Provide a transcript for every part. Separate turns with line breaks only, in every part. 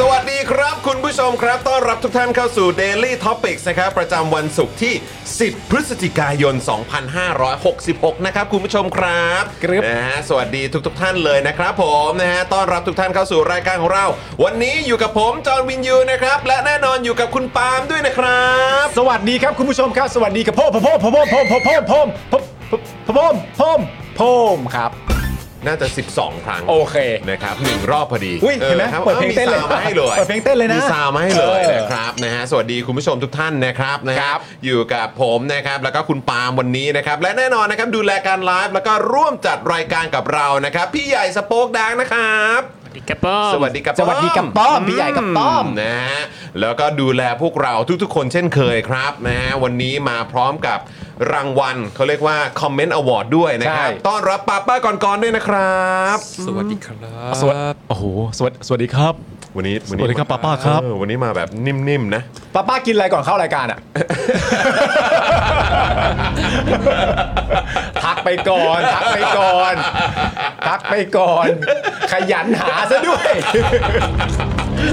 สวัสดีครับคุณผู้ชมครับ ต้อนรับทุกท่านเข้าสู่ Daily Topics นะครับ ประจำวันศุกร์ที่ 10 พฤศจิกายน 2566 นะครับ คุณผู้ชมครับ
ครับ
นะฮะสวัสดีทุกทท่านเลยนะครับผมนะฮะต้อนรับทุกท่านเข้าสู่รายการของเรา วันนี้อยู่กับผม จอห์นวินยูนะครับ และแน่นอนอยู่กับคุณปาล์มด้วยนะครับ
สวัสดีครับคุณผู้ชมครับ สวัสดีกับพ่อพ่อพ่อพ่อพ่อพ่อพ่อพ่อพ่อพ่อพ่อพ่อพ่อครับ
น่าจะ 12 ครั้ง
โอเค
นะครับหนึ่งรอบพอดี
อุ้ยเห็นไหม
ออครับ
เปิดเพลงเต้นเลย
ออมีซาวมาให้เลย
เปิดเพลงเต้นเลยนะ
มีซาวมาให้เลย
เออ
นะครับนะฮะสวัสดีคุณผู้ชมทุกท่านนะครับนะค
ครั
รับบ อยู่กับผมนะครับแล้วก็คุณปาล์มวันนี้นะครับและแน่นอนนะครับดูแลการไลฟ์แล้วก็ร่วมจัดรายการกับเรานะครับพี่ใหญ่สโป๊กดังนะครับ
ดิกระป้อม
สวัสดีกับ
สวัสดีกับป้อมพี่ใหญ่กับป้อม
นะฮะแล้วก็ดูแลพวกเราทุกๆ คนเช่นเคยครับนะฮะวันนี้มาพร้อมกับรางวัลเขาเรียกว่าคอมเมนต์อวอร์ดด้วยนะครับ
ใช่
ต้อนรับป้าป้าก่อนๆด้วยนะครับ
สวัสดีครับ
สวัสดีโอ้โหสวัสดีสวัสดีครับ
วันนี้
สวัสดีครับป้าป้าครับ
เออวันนี้มาแบบนิ่มๆนะ
ป้าป้ากินอะไรก่อนเข้าราย การอ่ะ พักไปก่อนพักไปก่อนพักไปก่อน ขยันหาซะด้วย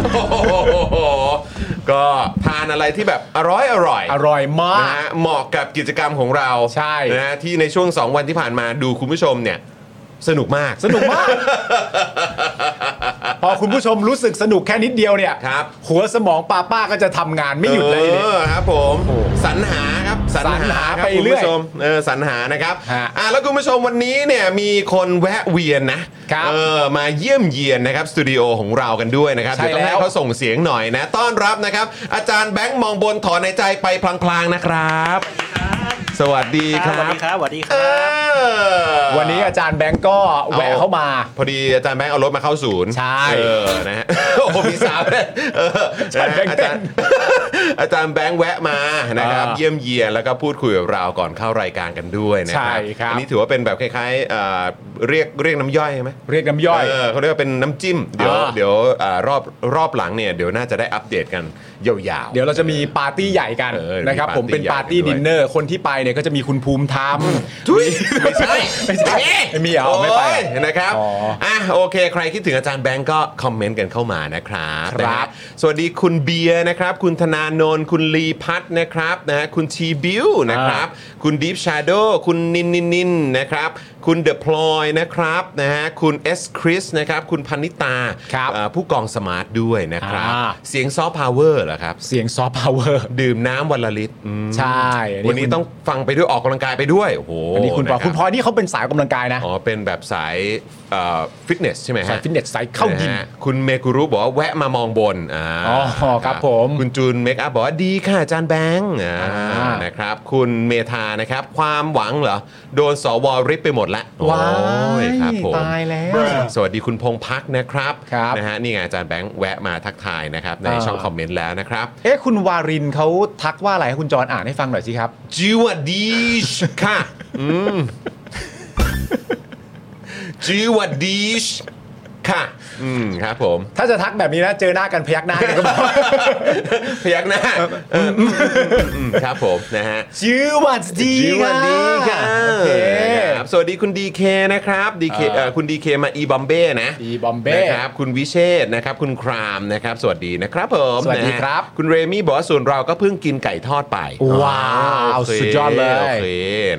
โอ้โหก็ทานอะไรที่แบบอร่อยอร่อย
อร่อยมาก
นะฮะเหมาะกับกิจกรรมของเรา
ใช่
นะฮะที่ในช่วง 2 วันที่ผ่านมาดูคุณผู้ชมเนี่ยสนุกมาก
สนุกมาก พอคุณผู้ชมรู้สึกสนุกแค่นิดเดียวเนี่ย
ครับ
หัวสมองป้าป้าก็จะทำงานไม่หยุดเลยเนี่ย
ออครับผมสรรหาครับสรร
สรร
หา
หา
คบ
ไป
คุณ
เรื่อย
ผู้ชมเออสรรหานะครับ
ฮะ
อ่ะแล้วคุณผู้ชมวันนี้เนี่ยมีคนแวะเวียนนะครับ เออมาเยี่ยมเยียนนะครับสตูดิโอของเรากันด้วยนะครับ
ใช่
เดี๋ยวต้องให้
แล้ว
เขาส่งเสียงหน่อยนะ ต้อนรับนะครับ อาจารย์แบงค์มองบนถอนในใจไปพลางๆนะครับ สวัสดีค
ครั
รั
บบ สวัสดีครับสวัสดีค
เอ
รับ
อ
วันนี้อาจารย์แบงก์ก็แหวะเข้ามา
พอดีอาจารย์แบงค์เอารถมาเข้าศูนย์
ใช่
เออนะ ฮะ โอ้โหมีสามเลยเออนะฮะอา
อา
จา
จาร รย์
ย์
แบงค์
อาจารย์แบงค์แวะมานะครับ
อ่า
เยี่ยมเยียนแล้วก็พูดคุยกับเราก่อนเข้ารายการกันด้วยนะค
ใช่
รับ
ครับ
อันนี้ถือว่าเป็นแบบคล้ายๆเอ่อเรียกเรียกน้ำย่อยใช่ไหม
เรียกน้ำย่อย
เออเขาเรียกว่าเป็นน้ำจิ้ม เดี๋ยว
อ่า
เดี๋ยวเอ่อรอบรอบหลังเนี่ยเดี๋ยวน่าจะได้อัปเดตกันยาวๆ
เดี๋ยวเราจะมีปาร์ตี้ใหญ่กัน
เออเดี๋ยวมี
นะครับ ผม
ปาร์ตี้
เป็นปาร์ตี้
ใหญ่กั
ดิ
นด้วย
นเนอร์ คนที่ไปเนี่ยก็จะมีคุณภูมิธรรม
ทุยไม่ใช่
ไม่ใช่ไม่มีเหรอไม่ไปเหรอ
โอ้ยนะครับ
อ๋ออ่
อ่ะโอเค ใครคิดถึงอาจารย์แบงก์ก็คอมเมนต์กันเข้ามานะครับ
ครับ
นะฮะสวัสดีคุณเบียร์นะครับ คุณธนาโนนคุณลีพัฒน์นะครับนะฮะคุณชีบิวนะครับ คุณดีฟชาโดคุณนินนินนินนะครับ คุณเดอะพลอยนะครับนะฮะคุณเอสคริสนะครับคุณพันิตา
ครับ
เอ่อผู้กองสมาร์ทด้วยนะครับ
อ่า
เสียงซอฟต์พาวเวอร์เหรอครับ
เสียงซอฟต์พาวเวอร์
ดื่มน้ำวันละลิตรอืม
ใช่อั
วันนี้
คุณ
ต้องฟังไปด้วยออกกำลังกายไปด้วยโอ้โห
อันนี้คุณปอะ
รับ
คุณพลอยนี่เขาเป็นสายออกกำลังกายนะ
อ๋อ เป็นแบบสายเอ่อฟิตเนสใช่ไหมฮะ
สายฟิตเนสสายเข้ายิม
นะฮะคุณเมกุรุบอกว่าแวะมามองบนอ่า
อ๋อครับผม
คุณจูนเมคอัพบอกว่าดีค่ะอาจานแบงค์อ่า
อ่าน
นะครับ คุณเมธานะครับ ความหวังเหรอ โดนสวริบไปหมดละ
ว้าย
โอ้ครับผม
ตายแล้ว
สวัสดีคุณพงพักนะครับ
ครับ
นะฮะนี่ไงอาจารย์แบงค์แวะมาทักทายนะครับ ใน
อ่า
ช่องคอมเมนต์แล้วนะครับ
เอ๊ะคุณวารินเขาทักว่าอะไรให้คุณจอนอ่านให้ฟังหน่อยสิครับ
จิวดีชค่ะอืมจิวดีช ค่ะ อืมครับผม
ถ้าจะทักแบบนี้นะเจอหน้ากันพยักหน้ากันก็ บอก
พยักหน้าเอออืมอืมอืมครับผมนะฮะ
ชื่อวัดดี
สวัสดีค่ะ
โอเค
นะครับสวัสดีคุณดีเคนะครับดีเค
อ่า
คุณดีเคมาอีบอมเบ้นะ
ดีบอมเบ้
นะครับคุณวิเชษฐ์นะครับ คุณครามนะครับ สวัสดีนะครับผม
สวัสดี
นะฮะ
ครับ
คุณเรมี่บอกว่าส่วนเราก็เพิ่งกินไก่ทอดไป
ว้าว
โค
สุดยอดเลย
โอเค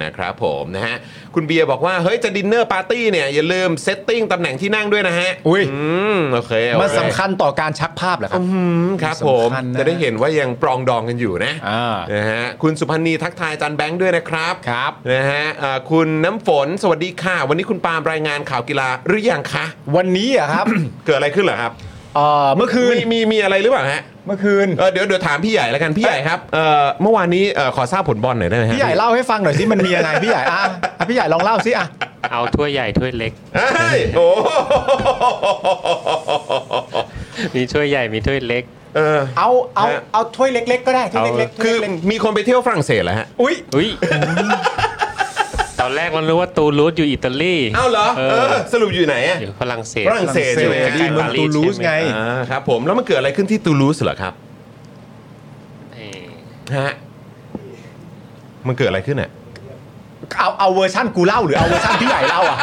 นะครับผมนะฮะคุณเบียร์บอกว่า เฮ้ย จะดินเนอร์ปาร์ตี้เนี่ย อย่าลืมเซตติ้งตำแหน่งที่นั่งด้วยนะฮะ
อุ้ย
อืมโอเคโอเ
มันสำคัญต่อการชักภาพเหรอครับ
อืมครับผม
สำคัญนะ
จะได้เห็นว่ายังปรองดองกันอยู่นะ
อ่า
นะฮะคุณสุพันธ์นีทักทายอาจันแบงค์ด้วยนะครับ
ครับ
นะฮะอ่าคุณน้ำฝนสวัสดีค่ะ วันนี้คุณปาล์มรายงานข่าวกีฬาหรือยังคะ
วันนี้เหรอะครับ
เกิดอะไรขึ้นเหรอครับ
เอ่อเมื่อคืน
มีมีมีอะไรหรือเปล่าฮะ
เมื่อคืน
เออเดี๋ยวเดี๋ยวถามพี่ใหญ่แล้วกันพี่ใหญ่ครับเอ่อเมื่อวานนี้เอ่อขอทราบผลบอลหน่อยได้ไหมฮะ
พี่ใหญ่เล่าให้ฟังหน่อยสิมันมียังไงพี่ใหญ่อ่ะอ่ะพี่ใหญ่ลองเล่าสิอ่ะ
เอาถ้วยใหญ่ถ้วยเล็ก
เฮ้ยโอ้โห
มีถ้วยใหญ่มีถ้วยเล็ก
เออ
เอาเอาเอาถ้วยเล็ก ๆ ก็ได้ถ้วยเล็กๆถ้
คื
ว
อย
เล็ก
มีคนไปเที่ยวฝรั่งเศสเหรอฮะ
ๆอุ้ย
อุ้ย ตอนแรกมันรู้ว่าตูรูสอยู่อิตาลี
เอ้าเหรอ
เอ
เอ
อ
อสรุปอยู่ไหนอะ
อยู่ฝรั่งเศส
ฝรั่งเศสใช่ไหม
อยู่ใกล้ๆ
เมือง
ปา
ตู
รีส
ลูส
ใช่หม
ไง
อ่าครับผมแล้วมันเกิดอะไรขึ้นที่ตูลูสเหรอครับ
เออ
ฮะมันเกิดอะไรขึ้นอ่ะ
เอาเอาเวอร์ชั่นกูเล่าหรือเอาเวอร์ชั่นพี่ใหญ่เล่าอ่ะ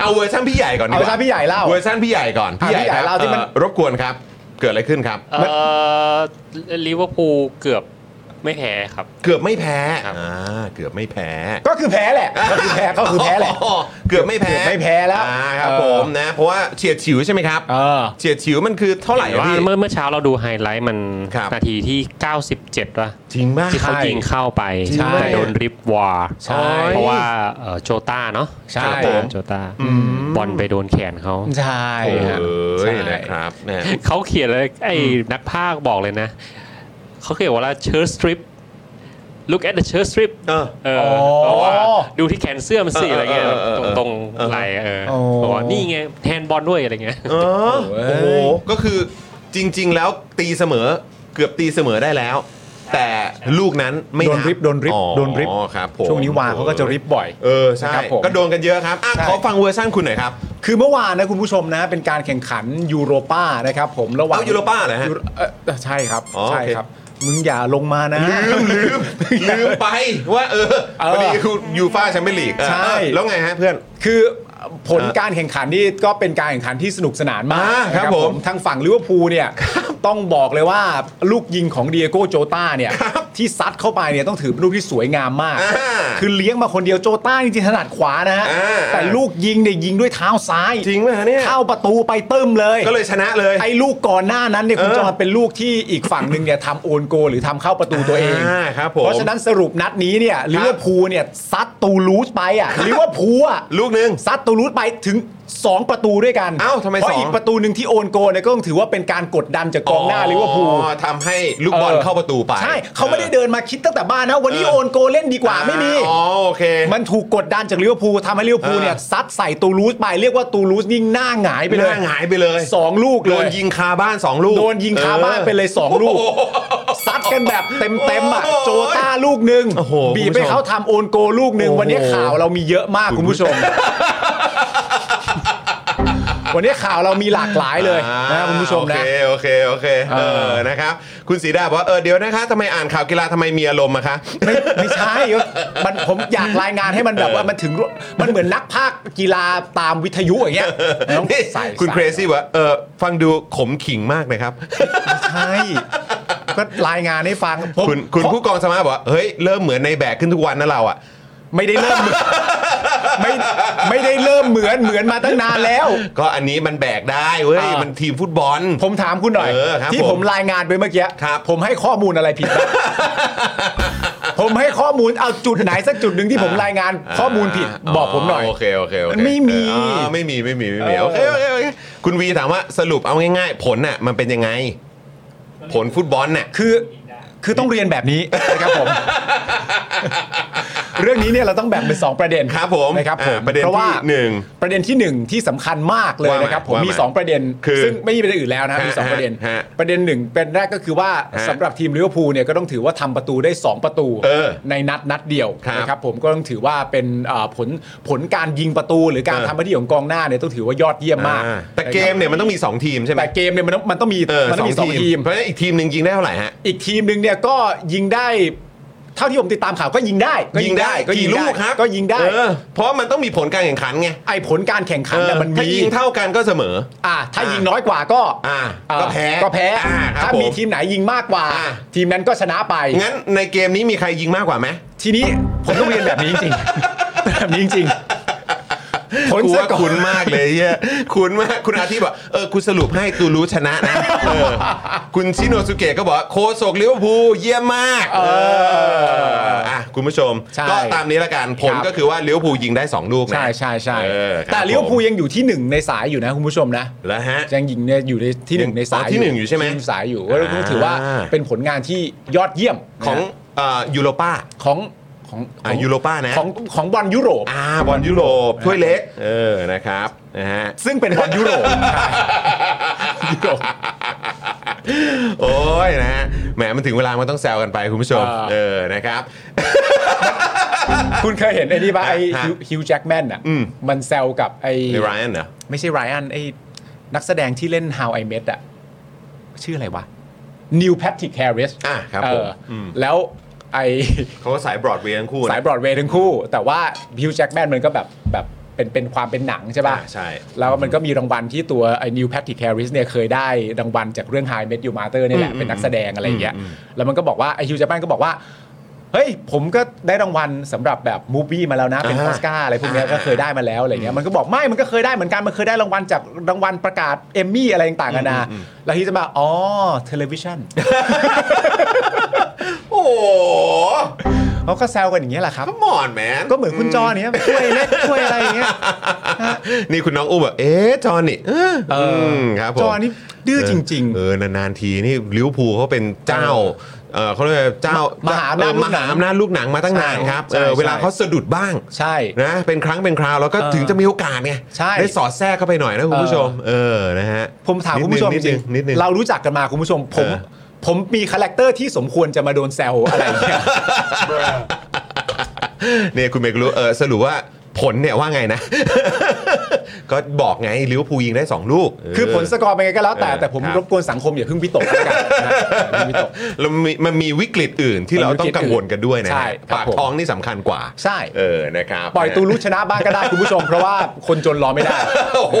เอาเวอร์ชันพี่ใหญ่ก่อนดีก
เอา
ว่า
เวอร์ชันพี่ใหญ่เล่า
เวอร์ชันพี่ใหญ่ก่อน
อ่ะพี่ใหญ่
ครับ
เล่าที่มัน
อ่อรบกวนครับ เกิดอะไรขึ้นครับ
เอ่อลิเวอร์พูลเกือบไม่แพ้ครับ
เกือบไม่แพ้
ครับ
อ่าเกือบไม่แพ้
ก็คือแพ้แหละก็คือแพ้ก็คือแพ้แหละ
อ๋อเกือบไม่แพ้
เกือบไม่แพ้แล้ว
อ่าครับ
เออ
ผมนะ เพราะว่าเฉียดฉิวใช่ไหมครับ
เออ
เฉียดฉิวมันคือเท่าไหร่
แต่
อะ
ว่า
พี่
เมื่อเมื่อเช้าเราดูไฮไลท์มัน
ครับ
นาทีที่ 97ว่ะ
จริงป่ะ
ที่เขา
ใช่
ยิงเข้าไป
จริงไหม
แต่โดนริบวอร์
ใช่
เพราะว่าเอ่อโจต้าเนาะ
ใช่
โจต้าโจต้าบอลไปโดนแขนเขา
ใช่
โอ้
ครับ
ย
ใช่
นะครับนะ
เขาเขียนเลยไอ้นักภาคบอกเลยนะ เขาเขียนว่า shirt strip look at the shirt strip
เออ
เออ
อ๋อ
บอกว่าดูที่แขนเสื้อมันสิ
เออ
อะไรเงี้ย
เออเออเออ
ตรง
เออ
ๆไหลเออ
โอ้
บอกว่านี่ไงแทนบอลด้วยอะไรเงี้ย
เออ
โอ้ย
โอ้โห ก็คือจริง ๆ แล้วตีเสมอเกือบตีเสมอได้แล้ว แต่ลูกนั้นไม่
โดน
บ
ริบโดนริบ
อ๋อ
โดนริบ
ครับผม
ช่วงนี้วางเขาก็จะริบบ่อย
เออ ใช่
ครับผม
ก็โดนกันเยอะครับอ่ะ
ใช่
ขอฟังเวอร์ชั่นคุณหน่อยครับ
คือเมื่อวานนะคุณผู้ชมนะเป็นการแข่งขันยูโรป้านะครับผมระหว่าง
เอายูโรป้าเหรอฮะ
ยูโรเอ่อใช่ครับ
อ๋อโอเค
ใช่ครับ มึงอย่าลงมานะ
ลืมลืมลืมไปว่าเออ
เออ
พอดีคุณยูฟ่าแชมเปี้ยนลีก
ใช่
แล้วไงฮะเพื่อน
คือผลการแข่งขันนี่ก็เป็นการแข่งขันที่สนุกสนานมาก
อ่าครับ
นะ
ผม
ทางฝั่งลิเวอร์พูลเนี่ยต้องบอกเลยว่าลูกยิงของเดียโก้โจต้าเนี่ย
ครับ
ที่ซัดเข้าไปเนี่ยต้องถือเป็นลูกที่สวยงามมาก
อ่า
คือเลี้ยงมาคนเดียวโจต้าจริงๆถนัดขวานะฮะ
อ่า
แต่ลูกยิงเนี่ยยิงด้วยเท้าซ้าย
จริงไหมฮะเนี่ย
เข้าประตูไปเติมเลย
ก็เลยชนะเลย
ไอ้ลูกก่อนหน้านั้นเนี่ยคุณ
เออ
จะมาเป็นลูกที่อีกฝั่งหนึ่งเนี่ยทำโอนโกลหรือทำเข้าประตูตัวเอง
อ่าครับผม
เพราะฉะนั้นสรุปนัดนี้เนี่ยลิเวอร์พูลเนี่ยซัดตูลูสไปอ่ะลิเวอร์พูลอ่ะ
ลูกหนึ่ง
ซัดตูลูสไปถึง 2 ประตูด้วยกัน
เอ้าทำไม
เพ
สอ
ราะ
ง
อีกประตูหนึ่งที่โอนโกลเนี่ยก็ต้องถือว่าเป็นการกดดันจากกองหน้าลิเวอร์พูล
อ๋อทำให้ลูกบอลเข้าประตูไป
ใช่เขาไม่ได้เดินมาคิดตั้งแต่บ้านนะวันนี้
เออ
โอนโกลเล่นดีกว่าไม่มี
อ๋อโอเค
มันถูกกดดันจากลิเวอร์พูลทำให้ลิเวอร์พูลเนี่ย
เออ
ซัดใส่ตูลูสไปเรียกว่าตูลูสยิ่งหน้าหงายไป
ห
เลย
น้าหงายไปเลย
สองลูกเลย
โดนยิงคาบ้านสองลูก
โดนยิงคาบ้านไปเลย 2 ลูก ซัดกันแบบเต็มๆอ่ะ
โอ้ย
โจต้าลูกหนึ่ง
โอ้โห
บีบให้เขาทำโอนโกลูกหนึ่ง
โอ้โห
วันนี้ข่าวเรามีเยอะมากคุณผู้ชม วันนี้ข่าวเรามีหลากหลายเลยนะคุณผู้ชมนะ
โอเคโอเคโอเคเอ
เอ
อ
อ
นะครับ คุณสีดาบอกว่าเออเดี๋ยวนะคะทำไมอ่านข่าวกีฬาทำไมมีอารมณ์อะ คะ
ไม่ไม่ใช่ก็มันผมอยากรายงานให้มันแบบว่ามันถึงมันเหมือนนักภาคกีฬาตามวิทยุอย่างเงี้ยต้อง
นี่
ใส่
คุณ
ใส่
เครซี่บอกว่าเออฟังดูขมขิงมากนะครับ
ใช่ก็รายงานให้ฟังผม
คุณคุณผู้กองสมาร์ทบอกว่าเฮ้ยเริ่มเหมือนในแบกขึ้นทุกวันนะเราอะ
ไม่ได้เริ่มเห มือนไม่ไม่ได้เริ่มเหมือนเหมือนมาตั้งนานแล้ว
ก็อันนี้มันแบกได้เว้ย
อ่ามั
มันทีมฟุตบอล
ผมถามคุณหน่อย
เออครับ
ที่
ผม
ผมรายงานไปเมื่อกี้
ครับ
ผมให้ข้อมูลอะไรผิด บ้าง ผมให้ข้อมูลเอาจุดไหนสักจุดหนึ่งที่ผมรายงานข้อมูลผิดบอกผมหน่อย
โอเคโอเคโอเค
ไม่มี
เออไม่มีไม่มีไม่มี
เออ
โอเคโอเคโอเคคุณวีถามว่าสรุปเอาง่ายๆ ผลน่ะมันเป็นยังไง ผลฟุตบอลน่ะ
คือคือต้องเรียนแบบนี้นะครับผม เรื่องนี้เนี่ยเราต้องแบ่งเป็น 2 ประเด็น
ครับผม
นะครับผม
อ่าประเด็น
พาว่า
ที่หนึ่ง
ประเด็นที่หนึ่งที่สำคัญมากเลย
ว่ามา
นะครับผม
ว่ามี
มี 2 ประเด็น
คือ
ซึ่งไม่มีประเด็นอื่นแล้วนะครับมีสอง
ฮะ
ประเด็น
ฮะ
ประเด็นหนึ่งเป็นแรกก็คือว่า
ฮะ
สำหรับทีมลิเวอร์พูลเนี่ยก็ต้องถือว่าทำประตูได้ 2 ประตู
เออ
ในนัดนัดเดียว
ครับ
นะครับผมก็ต้องถือว่าเป็นเอ่อผลผลการยิงประตู หรือการ
เออ
ทำหน้าที่ของกองหน้าเนี่ยต้องถือว่ายอดเยี่ยมมาก
อ่แต่เกมเนี่ยมันต้องมี 2 ทีมใช่ไหม
แต่เกมเนี่ยมันต้องมันต้องมี
เออ
มัน
ส
ต้
อ
อง
ง
มีสอง
ที
ที
ม
ม
เพราะฉะนั้นอีกทีมหนึ่งยิงได้เท่าไหร่ฮะ
อีกทีมหนึ่งเนี่ยก็ยิงได้ เท่าที่ผมติดตามข่าวก็ยิงได้ก็ยิ
กี่
ง
ลู
ได้
กครับ
ก็ยิงได้
เออเพราะมันต้องมีผลการแข่งขันไง
ไอผลการแข่งขัน
เออ
เนี่ยมัน
ถ้า
มี
ยิงเท่ากันก็เสมอ
อ่ะถ้า
อ่ายิ
ยิงน้อยกว่าก็
อ่า
อ่า
ก็แพ้
ก็แพ้
อ่าครับ
ถ้ามี
ผม
ทีมไหนยิงมากกว่า
อ่า
ทีมนั้นก็ชนะไป
งั้นในเกมนี้มีใครยิงมากกว่าไหม
ทีนี้ผมต้องเรียนแบบนี้จริงๆ แบบนี้จริงๆผล
กู
ส
ว่าก
อ
คุณ
ร์
มากเลยเฮียคุณมากคุณอาทิตย์บอกเออคุณสรุปให้ตูรู้ชนะนะเออคุณชิโนสุเกะก็บอกว่าโคโซกลิเวอร์พูลเยี่ยมมากเอออ่ะคุณผู้ชม
ใช่
ก็ตามนี้ละกันผลก็คือว่าลิเวอร์พูลยิงได้ 2 ลูกนะ
ใช่ใช่ใช่
เออครับ
แต่ลิเวอร์พูลยังอยู่ที่หนึ่งในสายอยู่นะคุณผู้ชมนะ
แล้วฮะ
ยังหญิงเนี่ยอยู่ในที่หนึ่งในสาย
อ๋อที่หนึ่งอยู่ใช่ไหม
ที่สายอยู่ก็ถือว่า
อ่า
เป็นผลงานที่ยอดเยี่ยมนะ
ของเอ่อยูโรป้า
ของของ
อ่ะยูโรป้านะ
ของของบอลยุโรป
อ่าบอลยุโรปถ้วยเล็กเออนะครับนะฮะ
ซึ่งเป็นบอลยุโรป ยุโรป
โอ้ยนะฮะแหมมันถึงเวลามันต้องแซวกันไปคุณผู้ชม
อ่า
เออนะครับ
คุณเคยเห็นไอ้นี่ปะไอ้
ฮะ
ฮิวจ์แจ็กแมนอ่ะ
อืม
มันแซวกับไอ้
ในไรอันเหรอ
ไม่ใช่ไรอันไอ้นักแสดงที่เล่น How I Met อ่ะ ชื่ออะไรวะนิวแพทริกแฮร์ริส
อ่ะครับผมอืม
แล้วไอ
เขาก็สายบรอดเวย์ทั้งคู่นะ
สายบรอดเวย์ทั้งคู่ แต่ว่าฮิวจ์แจ็คแมนมันก็แบบแบบเป็นเป็นความเป็นหนังใช่ป่ะ
อ่าใช่
แล้วมันก็มีรางวัลที่ตัวไอ้นิวแพทริกแฮร์ริสเนี่ยเคยได้รางวัลจากเรื่อง High Met You Matter เนี่ยแหละเป็นนักแสดงอะไรอย่างเงี้ยแล้วมันก็บอกว่าไอ้ฮิวจ์แจ็คแมนก็บอกว่า เฮ้ย ผมก็ได้รางวัลสำหรับแบบมูฟวี่มาแล้วนะ เป็นออสการ์อะไรพวกเนี้ยก็เคยได้มาแล้วอะไรเงี้ยมันก็บอกไม่มันก็เคยได้เหมือนกันมันเคยได้รางวัลจากรางวัลประกาศเอมมี่อะไรต่างๆกันานาแล้วฮิวจ์แจ็คแมนอ๋อเทเลวิชัน
โอ้โห
เขาก็แซวกันอย่างเงี้ยแหละครับ
ก็หมอนแมน
ก็เหมือนคุณจอเนี่ยช่วยเล็กช่วยอะไรอย่างเงี้ย
นี่คุณน้องอุ้ม แบบเอ๊ะจอนี่เออ
เอออื
มครับผม
จอนี่ดื้อจริง
เออนานๆทีนี่ลิเวอร์พูลเขาเป็นเจ้าเออเขาเรียกว่าเจ้าม
หาอำนาจ
ม
ลูกหนั
หาง อำนาจลูกหนังมาตั้งนานครับ
ใช่
เออ
ใช่
เวลาเขาสะดุดบ้าง
ๆ ใช่
นะเป็นครั้งเป็นคราวแล้วก็
เออ
ถึงจะมีโอกาสไง
ใช่
ได้สอดแทรกเข้าไปหน่อยนะคุณผู้
เอ
ช
อ
ม เออนะฮะ
ผมถามคุณผู้ชมจ
นิดนึ
ริ
ง
ง
นิดนึงนิดนึง
เรารู้จักกันมาคุณผู้ชม ผม
เออ
ผมมีคาแรคเตอร์ที่สมควรจะมาโดนแซว อะไรอย่างเงี้ย
เนี่ยคุณเมกรู้เออสรุปว่าผลเนี่ยว่าไงนะ ก็บอกไงลิเวอร์พูลยิงได้ 2 ลูกเ
คือผลสกอร์เป็นไงก็แล้วแต่
เออ
แต่ผม
ครับ
รบกวนสังคมอย่าเพิ่งวิตก แล้วกันนะอย่าเพิ่งวิตก
แล้วมีมันมีวิกฤตอื่นที่เราต้องกังวลกันด้วยนะ
ใช่ครับ
ปาก
ผม
ท้องนี่สำคัญกว่า
ใช่
เออนะครับ
ปล่อยตูรู้ชนะบ้างก็ได้คุณผู้ชม เพราะว่าคนจนรอไม่ได้
โอ้โห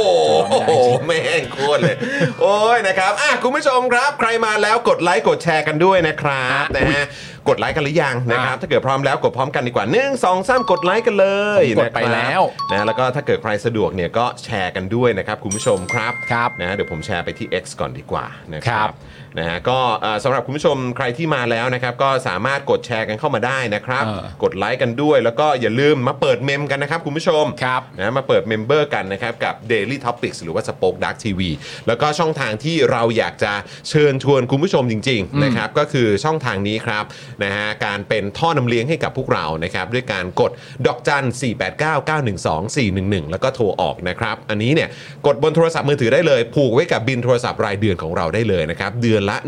แม่งโคตรเลย โอ้ยนะครับอ่ะคุณผู้ชมครับ ใครมาแล้วกดไลค์กดแชร์กันด้วยนะครับนะฮะกดไลค์กันหรือยังนะครับ ถ้าเกิดพร้อมแล้วกดพร้อมกันดีกว่าหนึ่งสองสามกดไลค์กันเลย
ผมกดไป
นะครับ
แล้ว
นะแล้วก็ถ้าเกิดใครสะดวกเนี่ยก็แชร์กันด้วยนะครับ คุณผู้ชมครับ
ครับ
นะเดี๋ยวผมแชร์ไปที่ X ก่อนดีกว่านะค
ครั
รับบ นะฮะก็เอ่อสำหรับคุณผู้ชมใครที่มาแล้วนะครับ ก็สามารถกดแชร์กันเข้ามาได้นะครับ
เออก
ดไลค์กันด้วย แล้วก็อย่าลืมมาเปิดเมมกันนะครับ คุณผู้ชม
ครับ
นะมาเปิดเมมเบอร์กันนะครับ กับ Daily Topics หรือว่า Spoke Dark TV แล้วก็ช่องทางที่เราอยากจะเชิญชวนคุณผู้ชมจริง ๆ นะครับ ก็คือช่องทางนี้ครับนะฮะการเป็นท่อนำเลี้ยงให้กับพวกเรานะครับ ด้วยการกดดอกจัน 489912411 แล้วก็โทรออกนะครับ อันนี้เนี่ยกดบนโทรศัพท์มือถือได้เลย ผูกไว้กับบินโทรศัพท์รายเดือนของเราได้เลยนะครับ เดือนละ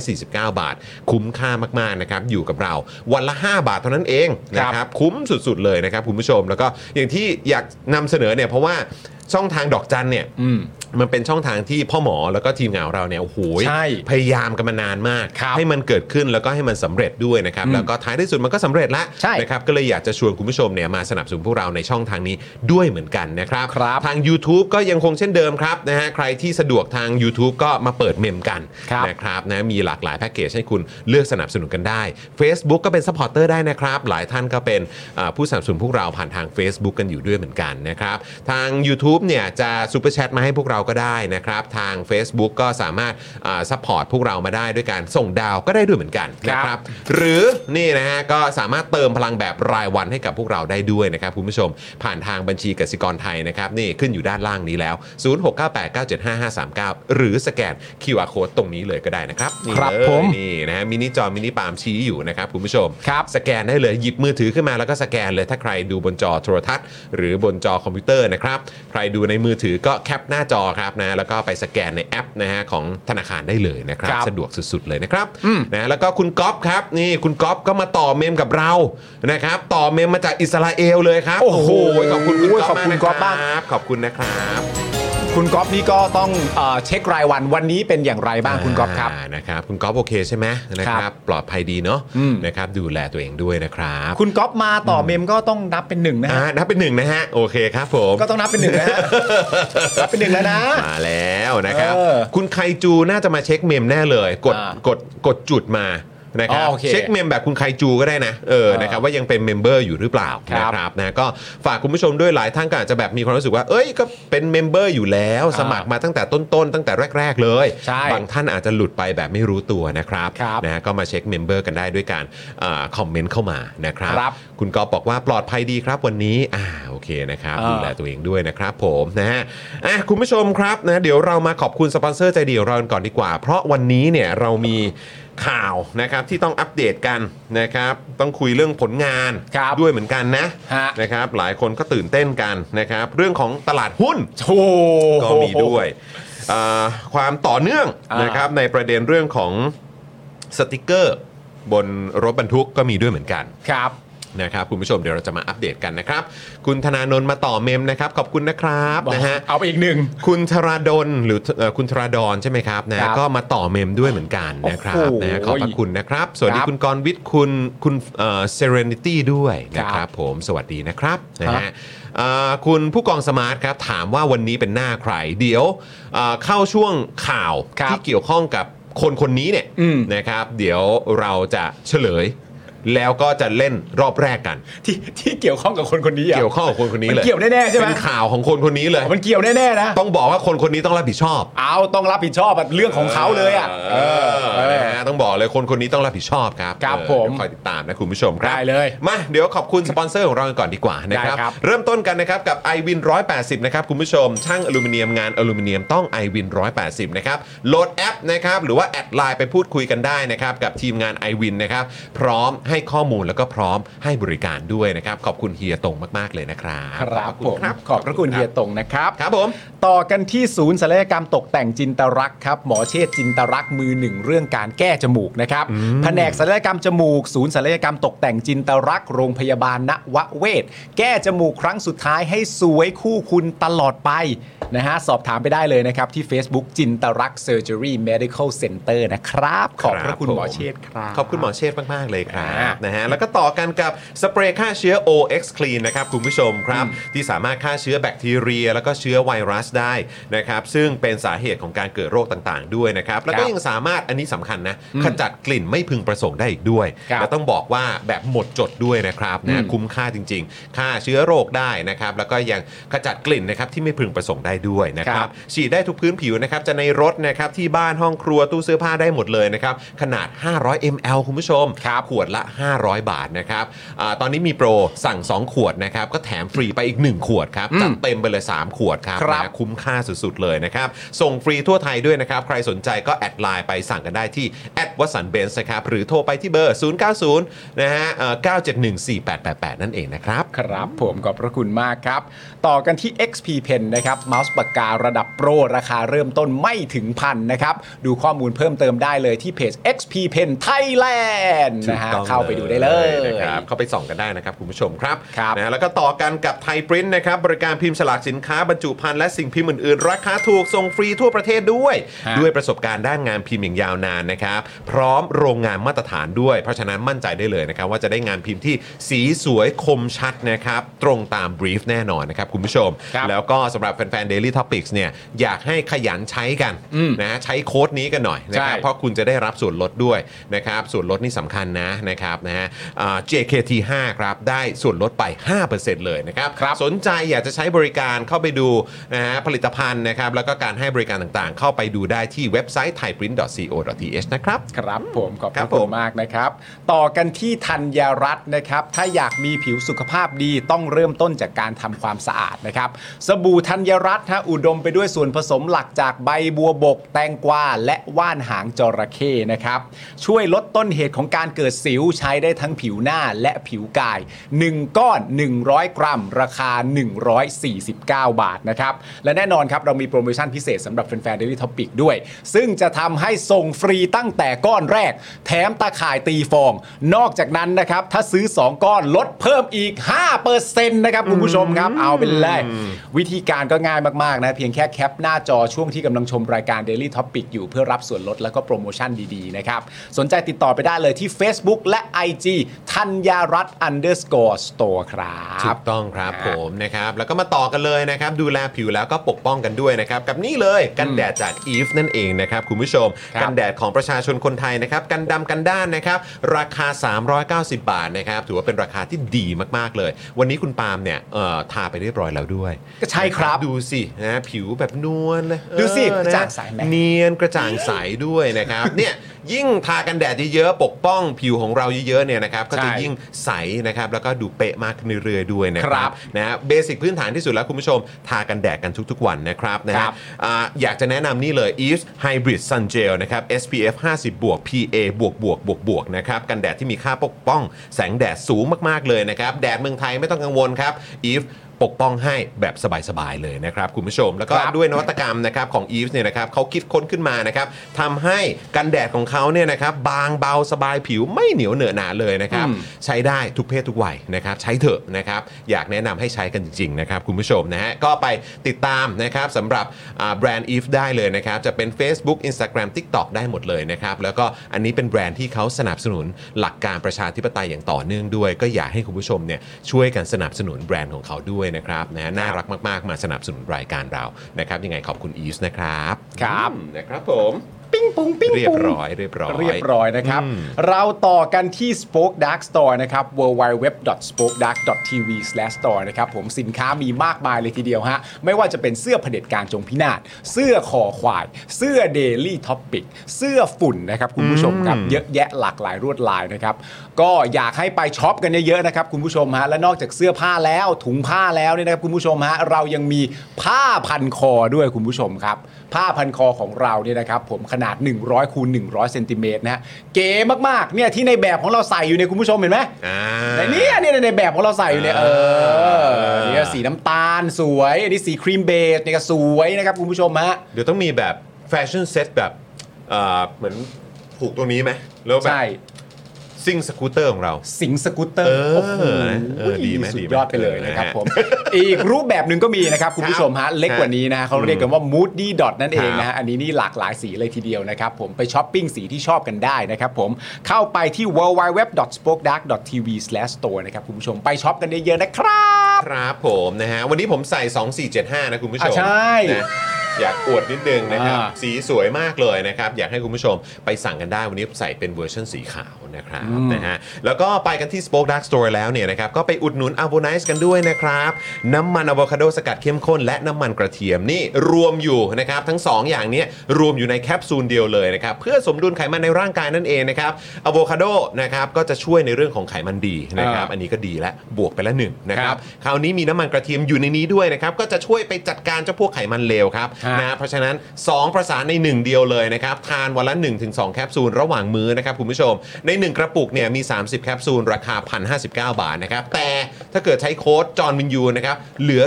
149 บาท คุ้มค่ามากๆนะครับ อยู่กับเราวันละ 5 บาทเท่านั้นเองนะค
ครั
รับ
บ
คุ้มสุดๆเลยนะครับคุณผู้ชมแล้วก็อย่างที่อยากนำเสนอเนี่ยเพราะว่าช่องทางดอกจันเนี่ย
อืม
มันเป็นช่องทางที่พ่อหมอแล้วก็ทีมงานของเราเนี่ยโอ้โหย
ใช่
พยายามกันมานานมาก
ครับ
ให้มันเกิดขึ้นแล้วก็ให้มันสำเร็จด้วยนะครับ
อืม
แล้วก็ท้ายที่สุดมันก็สำเร็จละ
ใช่
นะครับก็เลยอยากจะชวนคุณผู้ชมเนี่ยมาสนับสนุนพวกเราในช่องทางนี้ด้วยเหมือนกันนะครับ
ครับ
ทาง YouTube ก็ยังคงเช่นเดิมครับนะฮะใครที่สะดวกทาง YouTube ก็มาเปิดเมมกัน
ครับ
นะครับนะมีหลากหลายแพ็กเกจให้คุณเลือกสนับสนุนกันได้ Facebook ก็เป็นซัพพอร์เตอร์ได้นะครับ หลายท่านก็เป็นอ่าผู้สนับสนุนพวกเราผ่านทาง Facebook กันอยู่ด้วยเหมือนกันนะครับทาง YouTube เนี่ยจะซูเปอร์แชทมาให้พวกเรา ก็ได้นะครับ ทาง Facebook ก็สามารถซัพพอร์ตพวกเรามาได้ด้วยการส่งดาวก็ได้ด้วยเหมือนกันนะครับ หรือนี่นะฮะก็สามารถเติมพลังแบบรายวันให้กับพวกเราได้ด้วยนะครับคุณผู้ชม ผ่านทางบัญชีกสิกรไทยนะครับ นี่ขึ้นอยู่ด้านล่างนี้แล้ว 0698975539 หรือสแกน QR Code ตรงนี้เลยก็ได้นะครับนี่
ครับ
เลย
ผม
นี่นะฮะมินิจอมินิปาล์มชี้อยู่นะครับคุณผู้ชม
ครับ
สแกนได้เลยหยิบมือถือขึ้นมาแล้วก็สแกนเลยถ้าใครดูบนจอโทรทัศน์ หรือบนจอคอมพิวเตอร์นะครับ ใครดูในมือถือก็แคปหน้าจอครับนะแล้วก็ไปสแกนในแอปนะฮะของธนาคารได้เลยนะครับ
ครับ
สะดวกสุดๆเลยนะครับนะแล้วก็คุณก๊อฟครับนี่คุณก๊อฟก็มาต่อเมมกับเรานะครับ ต่อเมมมาจากอิสราเอลเลยครับ
โอ้โห
ขอบคุณคุณก๊อฟ
ขอบคุณก๊อฟ
มาม
า
นะ
ก ก
ครับขอบคุณนะครับ
คุณก๊อฟนี่ก็ต้องเอ่อเช็ครายวันวันนี้เป็นอย่างไรบ้างคุณก๊อฟครับ
านะครับคุณก๊อฟโอเคใช่ไหมนะค
ครั
รับบ ปลอดภัยดีเนาะ
อืม
นะครับดูแลตัวเองด้วยนะครับ
คุณก๊อฟมาต่อเมมก็ต้องนับเป็นหนึ่งนะ
อ่า
ฮะ
นับเป็นหนึ่งนะฮะโอเคครับผม
ก็ต้องนับเป็นหนึ่งนะ ฮะ นับเป็นหนึ่งแล้วนะ
มาแล้วนะครับ
เออ
คุณไคจูน่าจะมาเช็คเมมแน่เลย กด
อ่าก
ดกดจุดมานะครับ
อ๋อโอเค
เช็คเมมแบบคุณไคจูก็ได้นะเออ
เออ
นะครับว่ายังเป็นเมมเบอร์อยู่หรือเปล่า
ครั
นะ
บ
ครับนะก็ฝากคุณผู้ชมด้วยหลายท่านก็อาจจะแบบมีความรู้สึกว่า เอ้ยก็เป็นเมมเบอร์อยู่แล้ว
อ่า
สมัครมาตั้งแต่ต้นๆ ตั้งแต่แรก ๆ เลย
ใช่
บางท่านอาจจะหลุดไปแบบไม่รู้ตัวนะครับ
ครับ
นะฮะก็มาเช็คเมมเบอร์กันได้ด้วยการคอมเมนต์เข้ามานะครับ
ครับ
คุณกอฟบอกว่าปลอดภัยดีครับวันนี้อ่าโอเคนะครับ
อ่า
ดูแล ดูแลตัวเองด้วยนะครับผมนะฮะอ่ะคุณผู้ชมครับนะเดี๋ยวเรามาขอบคุณสปอนเซอร์ใจดีของเรากันก่อนดีกว่า เพราะวันนี้เนี่ยเรามีข่าวนะครับที่ต้องอัปเดตกันนะครับต้องคุยเรื่องผลงาน
ครับ
ด้วยเหมือนกันนะ
ฮะ
นะครับหลายคนก็ตื่นเต้นกันนะครับเรื่องของตลาดหุ้น
โอ้โห
ก็มีด้วยอ่าความต่อเนื่อง
อ่าน
นะครับในประเด็นเรื่องของสติกเกอร์ บนรถบรรทุกก็มีด้วยเหมือนกัน
ครับ
นะครับคุณผู้ชมเดี๋ยวเราจะมาอัปเดตกันนะครับ คุณธนาโนนมาต่อเมมนะครับ ขอบคุณนะครับนะฮะ
เอาไปอีกหนึ่ง
คุณธราดลหรือเอ่อคุณธราดอนใช่ไหมครับนะครับ ก็มาต่อเมมด้วยเหมือนกันนะครับ
โอ้โห
นะฮะขอบพระคุณนะครับ สวัสดี
ครับ
คุณกรณ์วิทย์คุณคุณเซเรนิตี้ด้วยนะค
ครั
รับบ ผมสวัสดีนะครับนะ
ครั
ฮะ
บ
เอ่อคุณผู้กองสมาร์ทครับถามว่าวันนี้เป็นหน้าใคร เดี๋ยวเอ่อเข้าช่วงข่าว
ครับ
ที่เกี่ยวข้องกับคนคนนี้เนี่ย
อืม
นะครับ เดี๋ยวเราจะเฉลย แล้วก็จะเล่นรอบแรกกัน
ที่ที่เกี่ยวข้องกับคนคนนี้อ่ะ
เกี่ยวข้องกับคนคนนี้เลย
มันเกี่ยวแน่ๆใช่ไหม
เป็นข่าวของคนคนนี้เลย
มันเกี่ยวแน่ๆนะ
ต้องบอกว่าคนคนนี้ต้องรับผิดชอบ
เอาต้องรับผิดชอบอะเรื่องของเขาเลยอ่ะ
เออ
เออ
นะฮะต้องบอกเลยคนคนนี้ต้องรับผิดชอบครับ
ครับ
เออ
ผม
เดี๋ยวคอยติดตามนะคุณผู้ชมครับ
ได้เลย
มาเดี๋ยวขอบคุณสปอนเซอร์ของเรากันก่อนดีกว่านะครับ
ได้ครับ
เริ่มต้นกันนะครับกับ i w วิน180 นะครับ คุณผู้ชม ช่างอลูมิเนียมงานอลูมิเนียมต้อง i w วิน180 นะครับ โหลดแอปนะครับ หรือว่าแอดไลน์ไปพูดคุยกันได้นะครับ กับทีมงาน i w วินนะครับ พร้อมให้ข้อมูลแล้วก็พร้อมให้บริการด้วยนะครับ ขอบคุณเฮียตงมากๆเลยนะครับ
ครับ
ข
ผ
อ
ม
ณครับ
ขอบพระคุณเฮียตงนะครับ
ครับผม
ต่อกันที่ศูนย์ศัลยกรรมตกแต่งจินตรักษ์ครับ หมอเชษจินตรักษ์มือหนึ่งเรื่องการแก้จมูกนะครับแผนกศัลยกรรมจมูก ศูนย์ศัลยกรรมตกแต่งจินตรักษ์โรงพยาบาลนวเวศแก้จมูกครั้งสุดท้ายให้สวยคู่คุณตลอดไปนะฮะสอบถามไปได้เลยนะครับ ที่ Facebook จินตรักษ์เซอร์เจอรี่เมดิคอลเซ็นเตอร์นะครับ ขอบพระคุณหมอเชษครับ
ขอบคุณหมอเชษฐ์มาก ๆ เลยครั
ครับ บ
นะฮะแล้วก็ต่อกันกับสเปรย์ฆ่าเชื้อ OX Clean นะครับ คุณผู้ชมครับ ที่สามารถฆ่าเชื้อแบคทีเรีย แล้วก็เชื้อไวรัสได้นะครับ ซึ่งเป็นสาเหตุของการเกิดโรคต่างๆ ด้วยนะครับ แล้วก็
ครับ
ยังสามารถอันนี้สำคัญนะ ขจัดกลิ่นไม่พึงประสงค์ได้อีกด้วย
ครับ
และต้องบอกว่าแบบหมดจดด้วยนะครับนะ
อืม
คุ้มค่าจริง ๆฆ่าเชื้อโรคได้นะครับแล้วก็ยังขจัดกลิ่นนะครับที่ไม่พึงประสงค์ได้ด้วยนะค
ครั
รับ
บ
ฉีดได้ทุกพื้นผิวนะครับ จะในรถนะครับ ที่บ้านห้องครัวตู้เสื้อผ้าได้หมดเลยนะครับ ขนาด 500 ml คุณผู้ชมครับขวดละ 500 บาทนะครับอาตอนนี้มีโปรสั่ง 2 ขวดนะครับ ก็แถมฟรีไปอีก 1 ขวดครับ
อืม
จัดเต็มไปเลย 3 ขวดครับ
ครับ
นะคุ้มค่าสุด ๆ เลยนะครับ ส่งฟรีทั่วไทยด้วยนะครับ ใครสนใจก็แอดไลน์ไปสั่งกันได้ที่แอดวัสันเบนส์นะครับ หรือโทรไปที่เบอร์ 090 นะฮะเอ่อ9714888 นั่นเองนะครับ
ครับผมขอบพระคุณมากครับ ต่อกันที่ XP Pen นะครับเมาส์ปากการะดับโปร ราคาเริ่มต้นไม่ถึงพันนะครับ ดูข้อมูลเพิ่มเติมได้เลยที่เพจ XP Pen Thailand นะฮะ
ถูกต้อง
เข้าไปดูได้เลย
นะครับเข้าไปส่องกันได้นะครับคุณผู้ชมครับ
ครับ
นะแล้วก็ต่อกันกับไทยปริ้นนะครับบริการพิมพ์ฉลากสินค้าบรรจุภัณฑ์และสิ่งพิมพ์อื่นๆ ราคาถูกส่งฟรีทั่วประเทศด้วย
ฮะ
ด้วยประสบการณ์ด้านงานพิมพ์อย่างยาวนานนะครับ พร้อมโรงงานมาตรฐานด้วย เพราะฉะนั้นมั่นใจได้เลยนะครับ ว่าจะได้งานพิมพ์ที่สีสวยคมชัดนะครับตรงตามบรีฟแน่นอนนะครับคุณผู้ชม
ครับ
แล้วก็สำหรับแฟนๆ Daily Topics เนี่ยอยากให้ขยันใช้กันนะใช้โค้ดนี้กันหน่อยนะครับ
ใช่
เพราะ คุณจะได้รับส่วนลดด้วยนะครับส่วนลดนี่สำคัญนะนะครับ นะครับนะฮะอ่า JKT5 ครับได้ส่วนลดไป 5%เลยนะครับครับสนใจอยากจะใช้บริการเข้าไปดูนะฮะผลิตภัณฑ์นะครับแล้วก็การให้บริการต่างๆ เข้าไปดูได้ที่เว็บไซต์ thaiprint.co.th นะครับ
ครับผมขอบพ
ครั
ระ
บผ
คุ
ม
ณมากนะครับ ต่อกันที่ธัญรัตน์นะครับ ถ้าอยากมีผิวสุขภาพดีต้องเริ่มต้นจากการทำความสะอาดนะครับ สบู่ธัญรัตน์ฮะอุดมไปด้วยส่วนผสมหลักจากใบบัวบก แตงกวาและว่านหางจระเข้นะครับ ช่วยลดต้นเหตุของการเกิดสิวใช้ได้ทั้งผิวหน้าและผิวกาย 1 ก้อน 100 กรัม ราคา 149 บาทนะครับ และแน่นอนครับ เรามีโปรโมชั่นพิเศษสำหรับแฟนๆ Daily Topic ด้วย ซึ่งจะทำให้ส่งฟรีตั้งแต่ก้อนแรก แถมตาข่ายตีฟอง นอกจากนั้นนะครับ ถ้าซื้อ 2 ก้อนลดเพิ่มอีก 5%นะครับคุณผู้ชมครับ เอาเป็นเลยวิธีการก็ง่ายมาก ๆ นะ เพียงแค่แคปหน้าจอช่วงที่กำลังชมรายการ Daily Topic อยู่เพื่อรับส่วนลดแล้วก็โปรโมชั่นดีๆ นะครับ สนใจติดต่อไปได้เลยที่ Facebook และ IG ธัญญารัตน์ underscore store ครั
ถู
บ
กต้องครับผมนะครับ แล้วก็มาต่อกันเลยนะครับ ดูแลผิวแล้วก็ปกป้องกันด้วยนะครับ กับนี่เลยกันแดดจากอีฟนั่นเองนะครับ คุณผู้ชม
ครับ
กันแดดของประชาชนคนไทยนะครับ กันดำกันด้านนะครับ ราคา 390 บาทนะครับ ถือว่าเป็นราคาที่ดีมากๆเลย วันนี้คุณปาล์มเนี่ยเอ่อทาไปเรียบร้อยแล้วด้วย
ก็ใช่ครับ
นะดูสินะผิวแบบนวลเลย
ดูสิ
เออน
กระจ่างใสไหม
เนียนกระจ่างใสด้วยนะครับ เนี่ยยิ่งทากันแดดเยอะๆปกป้องผิวของเราเยอะๆเนี่ยนะครับก็จะ
ใช่
ยิ่งใสนะครับแล้วก็ดูเป๊ะมากขึ้นเรื่อยๆด้วยนะ นะค
ครั
รับบ นะฮะเบสิกพื้นฐานที่สุดแล้วคุณผู้ชม ทากันแดดกันทุกๆวันนะครับนะ
ค
ฮะ
รับ
อ่าอยากจะแนะนำนี่เลย Eve Hybrid Sun Gel นะครับ SPF 50บวก PA บวกบวกบวกบวกนะครับกันแดดที่มีค่าปกป้อง แสงแดดสูงมากๆเลยนะครับ แดดเมืองไทยไม่ต้องกังวลครับ Eve ปกป้องให้แบบสบายๆเลยนะครับคุณผู้ชมแล้วก็
ครับ
ด้วยนวัตกรรมนะครับของ Eve เนี่ยนะครับเขาคิดค้นขึ้นมานะครับทำให้กันแดดของเขาเนี่ยนะครับบางเบาสบายผิวไม่เหนียวเหนอะหนาเลยนะครับ ใช้ได้ทุกเพศทุกวัยนะครับ ใช้เถอะนะครับ อยากแนะนำให้ใช้กันจริง ๆ นะครับ คุณผู้ชมนะฮะก็ไปติดตามนะครับสำหรับอ่าแบรนด์ Eve ได้เลยนะครับ จะเป็น Facebook Instagram TikTok ได้หมดเลยนะครับ แล้วก็อันนี้เป็นแบรนด์ที่เขาสนับสนุนหลักการประชาธิปไตยอย่างต่อเนื่องด้วย ก็อยากให้คุณผู้ชมเนี่ยช่วยกันสนับสนุนแบรนด์ของเขาด้วยนะครับนะฮะน่ารักมากๆ มาสนับสนุนรายการเรานะครับ ยังไงขอบคุณ Eve นะครับ
ครับ
อืมนะครับผมปิ้งปุ้งปิ้งเรียบร้อยเรียบร้อย
เรียบร้อยนะครับ
อืม
เราต่อกันที่ Spoke Dark Store นะครับ www.spokedark.tv/store นะครับผมสินค้ามีมากมายเลยทีเดียวฮะ ไม่ว่าจะเป็นเสื้อเผด็จการจงพินาศเสื้อคอควาย เสื้อ Daily Topic เสื้อฝุ่นนะครับ คุณผู้ชมครับ เยอะแยะหลากหลายรวดลายนะครับ ก็อยากให้ไปช็อปกันเยอะๆนะครับ คุณผู้ชมฮะและนอกจากเสื้อผ้าแล้วถุงผ้าแล้วเนี่ยนะครับคุณผู้ชมฮะเรายังมีผ้าพันคอด้วยคุณผู้ชมครับ ผ้าพันคอของเราเนี่ยนะครับผมขนาด 100คูณ100เซนติเมตรนะฮะเก๋มากๆเนี่ยที่ในแบบของเราใส่อยู่เนี่ยคุณผู้ชมเห็นไหม
อ่า
ในนี้เนี่ยในแบบของเราใส่อยู่เนี่ยเออ
อ่า
เนี่ยสีน้ำตาลสวยอันนี้สีครีมเบจเนี่ยก็สวยนะครับคุณผู้ชมฮะ
เดี๋ยวต้องมีแบบแฟชั่นเซ็ตแบบเอ่อเหมือนผูกตรงนี้ไหมแล้วแบบ
ใช่
ซิ่งสกูตเตอร์ของเรา
สิงสกูตเตอร์
เออ
โอ้โห
เออดีไหม
สุ
ดี
ด
ไหม
ยอดไปเลยนะครับ
เออ
ผม อีกรูปแบบหนึ่งก็มีนะครับคุณผู้ชมฮะเล็กกว่านี้นะเขาเรียกกันว่า Moody Dot นั่นเองนะฮะอันนี้นี่หลากหลายสีเลยทีเดียวนะครับผมไปช้อปปิ้งสีที่ชอบกันได้นะครับผมเข้าไปที่ www.spokedark.tv/store นะครับคุณผู้ชมไปช็อปกันเยอะๆนะครับ
ครับผมนะฮะ วันนี้ผมใส่ 2475 นะคุณผู้ชม
อ่ะใช่
นะอยากอวดนิดนึงนะครับ
อ่า
สีสวยมากเลยนะครับ อยากให้คุณผู้ชมไปสั่งกันได้วันนี้ใส่เป็นเวอร์ชันสีขาวนะครับนะฮะแล้วก็ไปกันที่ Spoke Dark Store แล้วเนี่ยนะครับ ก็ไปอุดหนุน a v o n i c e กันด้วยนะครับ น้ำมันอะโวคาโดสกัดเข้มข้นและน้ำมันกระเทียมนี่รวมอยู่นะครับ ทั้ง 2 อย่างเนี้ยรวมอยู่ในแคปซูลเดียวเลยนะครับ เพื่อสมดุลไขมันในร่างกายนั่นเองนะครับอะโวคาโดนะครับก็จะช่วยในเรื่องของไขมันดีนะครับ
อ่า
อันนี้ก็ดีแล้วบวกไปแล้วหนึ่งนะค
ค
รั
รับ บ
คราวนี้มีน้ำมันกระเทียมอยู่ในนี้ด้วยนะครับ ก็จะช่วยไปจัดการเจ้าพวกไขมันเลวครับ
ฮะ
นะฮะเพราะฉะนั้น 2 ประสานใน 1 เดียวเลยนะครับ ทานวันละ 1-2 แคปซูลระหว่างมื้อนะครับคุณผู้ชม ใน 1 กระปุกเนี่ยมี 30 แคปซูล ราคา 1,059 บาทนะครับ แต่ถ้าเกิดใช้โค้ดจอห์นวินยูนะครับ เหลือ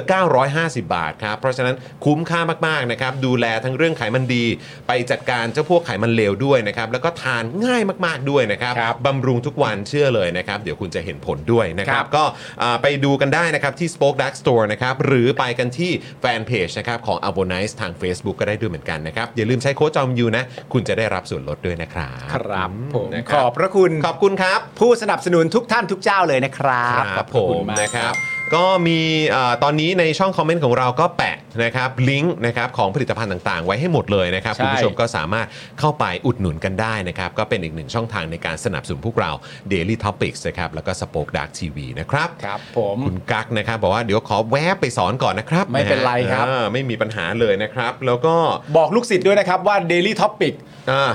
950 บาทครับ เพราะฉะนั้นคุ้มค่ามากๆนะครับดูแลทั้งเรื่องไขมันดี ไปจัดการเจ้าพวกไขมันเลวด้วยนะครับแล้วก็ทานง่ายมากๆด้วยนะครับ
ครับ
รุงทุกวันเชื่อเลยนะครับเดี๋ยวคุณจะเห็นผลด้วยนะครั
ครับ บ
ก็อ่าไปดูกันได้นะครับที่ Spoke Dark Store นะครับหรือไปกันที่แฟนเพจนะครับของ a v o n i c e ทาง Facebook ก็ได้ด้วยเหมือนกันนะครับ อย่าลืมใช้โค้ดจอมยูนะ คุณจะได้รับส่วนลดด้วยนะครับ
ครับผม
นะค
ข
รั
อ
บบ
พระคุณ
ขอบคุณครับ
ผู้สนับสนุนทุกท่านทุกเจ้าเลยนะครับ
ครับ
ข
ผ
อพะคุ
ม
ณาก
นะครับ ก็มีเอ่อตอนนี้ในช่องคอมเมนต์ของเราก็แปะนะครับลิงก์นะครับของผลิตภัณฑ์ต่างๆ ไว้ให้หมดเลยนะครับ
ใช่
คุณผู้ชมก็สามารถเข้าไปอุดหนุนกันได้นะครับ ก็เป็นอีกหนึ่งช่องทางในการสนับสนุนพวกเรา Daily Topics นะครับแล้วก็ Spoke Dark TV นะครับ
ครับผม
คุณกั๊กนะครับบอกว่าเดี๋ยวขอแวะไปสอนก่อนนะครับ
ไม่เป็นไรครับ
อ่าไม่มีปัญหาเลยนะครับ แล้วก็
บอกลูกศิษย์ด้วยนะครับว่า Daily Topic
อ่า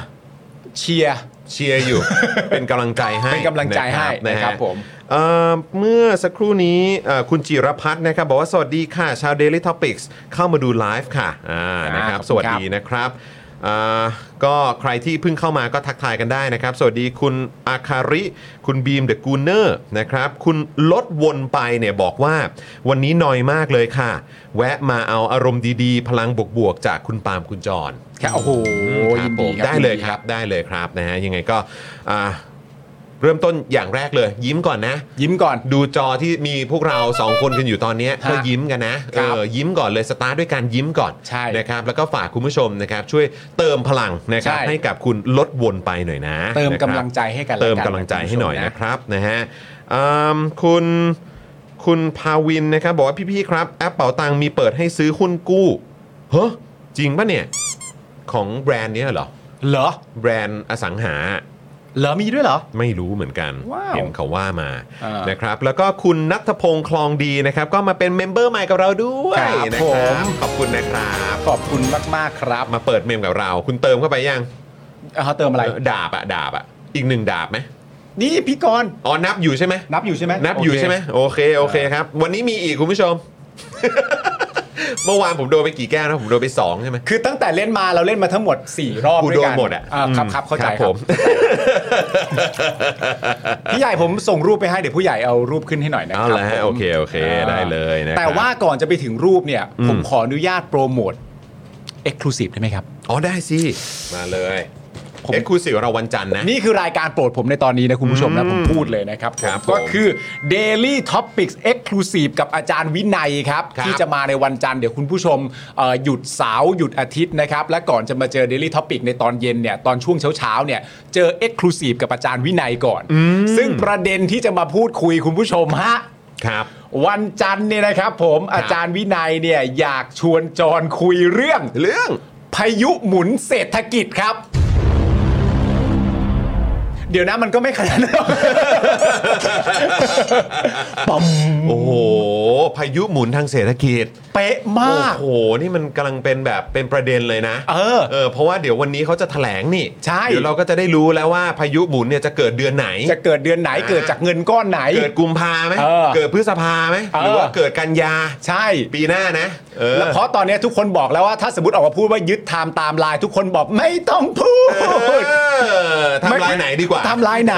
เชียร์
เชียร์อยู่ เป็นกำลังใจให้
เป็นกำลังใจให้
ฮ
นะครับผม
เอ่อเมื่อสักครู่นี้เอ่อคุณจิรพัฒน์นะครับ บอกว่าสวัสดีค่ะ ชาว Daily Topics เข้ามาดูไลฟ์ค่ะอ่านะครับ
ขอบคุณครับ
สวัสดีนะครับอ่าก็ใครที่เพิ่งเข้ามาก็ทักทายกันได้นะครับ สวัสดีคุณอาคาริ คุณบีมเดอะกูเนอร์นะครับ คุณลดวนไปเนี่ยบอกว่า วันนี้นอยมากเลยค่ะ แวะมาเอาอารมณ์ดีๆ พลังบวกๆ จากคุณปาล์มคุณจร
แค่โอ้โห
ครั
ยิ
บ
น
ผ
ดี
ม
ครับ
ได้เลย
น
ครับได้เลยครับนะฮะยังไงก็อ่าเริ่มต้นอย่างแรกเลย ยิ้มก่อนนะ
ยิ้มก่อน
ดูจอที่มีพวกเราสองคนกันอยู่ตอนเนี้ย
ฮะ
ก็ยิ้มกันนะครับ เออยิ้มก่อนเลยสตาร์ทด้วยการยิ้มก่อน
ใช่
นะครับแล้วก็ฝากคุณผู้ชมนะครับช่วยเติมพลังนะครับ
ใช่
ให้กับคุณลดวนไปหน่อยนะ
เติม
นะครับ
กำลังใจให้กันแว
เติม
น
กำลังใจให้หน่อย
คุณผู้ชม
นะครับนะฮะอืมคุณคุณพาวินนะครับ บอกว่าพี่ๆครับ แอปเป๋าตังมีเปิดให้ซื้อหุ้นกู้เฮ้อจริงปะเนี่ย ของแบรนด์เนี้ยเหรอ
เหรอ
แบรนด์อสังหา
เหรอมีด้วยเหรอ
ไม่รู้เหมือนกัน
ว้าว
เห็นเขาว่ามา
อ่าน
นะครับ แล้วก็คุณนัทพงษ์คลองดีนะครับ ก็มาเป็นเมมเบอร์ใหม่กับเราด้วยนะครับขอบคุณนะครับ
ขอบคุณมาก ๆ ครับ
มาเปิดเมมกับเรา คุณเติมเข้าไปยัง
เขาเติมอะไร
เออดาบอะดาบอะอีกหนึ่งดาบไหม
นี่พี่กรณ์
อ๋อนับอยู่ใช่ไหม
นับอยู่ใช่ไหม
นับอยู่
โเค
ใช่ไหมโอเค โอเคครับ วันนี้มีอีกคุณผู้ชม เมื่อวานผมโดนไปกี่แก้วนะ ผมโดนไป 2 ใช่ไหม
คือตั้งแต่เล่นมาเราเล่นมาทั้งหมด 4 รอบ
กู
ด้ว
โด
ย
น
กัน
หมดอ่ะ
าครับครับเข้าใจ
ผม
พี่ใหญ่ผมส่งรูปไปให้เดี๋ยวผู้ใหญ่เอารูปขึ้นให้หน่อยนะค
เอา
รับ
ละฮะ
ผม
โอเคโอเค
อ่า
ได้เลยนะครับ
แต่ว่าก่อนจะไปถึงรูปเนี่ย
อืม
ผมขออนุญาตโปรโมท Exclusive ได้ไหมครับ
อ๋อได้สิ มาเลย
ผม
เอ็กซ์คลูซีฟเราวันจันทร์นะ
นี่คือรายการโปรดผมในตอนนี้นะ คุณผู้ชมนะ
อืม
ผมพูดเลยนะครับผม
ครับผม
ก็คือ Daily Topics Exclusive กับอาจารย์วินัยครับ
ครับ
ที่จะมาในวันจันทร์เดี๋ยวคุณผู้ชมเอ่อหยุดเสาร์หยุดอาทิตย์นะครับ และก่อนจะมาเจอ Daily Topic ในตอนเย็นเนี่ย ตอนช่วงเช้าๆเนี่ย เจอ Exclusive กับอาจารย์วินัยก่อน
อืม
ซึ่งประเด็นที่จะมาพูดคุยคุณผู้ชมฮะ
ครับ
วันจันทร์เนี่ยนะครับ ผมอาจารย์วินัยเนี่ยอยากชวนจรคุยเรื่อง
เรื่อง
พายุหมุนเศรษฐกิจครับ เดี๋ยวนะมันก็ไม่ขนาดนั้นห รอก ปั๊ม
โอ้โห พายุหมุนทางเศรษฐกิจ
เป๊ะมาก
โอ้โห นี่มันกำลังเป็นแบบเป็นประเด็นเลยนะ
เออ
เออ เพราะว่าเดี๋ยววันนี้เขาจะแถลงนี่
ใช่
เดี๋ยวเราก็จะได้รู้แล้วว่าพายุหมุนเนี่ยจะเกิดเดือนไหน
จะเกิดเดือนไหนเกิดจากเงินก้อนไหน
เกิดกุมภาไหม
เออ
เกิดพฤษภาไหม
เอ
ห
อ
รือว่าเกิดกันยา
ใช่
ปีหน้านะ เออ
แล้วเพราะตอนเนี้ยทุกคนบอกแล้วว่าถ้าสมมติออกมาพูดว่ายึดไทม์ตามไลน์ทุกคนบอกไม่ต้องพูด
เออทำลายไหนดี กว่า
ทำลาย ไหน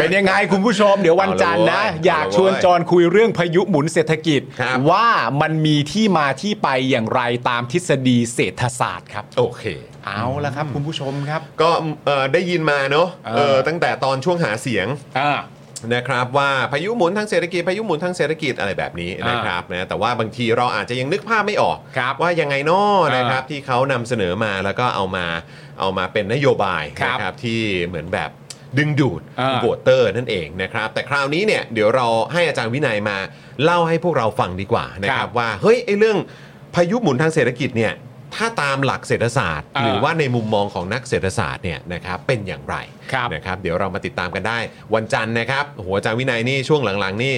เป็นยังไงคุณผู้ชม เดี๋ยววันจันทร์นะ
เอาละเว้ย
อยากชวนจรคุยเรื่องพายุหมุนเศรษฐกิจ
ครับ
ว่ามันมีที่มาที่ไปอย่างไรตามทฤษฎีเศรษฐศาสตร์ครับ
โอเค
เอาละครับ คุณผู้ชมครับ
ก็เอ่อได้ยินมาเนอะ
เออ
เออตั้งแต่ตอนช่วงหาเสียง
อ่า
นะครับว่าพายุหมุนทางเศรษฐกิจพายุหมุนทางเศรษฐกิจอะไรแบบนี้
อ่าน
นะครับนะแต่ว่าบางทีเราอาจจะยังนึกภาพไม่ออก
ครับ
ว่ายังไงเนอะ
เออ
นะครับที่เขานำเสนอมาแล้วก็เอามาเอามาเป็นนโยบาย
ครับ
นะครับที่เหมือนแบบดึงดูด
เออ
โหวตเตอร์นั่นเองนะครับแต่คราวนี้เนี่ยเดี๋ยวเราให้อาจารย์วินัยมาเล่าให้พวกเราฟังดีกว่านะครับว่าเฮ้ยไอ้เรื่องพายุหมุนทางเศรษฐกิจเนี่ยถ้าตามหลักเศรษฐศาสตร์
อ่า
หรือว่า ว่าในมุมมองของนักเศรษฐศาสตร์เนี่ยนะครับเป็นอย่างไร
ครับ
นะครับ เดี๋ยวเรามาติดตามกันได้วันจันทร์นะครับโอ้โหอาจารย์วินัยนี่ช่วงหลังๆนี่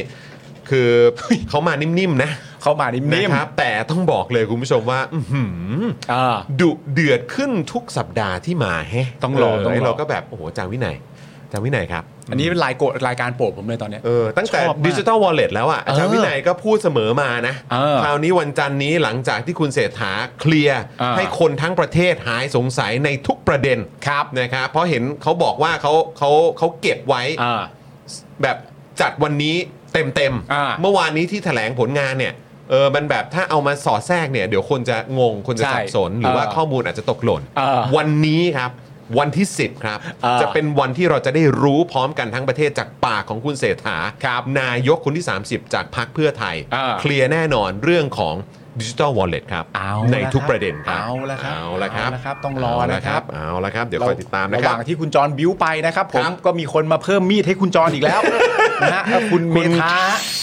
คือ เขามานิ่มๆนะ
เข้ามานิ่
นะ
ม
ครับ แต่ต้องบอกเลยคุณผู้ชมว่า อื้อหือ
ๆอ่า
ดุเดือดขึ้นทุกสัปดาห์ที่มาแฮะ
ต้องรอต้องรอ
เเราก็แบบโอ้โหอาจารย์วินัยอาจารย์วินัยครับ
อันนี้เป็นรายโกรรายการโปรดผมเลยตอนเนี้ย
เออตั้งแต่
ชอบมาก
ดิจิทัลวอลเล็ตแล้วอ่ะอาจารย์วินัยก็พูดเสมอมานะ
เออ
คราวนี้วันจันทร์นี้หลังจากที่คุณเศรษฐาเคลียร์
อ่า
ให้คนทั้งประเทศหายสงสัยในทุกประเด็น
ครับ
นะครับเพราะเห็นเขาบอกว่าเขาเขาเขาเก็บไว้
อ่า
แบบจัดวันนี้เต็มเต็มๆ
อ่า
เมื่อวานนี้ที่แถลงผลงานเนี่ยเออมันแบบถ้าเอามาสอดแทรกเนี่ยเดี๋ยวคนจะงงคนจะ
ใช่
สับสน หรือว่า
เออ
ข้อมูลอาจจะตกหล่น
เออ
วันนี้ครับ วันที่ 10 ครับ
เออ
จะเป็นวันที่เราจะได้รู้พร้อมกันทั้งประเทศจากปากของคุณเศรษฐา นายกคนที่ 30 จากพรรคเพื่อไทย
เออ
เคลียร์แน่นอนเรื่องของ ดิจิตอลวอลเล็ตครับ
เอา
ใน
ละ
ทุก
ครับ
ประเด็นครับ
เอาละครับ
เอาละครับ
เอาละครับต้องรอนะครับ
เอาละครับ เดี๋ยวคอยติดตามนะค
ห
รับ
ว่างที่คุณจรบิ้วไปนะครับผ
ค
ม
รับ
ก็มีคนมาเพิ่มมีดให้คุณจรอีก แล้ว นะฮะคุณเมธา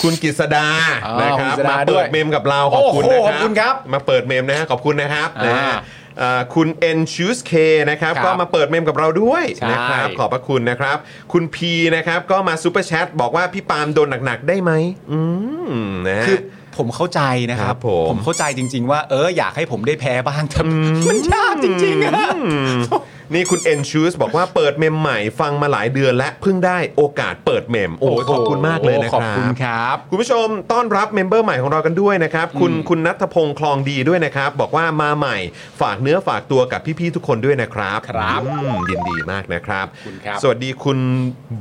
คุณกฤษดา
อ๋อ
นะครับ
คุณกฤษ
มา
ดาด้
เปิ
วย
ดเมมกับเราขอบคุณนะ
โอ้โหขอบคุณ
ค
ครั
รับ
บ
มาเปิดเมมนะฮะขอบคุณนะครับ
อ่า
นะฮะเอ่อคุณ N Choose K นะครับ
ครับ
ก็มาเปิดเมมกับเราด้วย
ใช่
นะครับขอบพระคุณนะครับ คุณ P นะครับก็มาซูเปอร์แชทบอกว่าพี่ปาล์มโดนหนักๆได้ไหมอืมนะฮะ
คือผมเข้าใจนะค
ครั
รับบ
ผม
เข้าใจจริง ๆ ว่าเอออยากให้ผมได้แพ้บ้างแต่มันยากจริงๆอะ
อืมนี่คุณ N Choose บอกว่าเปิดเมมใหม่ฟังมาหลายเดือนและเพิ่งได้โอกาสเปิดเมมโอ้โหขอบคุณมากเลยนะครับ
ขอบคุณครับ
คุณผู้ชมต้อนรับเมมเบอร์ใหม่ของเรากันด้วยนะครับ คุณคุณนัทพงศ์คลองดีด้วยนะครับ บอกว่ามาใหม่ฝากเนื้อฝากตัวกับพี่ ๆ ทุกคนด้วยนะครับ
ครับ
อืมยินดีมากนะครับ
คุณครับ
สวัสดีคุณ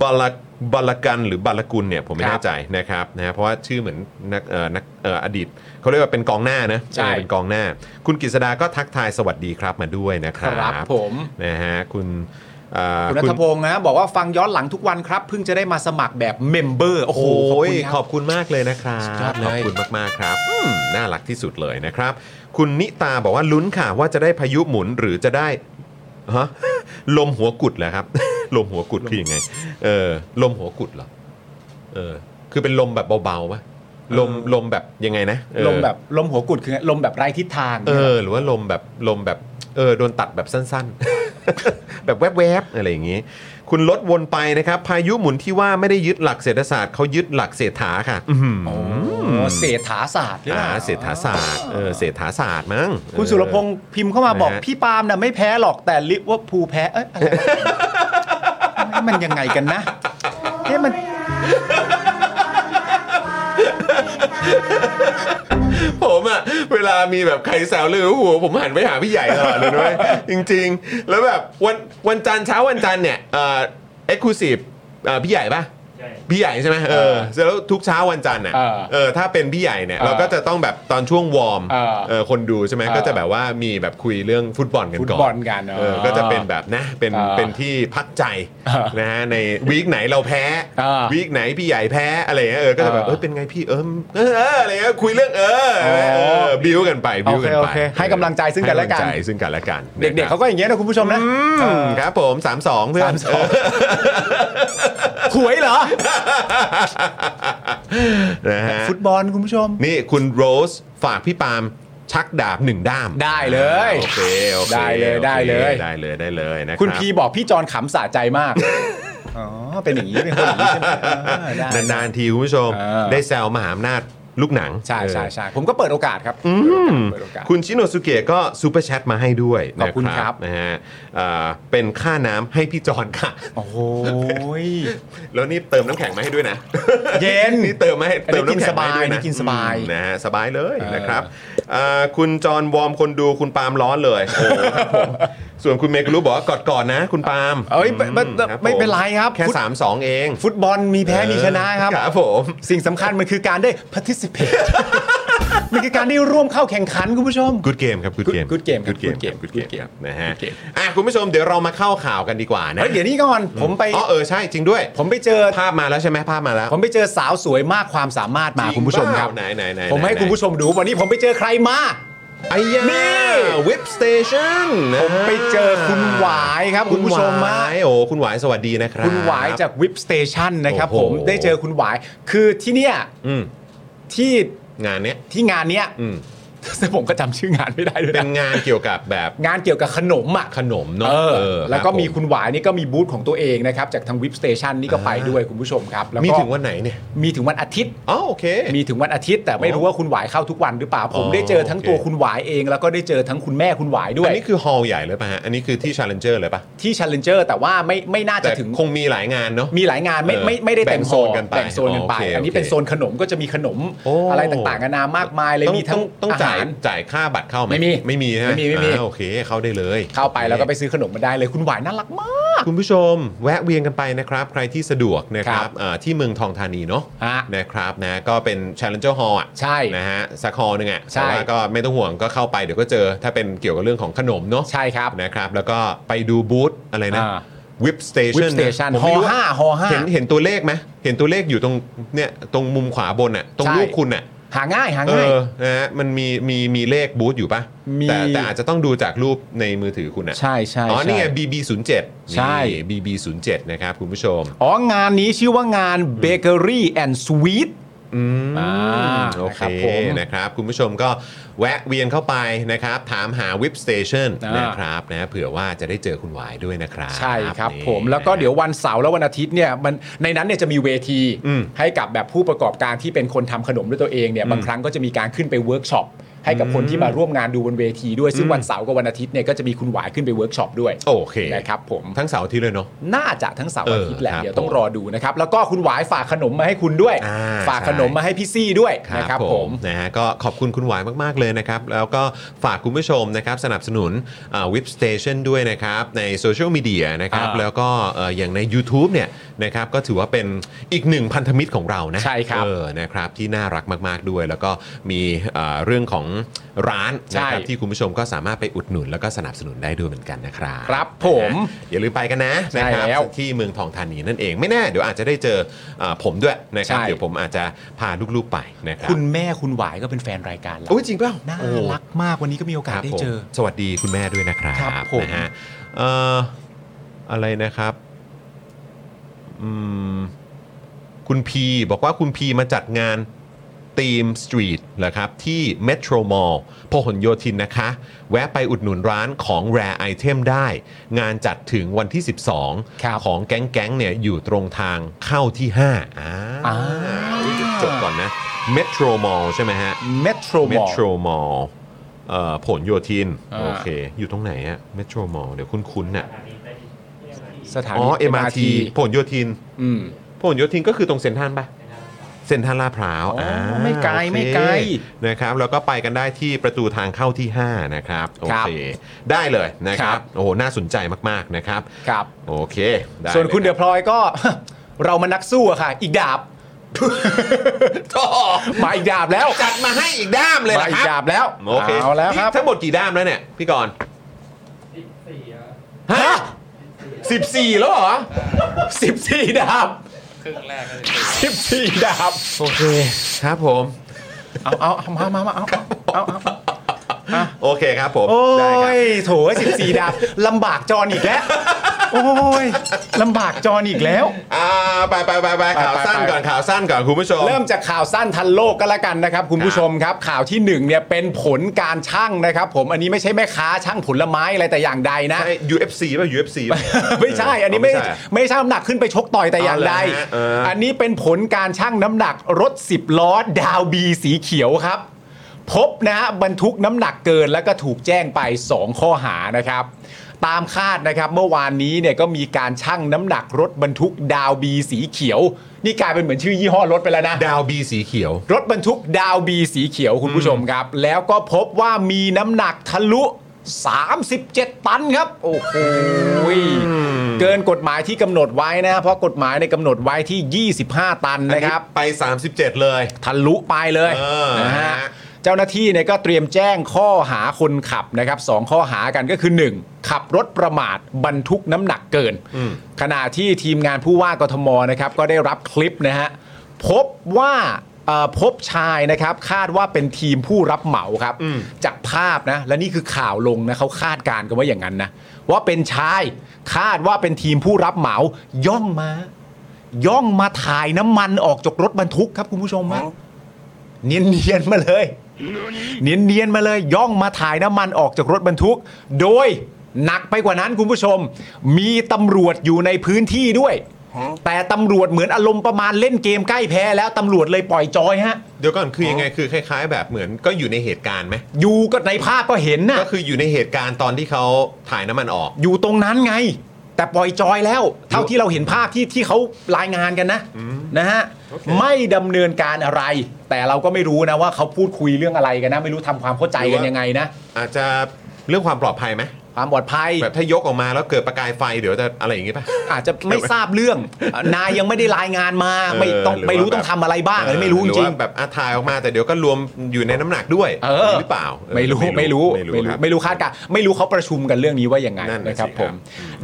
บาลกบาลกันหรือบาลกุลเนี่ยผมไม่
ครับ
แน่ใจนะครับนะฮะเพราะว่าชื่อเหมือนนักเอ่อนักเอ่ออดีตเขาเรียกว่าเป็นกองหน้านะ
ใช่
เออเป็นกองหน้า คุณกฤษดาก็ทักทายสวัสดีครับมาด้วยนะค
ครับ รับผม
นะฮะคุณเอ่อ
คุณนัทพงษ์นะบอกว่าฟังย้อนหลังทุกวันครับเพิ่งจะได้มาสมัครแบบเมมเบอร์โอ้
โอ้
โห
โห
ขอบคุณค
ขอบ บคุณ
รั
มากเลยนะครับ
สุดยอดเลย
ขอบคุณมากๆครับอืมน่ารักที่สุดเลยนะครับ คุณนิตาบอกว่าลุ้นค่ะว่าจะได้พายุหมุนหรือจะได้ฮะลมหัวกุดเหรอครับ ลมหัวกุดคือยังไง เออลมหัวกุดเหรอเออ คือเป็นลมแบบเบาๆปะลมลมแบบยังไงนะเออ
ลมแบบลมหัวกุดคือไงลมแบบไร้ทิศทาง
เออหรือว่าลมแบบลมแบบเออโดนตัดแบบสั้นๆ แบบแวบๆอะไรอย่างนี้ คุณลดวนไปนะครับ พายุหมุนที่ว่าไม่ได้ยึดหลักเศรษฐศาสตร์เขายึดหลักเศรษฐาค่ะอื้อหือ
โอ้เศรษฐาศาสตร์หรือเป
อ่า
ล่า
เศรษฐาศาสตร์เออเศรษฐาศาสตร์มั้ง
คุณ
เออ
สุรพงษ์พิมพ์เข้ามาบอก
นะฮะ
พี่ปาล์มน่ะไม่แพ้หรอกแต่ลิเวอร์พูลแพ้เอ้ยอะไรวะ มันยังไงกันนะเฮ้ยมัน
ผมอะเวลามีแบบใครแซวเรื่องหัวผมหันไปหาพี่ใหญ่ตลอดเลยนะเว้ย จริง ๆ แล้วแบบวันวันจันทร์เช้าวันจันทร์เนี่ยเอ็กซ์คลูซีฟพี่ใหญ่ปะพี่ใหญ่ใช่ไหมเออแล้วทุกเช้าวันจันทร์อ่ะเออถ้าเป็นพี่ใหญ่เนี่ยเราก็จะต้องแบบตอนช่วงวอร์มเออคนดูใช่ไหมก็จะแบบว่ามีแบบคุยเรื่องฟุตบอลกัน
ฟุต
ก่อบ
อล
น
กันเนอะ
เออก็จะเป็นแบบนะเป็น
เออ
เป็นที่พักใจ
เออ
นะฮะในวีคไหนเราแพ้
เออ
วีคไหนพี่ใหญ่แพ้อะไรเงี้ยเออก็จะแบบ
เอ
เออ
อ
เป็นไงพี่เออเออเอออะไรเงี้ยคุยเรื่องเออ เออเออบิวกันไปบิวกัน
โอ
ไป
เคโอเคให้กำลังใจซึ่งกันและกัน
ให้ำงใจซึ่งกันและกัน
เด็กๆเขาก็อย่างเงี้ยนะคุณผู้ชมนะเออ
ครับผม 32 เพื่อน
สามสองหวยเหรอ
เออนะฮะ
ฟุตบอลคุณผู้ชม
นี่คุณโรสฝากพี่ปาล์มชักดาบหนึ่งด้าม
ได้เลย
โอเคโอเค
ได้เลย
โอค
ได้เลย
ได้เลยได้เลยนะ
คุณ
รับ
พีบอกพี่จอนขำสะใจมาก อ๋อ เป็นอย่างนี้เป็นคนอย่างนี้ใช่ไหมเออได้
นานๆทีคุณผู้ชม
เออ
ได้แซวมหาอำนาจลูกหนัง
ใช่ใช่ใช่ผมก็เปิดโอกาสครับเปิดโอกาส
คุณชิโนสุเกะก็ซูเปอร์แชทมาให้ด้วย
ขอบคุณ
นะครับ นะฮะเอ่อเป็นค่าน้ำให้พี่จอนค่ะ
โอ้โหย
แล้วนี่เติมน้ำแข็งมาให้ด้วยนะ
เย็น
นี่เติมมาให้
อันนี้
เติมน้ำแข็งมให้ด้ว
กินสบายอันนี้กินสบาย
อืมนะฮะสบายเลย
เออ
นะครับอ่าคุณจอห์นวอร์มคนดูคุณปาล์มร้อน เลยโอ้ครับผมส่วนคุณเมกรู้บอกว่ากอดก่อนนะ คุณปาล์ม
เอ้ยไม่ไม่
อืครับ
ไม่เป็นไรครับ
แค่
ฟุต
3ามสองเอง
ฟุตบอลมีแพ้มีชนะครับ
ครับผม
สิ่งสำคัญมันคือการได้ participate มันคือการได้ร่วมเข้าแข่งขันคุณผู้ชม
กูดเกมครับกูดเกม
Good- good game ครับ
กูดเกม
good game
กูดเกม
good game
นะฮะ
good game
อ่ะคุณผู้ชมเดี๋ยวเรามาเข้าข่าวกันดีกว่านะ
เฮ้ยเดี๋ยวนี้ก่อน ผมไป
อ๋อเออใช่จริงด้วย
ผมไปเจอ
ภาพมาแล้วใช่ไหมภาพมาแล้ว
ผมไปเจอสาวสวยมากความสามารถ
จ
มา
ริง
คุณผู้ชมครับ
เปล่าไหนไหนไหน
ผมให้
ไหน
คุณผู้ชมดูวันนี้ผมไปเจอใครมา
ไอ้ยา
นี่
เว็บสเตชันนะ
ผมไปเจอคุณหวายครับ คุณผู้ชม
หว
มาย
โอ้คุณหวายสวัสดีนะครับ
คุณหวายจากวิ p สเตชันนะครับ
โอ้
ผ
โห
มได้เจอคุณหวาย คือที่เนี่ย
อืม
ที่
งานเนี้ย
ที่งานเนี้ย
อืม
แต่ผมก็จำชื่องานไม่ได้ด้วย
เป็
นะ
นงานเกี่ยวกับแบบ
งานเกี่ยวกับขนมอ่ะ
ขนมเนาะ
เออ
เออ
แล้วก็
รับ
มีคุณหวายนี่ก็มีบูธของตัวเองนะครับ จากทางวิ p สเตชันนี่ก็ไปด้วยคุณผู้ชมครับ แล้ว
มี
ก็
ถึงวันไหนเนี่ย
มีถึงวันอาทิตย์
อ๋อโอเค
มีถึงวันอาทิตย์ แต่ไม่รู้ว่าคุณหวายเข้าทุกวันหรือเปล่าผม
อ๋อ
ได้เจอทั้งตัว
โอเค
คุณหวายเอง แล้วก็ได้เจอทั้งคุณแม่คุณหวายด้ว
อั
ย
นนี้คือฮอลล์ใหญ่เลยป่ะฮะอันนี้คือที่ Challenger เลยป่ะ
ที่ Challenger แต่ว่าไม่ไม่น่าจะ
แต่
ถึง
คงมีหลายงานเนาะ
มีหลายงานไม่
เออ
ไม่ไม่ได้
แบ่
เต็
ง
ม
โซนกันไป
แบ่งโซนกันไป
โอเค
อัน
โอ
นี้
เค
เป็นโซนขนมก็จะมีขนม
โอ้
อะไรต่างๆนานามากมายเลย
ต้อง
มีทั้ง
ต้อง
อา
จ่า
หาย ร
จ่ายค่าบัตรเข้าไหม
ไม่มี
ไม่มีฮะ
ไม่มีไม่มี
อ่าโอเคเข้าได้เลย
เข้าไปแล้วก็ไปซื้อขนมมาได้เลยคุณหวายน่ารักมาก
คุณผู้ชมแวะเวียนกันไปนะครับ ใครที่สะดวกนะครั
ครับ บ
เอ่อที่เมืองทองธานีเนาะ
ฮะ
นะครับนะก็เป็น Challenger Hall อ่ะ
ใช่
นะฮะสักฮอลหนึ่งอ่ะแต่
ใช่
ว่าก็ไม่ต้องห่วงก็เข้าไปเดี๋ยวก็เจอถ้าเป็นเกี่ยวกับเรื่องของขนมเนาะ
ใช่ครับ
นะครับ แล้วก็ไปดูบูธอะไรนะ
อ่า
วิปสเต
วิ
ชั
ป
น
สเตชันฮอห้าฮอห้า
เห็นเห็นตัวเลขไหมเห็นตัวเลขอยู่ตรงเนี่ยตรงมุมขวาบนอ่ะตรง
ใช่
รูปคุณอ่ะ
หาง่ายหา
เอ
ง่าย
อนะฮะมันมีมีมีเลขบูธอยู่ปะ
มี
แต่แต่อาจจะต้องดูจากรูปในมือถือคุณอะ
ใช่ใช่
อ๋อ นี่ไง
ใช่
BB07
ใช่
นี่ BB07 นะครับคุณผู้ชม
อ๋องานนี้ชื่อว่างาน Bakery and Sweet
อืม
อ่า
โอเค
ครับผม
นะครับ คุณผู้ชมก็แวะเวียนเข้าไปนะครับ ถามหาวิ p สเตชัน
อ่าน
นะครับนะเผื่อว่าจะได้เจอคุณหวายด้วยนะครับ
ใช่ครับ
นี่
ผมแล้วก็เดี๋ยววันเสาร์และวันอาทิตย์เนี่ยมันในนั้นเนี่ยจะมีเวที
อืม
ให้กับแบบผู้ประกอบการที่เป็นคนทำขนมด้วยตัวเองเนี่ยบางครั้งก็จะมีการขึ้นไปเวิร์กช็อปให้กับคนที่มาร่วมงานดูบนเวทีด้วยซึ่ง
อืม
วันเสาร์กับวันอาทิตย์เนี่ยก็จะมีคุณหวายขึ้นไปเวิร์กช็อปด้วย
โอเค
นะครับผม
ทั้งเสาร์อาที่เลยเนาะ
น่าจะทั้งเสาร์อาทิตย์แหละ
เออครับ
เดี๋ยวต้องรอดูนะครับแล้วก็คุณหวายฝากขนมมาให้คุณด้วย
อ่า
ฝาก
ใช่
ขนมมาให้พี่ซี่ด้วย
ครับ
นะครับ
ผ
ผม ม
นะฮะก็ขอบคุณคุณหวายมาก ๆ เลยนะครับ แล้วก็ฝากคุณผู้ชมนะครับ สนับสนุนวิบสเตชันด้วยนะครับ ในโซเชียลมีเดียนะครับ
อ่า
แล้วก็เอ่ออย่างใน u t u b e เนี่ยนะครับก็ถือว่าเป็นอีกหนึ่งพันธมิตรของเรานะ
ใช่ครับ
เออนะครับที่น่ารักมาก ๆ ด้วย แล้วก็มีเอ่อเรื่องของร้านนะครับ
ใช่
ที่คุณผู้ชมก็สามารถไปอุดหนุน แล้วก็สนับสนุนได้ด้วยเหมือนกันนะครับ
ครับผม
นะฮะอย่าลืมไปกันนะ
ใช่
นะครับ
แล้ว
ที่เมืองทองธานีนั่นเองไม่แน่เดี๋ยวอาจจะได้เจอเอ่อผมด้วยนะครับ
ใช่
เดี๋ยวผมอาจจะพาลูกๆไปนะครับ
คุณแม่คุณหวายก็เป็นแฟนรายการเรา
โอ้ยจริงเปล่า
น่า
โอ้
รักมากวันนี้ก็มีโอ
ค
กาส
รับ
ได้
ผม
เจอ
สวัสดีคุณแม่ด้วยนะครับ
ครับผม
นะฮะเอ่ออะไรนะครับอืมคุณพีบอกว่าคุณพีมาจัดงานทีมสตรีทเหรอครับ ที่เมโทรมอลล์พหลโยธินนะคะ แวะไปอุดหนุนร้านของแรไอเทมได้ งานจัดถึงวันที่
ครับ
12 ของแก๊งๆเนี่ยอยู่ตรงทางเข้าที่ 5อ่า
อ่า
อุ๊ยจดก่อนนะเมโทรมอลล์ใช่ไหมฮะ
เมโทร
เม
มอล
โทรมอลเอ่อผลโยธิน
อ่า
โอเค อยู่ตรงไหนอะเมโทรมอลเดี๋ยวคุ้นคุ้นๆน่ะ
สถานี
อ๋อ MRT ผลโยธิน
อืม
ผลโยธินก็คือตรงเซ็นทรัลปะเซ็นทรัลลาดพร้าว
อ๋ออ่
า
ไม่ไกล
โอเค
ไม่ไกล
นะครับ แล้วก็ไปกันได้ที่ประตูทางเข้าที่ 5 นะครับ โอ
ครับ
เค ได้เลยนะค
ครั
รับ
บ
โอ้โห น่าสนใจมากๆนะครับ
ครับ
โอเคได้
ส่วนคุณ
ล
เด
ย
อะพลอยก็ เรามานักสู้อะค่ะ อีกดาบ
ต่อ
มาอีกดาบแล้ว
จัดมาให้อีกด้ามเลย
มา
นะ
อี
ค
ก
รับ
ดาบแล้ว
โอเค
เอาแล้วครับ
นี่ทั้งหมดกี่ด้ามแล้วเนี่ย พี่กรณ์ฮะสิบสี่แล้วเหร อ
14 ดาบ ครึ่งแรก14 ดาบ
โอเค ครับผม
เอาเอาเอามามามาเอาเอาเอาเอา
โอเคครับผม
โอ้
ได้ครับ
ยโถ14 ดาบ ลำบากจรอีกแล้ว โอ้ยลำบากจรอีกแล้ว
อ่าไปไปไปไปข่าวสั้นก่อนข่าวสั้นก่อนคุณผู้ชม
เริ่มจากข่าวสั้นทันโลกก็แล้วกันนะครับ คุณผู้ชมครับ ข่าวที่หนึ่งเนี่ยเป็นผลการช่างนะครับ ผมอันนี้ไม่ใช่แม่ค้าช่างผลไม้อะไรแต่อย่างใดนะ
ใช่ UFC ป่ะ UFC ป่ะ
ไม่ใช่ อันนี้ไม่
อ๋อไม่ใช่อะ
ไม่ใช่น้ำหนักขึ้นไปชกต่อยแต่อย่างใด
เอาเหรอฮะเอออั
อันนี้เป็นผลการชั่งน้ำหนักรถ 10 ล้อดาวบีสีเขียวครับ พบนะฮะบรรทุกน้ำหนักเกินแล้วก็ถูกแจ้งไป 2 ข้อหานะครับ ตามคาดนะครับเมื่อวานนี้เนี่ยก็มีการชั่งน้ำหนักรถบรรทุกดาวบีสีเขียว นี่กลายเป็นเหมือนชื่อยี่ห้อรถไปแล้วนะ
ดาวบีสีเขียว
รถบรรทุกดาวบีสีเขียวคุณผู้ชมครับ แล้วก็พบว่ามีน้ำหนักทะลุ 37 ตันครับ โอ้โหเกินกฎหมายที่กำหนดไว้นะเพราะกฎหมายในยกำหนดไว้ที่ 25 ตันนะครับ
ไป 37 เลย
ทะลุไปเลย
เออ
นะฮะ
นะฮะ
เจ้าหน้าที่เนี่ยก็เตรียมแจ้งข้อหาคนขับนะครับสองข้อหากันก็คือ 1. ขับรถประมาทบรรทุกน้ำหนักเกิน ขณะที่ทีมงานผู้ว่ากทมนะครับก็ได้รับคลิปนะฮะพบว่าเอ่อพบชายนะครับคาดว่าเป็นทีมผู้รับเหมาครับ จากภาพนะและนี่คือข่าวลงนะเขาคาดการณ์กันว่าอย่างนั้นนะว่าเป็นชายคาดว่าเป็นทีมผู้รับเหมาย่องมา ย่องมาถ่ายน้ำมันออกจากรถบรรทุกครับคุณผู้ชมฮะเนียนเนียนๆมาเลย เนียนเนียนๆมาเลย ย่องมาถ่ายน้ำมันออกจากรถบรรทุก โดยหนักไปกว่านั้นคุณผู้ชม มีตำรวจอยู่ในพื้นที่ด้วย แต่ตำรวจเหมือนอารมณ์ประมาณเล่นเกมใกล้แพ้แล้วตำรวจเลยปล่อยจอยฮะ
เดี๋ยวก่อนคือยังไงคือคล้าย ๆ แบบเหมือนก็อยู่ในเหตุการณ์ไหม
อยู่ก็ในภาพก็เห็นนะ
ก็คืออยู่ในเหตุการณ์ตอนที่เขาถ่ายน้ำมันออก
อยู่ตรงนั้นไง แต่ปล่อยจอยแล้ว เท่าที่เราเห็นภาพที่ที่เขารายงานกันนะนะฮะไม่ดำเนินการอะไร แต่เราก็ไม่รู้นะว่าเขาพูดคุยเรื่องอะไรกันนะ ไม่รู้ทำความเข้าใจกันยังไงนะ
อาจจะเรื่องความปลอดภัยไหม
ความปลอดภัย
แบบถ้ายกออกมาแล้วเกิดประกายไฟเดี๋ยวจะอะไรอย่างงี้ป่ะ
อาจจะไม่ทราบเรื่อง นายยังไม่ได้รายงานมาไม่ต้อง
เออหรือว่า
ไม่รู้
แบบ
ต้องทำอะไรบ้างอะไรไม่รู้จ
ห
ริ
ว่าง แบบอาถ่ายออกมาแต่เดี๋ยวก็รวมอยู่ในน้ำหนักด้วย
เออ
หรือเปล่าเออ
ไม่รู้ไม่รู้
ไม่รู้
ไม่
ค
รู้
บ
ไม่รู้คาดการณ์ไม่รู้เขาประชุมกันเรื่องนี้ว่ายังไง
นั่นน่ะ
นะครับ
สิค
ผ
รับ
ม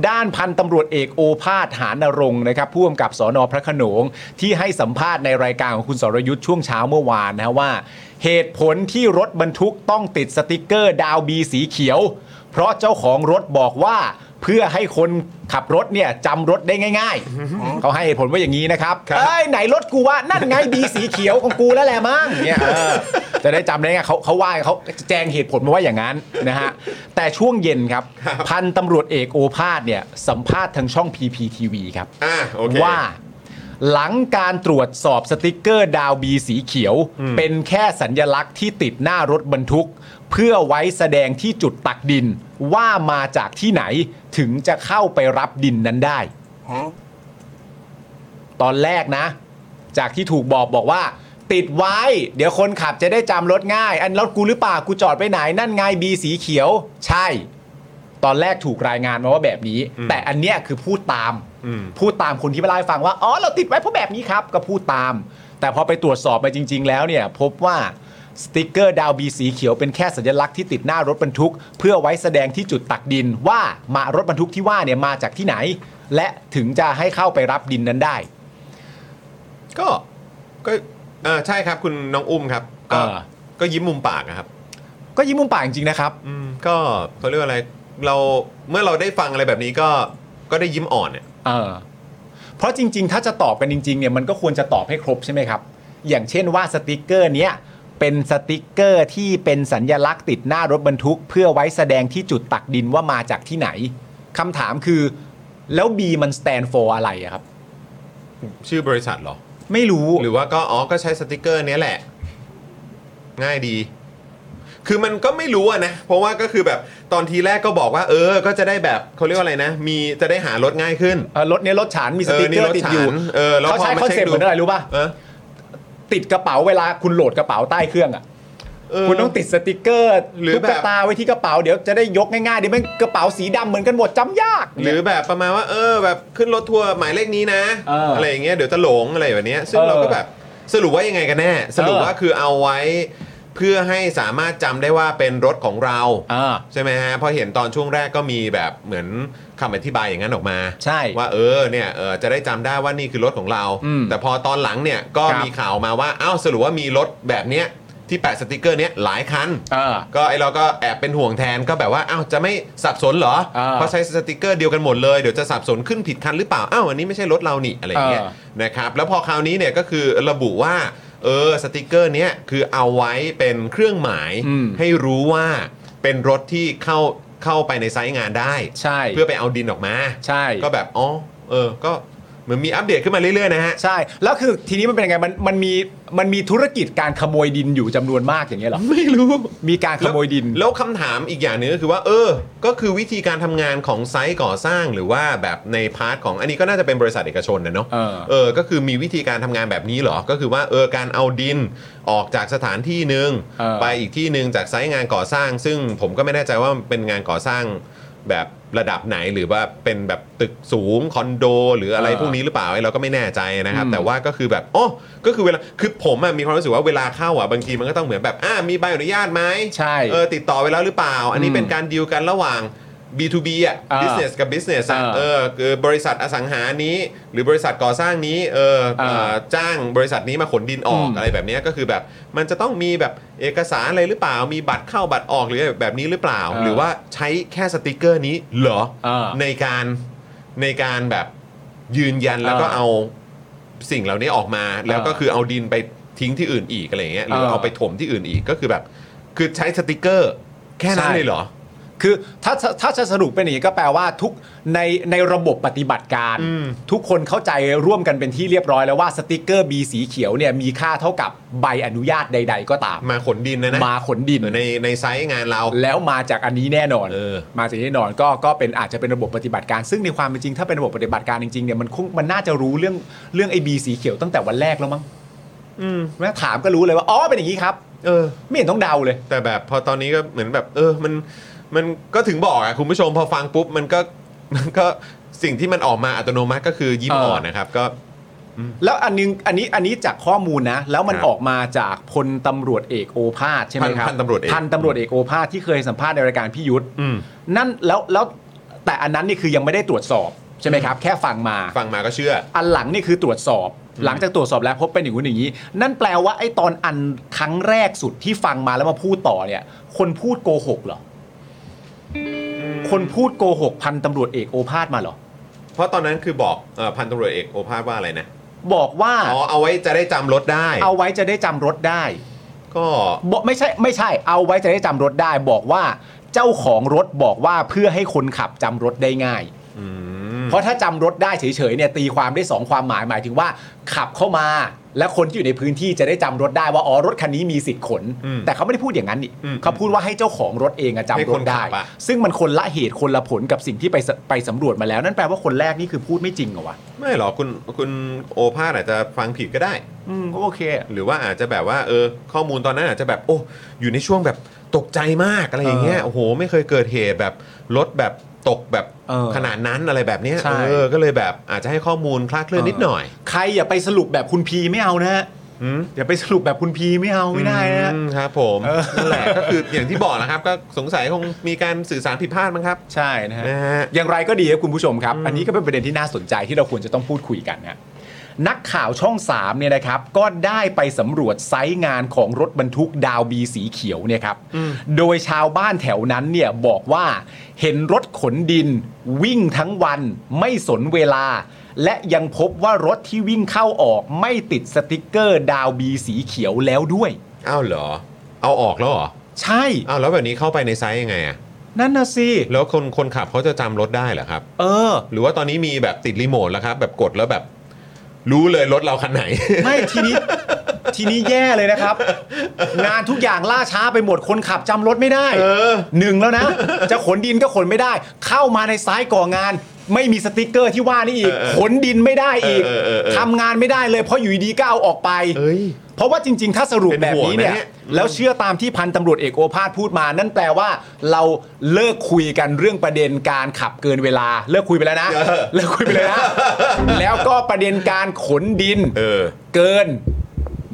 ด้านพันตำรวจเอกโอภาสหานรงค์นะครับผู้กำกับสอนอพระโขนงที่ให้สัมภาษณ์ในรายการของคุณสรยุทธ์ช่วงเช้าเมื่อวานนะว่า เหตุผลที่รถบรรทุกต้องติดสติกเกอร์ดาวบีสีเขียว เพราะเจ้าของรถบอกว่าเพื่อให้คนขับรถเนี่ยจำรถได้ง่าย ๆ เขาให้เหตุผลว่าอย่างนี้นะครับ
ครับ
เอ้ยไหนรถกูว่านั่นไงบีสีเขียวของกูแล้วแหละมั้งเนี่ยเออ จะได้จำได้ไงเขาเขาว่าเขาแจงเหตุผลมาว่าอย่างนั้นนะฮะ แต่ช่วงเย็นครับ พันตำรวจเอกโอภาสเนี่ย สัมภาษณ์ทางช่อง PPTV ครับ
อ่ะโอเค
ว่าหลังการตรวจสอบสติกเกอร์ดาวบีสีเขียว เป็นแค่สัญญลักษณ์ที่ติดหน้ารถบรรทุก เพื่อไว้แสดงที่จุดตักดิน ว่ามาจากที่ไหนถึงจะเข้าไปรับดินนั้นได้ ตอนแรกนะ จากที่ถูกบอกบอกว่า ติดไว้ เดี๋ยวคนขับจะได้จำรถง่าย อันรถกูหรือเปล่ากูจอดไปไหนนั่นไงบีสีเขียว ใช่ ตอนแรกถูกรายงานมาว่าแบบนี้ แต่อันเนี้ยคือพูดตาม
อืม
พูดตามคนที่มาเล่าให้ฟังว่า อ๋อ เราติดไว้เพราะแบบนี้ครับ ก็พูดตาม แต่พอไปตรวจสอบมาจริง ๆ แล้วเนี่ย พบว่าสติกเกอร์ดาวบีสีเขียวเป็นแค่สัญลักษณ์ที่ติดหน้ารถบรรทุก เพื่อไว้แสดงที่จุดตักดินว่ามารถบรรทุกที่ว่าเนี่ยมาจากที่ไหน และถึงจะให้เข้าไปรับดินนั้นได้
ก็ก็เออใช่ครับคุณน้องอุ้มครับ ก็
อ่า
ก็ยิ้มมุมปากนะครับ
ก็ยิ้มมุมปากจริงๆนะครับ
อืมก็เขาเรียกว่าอะไรเราเมื่อเราได้ฟังอะไรแบบนี้ก็ก็ได้ยิ้มอ่อนเนี่ย
เออเพราะจริง ๆ ถ้าจะตอบกันจริง ๆ เนี่ยมันก็ควรจะตอบให้ครบใช่ไหมครับ อย่างเช่นว่าสติกเกอร์เนี้ยเป็นสติกเกอร์ที่เป็นสัญญลักษณ์ติดหน้ารถบรรทุก เพื่อไว้แสดงที่จุดตักดินว่ามาจากที่ไหนคำถามคือ แล้ว B มัน stand for อะไรอะครับ
ชื่อบริษัทเหรอ
ไม่รู้
หรือว่าก็อ๋อก็ใช้สติกเกอร์เนี้ยแหละ ง่ายดี คือมันก็ไม่รู้อะนะ เพราะว่าก็คือแบบตอนทีแรกก็บอกว่า เออ ก็จะได้แบบเขาเรียกว่าอะไรนะ มีจะได้หารถง่ายขึ้น
เออรถเนี่ยรถฉันมีส
เออก
ติเก
นี่
อ
ร
ร์
ถ
ติด
ฉัน
อยู่
เออแล้ว
เขาใช้
พอมา
คอนเซ็ปต์
เช็คดู
เหมือนอะไรรู้ป่ะ
เออ
ติดกระเป๋าเวลาคุณโหลดกระเป๋าใต้เครื่องอะ
เออ
คุณต้องติดสติกเกอร์
หรือแบบ
ตุ๊กตาไว้ที่กระเป๋าเดี๋ยวจะได้ยกง่ายๆเดี๋ยวแม่งกระเป๋าสีดำเหมือนกันหมดจำยาก
หรือแบบประมาณว่า เออ แบบขึ้นรถทัวร์หมายเลขนี้นะ
เอออ
ไรอย่างเงี้ยเดี๋ยวจะหลงอะไรแบบเนี้ยซึ่ง
เออ
เราก็แบบสรุปว่ายังไงกันแน่ สรุป
เออ
ว่าคือเอาไว้ เพื่อให้สามารถจำได้ว่าเป็นรถของเรา
อ่า
ใช่ไหมฮะเพอเห็นตอนช่วงแรกก็มีแบบเหมือนคำอธิบายอย่างนั้นออกมา
ใช่
ว่าเออเนี่ยเออจะได้จำได้ว่านี่คือรถของเรา
อืม
แต่พอตอนหลังเนี่ยก็
ครับ
มีข่าวมาว่าอ้าวสรุปว่ามีรถแบบเนี้ยที่แปะสติกเกอร์เนี้ยหลายคัน
เออ
ก็ไอเราก็แอบเป็นห่วงแทนก็แบบว่าอ้าวจะไม่สับสนเหรอ
อ่า
เพราะใช้สติกเกอร์เดียวกันหมดเลยเดี๋ยวจะสับสนขึ้นผิดคันหรือเปล่าอ้าวอันนี้ไม่ใช่รถเรานี่อะไรอย่างเงี้ย
อ่า
นะครับแล้วพอคราวนี้เนี่ยก็คือระบุว่าเออสติกเกอร์เนี้ยคือเอาไว้เป็นเครื่องหมาย
อืม
ให้รู้ว่าเป็นรถที่เข้าเข้าไปในไซต์งานได้
ใช่
เพื่อไปเอาดินออกมา
ใช่
ก็แบบอ๋อเออก็เหมือนมีอัปเดตขึ้นมาเรื่อยๆนะฮะ
ใช่ แล้วคือทีนี้มันเป็นยังไงมันมันมีมันมีธุรกิจการขโมยดินอยู่จำนวนมากอย่างเงี้ยเหรอ
ไม่รู้
มีการขโมยดิน
แล้วแล้วคำถามอีกอย่างหนึ่งก็คือว่า เออ ก็คือวิธีการทำงานของไซต์ก่อสร้างหรือว่าแบบในพาร์ทของอันนี้ก็น่าจะเป็นบริษัทเอกชนนะเนาะ
เออ
เออก็คือมีวิธีการทำงานแบบนี้เหรอ ก็คือว่าเออการเอาดินออกจากสถานที่หนึ่ง
เออ
ไปอีกที่หนึ่งจากไซต์งานก่อสร้าง ซึ่งผมก็ไม่แน่ใจว่ามันเป็นงานก่อสร้างแบบระดับไหนหรือว่าเป็นแบบตึกสูงคอนโด หรืออะไรพวกนี้หรือเปล่าไอ้เราก็ไม่แน่ใจนะครับ
อืม
แต่ว่าก็คือแบบอ๋อก็คือเวลาคือผมอะมีความรู้สึกว่าเวลาเข้าอ่ะบางทีมันก็ต้องเหมือนแบบอ่ามีใบอนุญาตไหม
ใช่
เออติดต่อไปแล้วหรือเปล่า อันนี้
อืม
เป็นการดีลกันระหว่าง B2B อ่ะ
อ่า
business กับ business อ่ะ
อ่า
เออคือบริษัทอสังหานี้ หรือบริษัทก่อสร้างนี้เออเอ่อ
อ่า
จ้างบริษัทนี้มาขนดินออก
อืม
อะไรแบบเนี้ยก็คือแบบมันจะต้องมีแบบเอกสารอะไรหรือเปล่า มีบัตรเข้าบัตรออกหรือแบบนี้หรือเปล่า
อ่า
หรือว่าใช้แค่สติกเกอร์นี้เหรอ
อ่า
ในการในการแบบยืนยันแล้วก็
อ่า
เอาสิ่งเหล่านี้ออกมา แล้วก็
อ่า
คือเอาดินไปทิ้งที่อื่นอีกอะไรอย่างเงี้ยหรืออา เอาไปถมที่อื่นอีกก็คือแบบ คือใช้สติกเกอร์ แค่นั้น
ใช่
เลยเหรอ
คือถ้าถ้าถ้าจะสรุปเป็นอย่างนี้ก็แปลว่าทุกในในระบบปฏิบัติการ
อืม
ทุกคนเข้าใจร่วมกันเป็นที่เรียบร้อยแล้วว่าสติกเกอร์ B สีเขียวเนี่ยมีค่าเท่ากับใบอนุญาตใด ๆ ก็ตาม
มาขนดินนะนะ
มาขนดิน
ในในไซต์งานเรา
แล้วมาจากอันนี้แน่นอน
เออ
มาจากแน่นอนก็ก็เป็นอาจจะเป็นระบบปฏิบัติการ ซึ่งในความเป็นจริงถ้าเป็นระบบปฏิบัติการจริงๆเนี่ยมันคงมันน่าจะรู้เรื่องเรื่องไอบีสีเขียวตั้งแต่วันแรกแล้วมั้ง
อืม
แม้ถามก็รู้เลยว่าอ๋อเป็นอย่างนี้ครับ
เออ
ไม่เห็นต้องเดาเลย
แต่แบบพอตอนนี้ก็เหมือนแบบ เออ มัน มันก็ถึงบอกอะคุณผู้ชมพอฟังปุ๊บ มันก็มันก็สิ่งที่มันออกมาอัตโนมัติก็คือยิ้ม
เอออ่
อ่อนนะครับก็
แล้วอันนึงอันนี้อันนี้จากข้อมูลนะ แล้วมัน
ครับ
ออกมาจากพลตำรวจเอกโอภาสใช่ไหม
พัน
ครับ
พันตำรวจเอก
พันตำรวจเอกโอภาสที่เคยสัมภาษณ์ในรายการพี่ยุทธ
อืม
นั่นแล้วแล้วแต่อันนั้นนี่คือยังไม่ได้ตรวจสอบใช่ไหมครับ แค่ฟังมา
ฟังมาก็เชื่อ
อันหลังนี่คือตรวจสอบ หลังจากตรวจสอบแล้วพบเป็นอย่างนู้นอย่างนี้ นั่นแปลว่าไอ้ตอนอันครั้งแรกสุดที่ฟังมาแล้วมาพูดต่อเนี่ย คนพูดโกหกเหรอคนพูดโกหกพันตำรวจเอกโอภาสมาเหรอ
เพราะตอนนั้นคือบอกเอ่อพันตำรวจเอกโอภาสว่าอะไรนะ
บอกว่า
อ๋อเอาไว้จะได้จำรถได้
เอาไว้จะได้จำรถได้
ก็
บอกไม่ใช่ไม่ใช่ เอาไว้จะได้จำรถได้ บอกว่าเจ้าของรถบอกว่าเพื่อให้คนขับจำรถได้ง่าย
อืม
เพราะถ้าจำรถได้เฉยๆเนี่ยตีความได้สองความหมายหมายถึงว่า ขับเข้ามา และคนที่อยู่ในพื้นที่จะได้จำรถได้ว่าอ๋อรถคันนี้มีสิทธิ์ขน แต่เขาไม่ได้พูดอย่างนั้นนี่เขาพูดว่าให้เจ้าของรถเองอะจำรถได้ ซึ่งมันคนละเหตุคนละผลกับสิ่งที่ไปสไปสำรวจมาแล้ว นั่นแปลว่าคนแรกนี่คือพูดไม่จริงเหรอวะ
ไม่หรอกคุณคุณโอภาสอาจจะฟังผิดก็ได้
อืมก็โอเค
หรือว่าอาจจะแบบว่าเออข้อมูลตอนนั้นอาจจะแบบโอ้อยู่ในช่วงแบบตกใจมากอะไรอย่างเงี้ย
เออ
โอ้โห ไม่เคยเกิดเหตุแบบรถแบบตกแบบ
เออ
ขนาดนั้นอะไรแบบเนี้ย
ใช่
เออก็เลยแบบอาจจะให้ข้อมูลคลาดเคลื่อนนิดหน่อย
ใครอย่าไปสรุปแบบคุณพีไม่เอานะฮะ
อืม
อย่าไปสรุปแบบคุณพีไม่เอาไม่ได้นะฮะ
อืมครับ ผม
เออ
นั่นแหละก็คืออย่างที่บอกนะครับ ก็สงสัยคงมีการสื่อสารผิดพลาดมั้งครับ
ใช่นะฮะ
นะฮะ
อย่างไรก็ดีครับคุณผู้ชมครับ อันนี้ก็เป็นประเด็นที่น่าสนใจที่เราควรจะต้องพูดคุยกันนะนักข่าวช่อง 3 เนี่ยนะครับ ก็ได้ไปสำรวจไซต์งานของรถบรรทุกดาวบีสีเขียวเนี่ยครับ โดยชาวบ้านแถวนั้นเนี่ยบอกว่าเห็นรถขนดิน วิ่งทั้งวันไม่สนเวลา และยังพบว่ารถที่วิ่งเข้าออกไม่ติดสติกเกอร์ดาวบีสีเขียวแล้วด้วย
อ้าวเหรอ เอาออกแล้วเหรอ
ใช่
อ้าวแล้วแบบนี้เข้าไปในไซต์ยังไงอะ
นั่นนะสิ
แล้วคนคนขับเขาจะจำรถได้เหรอครับ
เออ
หรือว่าตอนนี้มีแบบติดรีโมทแล้วครับ แบบกดแล้วแบบ รู้เลยรถเราคันไหน
ไม่ทีนี้ ทีนี้แย่เลยนะครับ งานทุกอย่างล่าช้าไปหมดคนขับจำรถไม่ได้
อ
หนึ่งแล้วนะ จะขนดินก็ขนไม่ได้ เข้ามาในซ้ายก่องาน ไม่มีสติกเกอร์ที่ว่านี่อีก ขนดินไม่ได้อีก
เออเออเออเออ
ทำงานไม่ได้เลยเพราะอยู่ดีๆก็เอาออกไป
เอ้ย
เพราะว่าจริง ๆ ถ้าสรุปแบบนี้เนี่ย
เป็นห่วงนะเนี่ย
แล้วเชื่อตามที่พันตำรวจเอกโอภาสพูดมา นั่นแปลว่า เราเลิกคุยกันเรื่องประเด็นการขับเกินเวลา เลิกคุยไปแล้วนะเลิกคุยไปเลยนะ แล้วก็ประเด็นการขนดิน
เออ
เกิน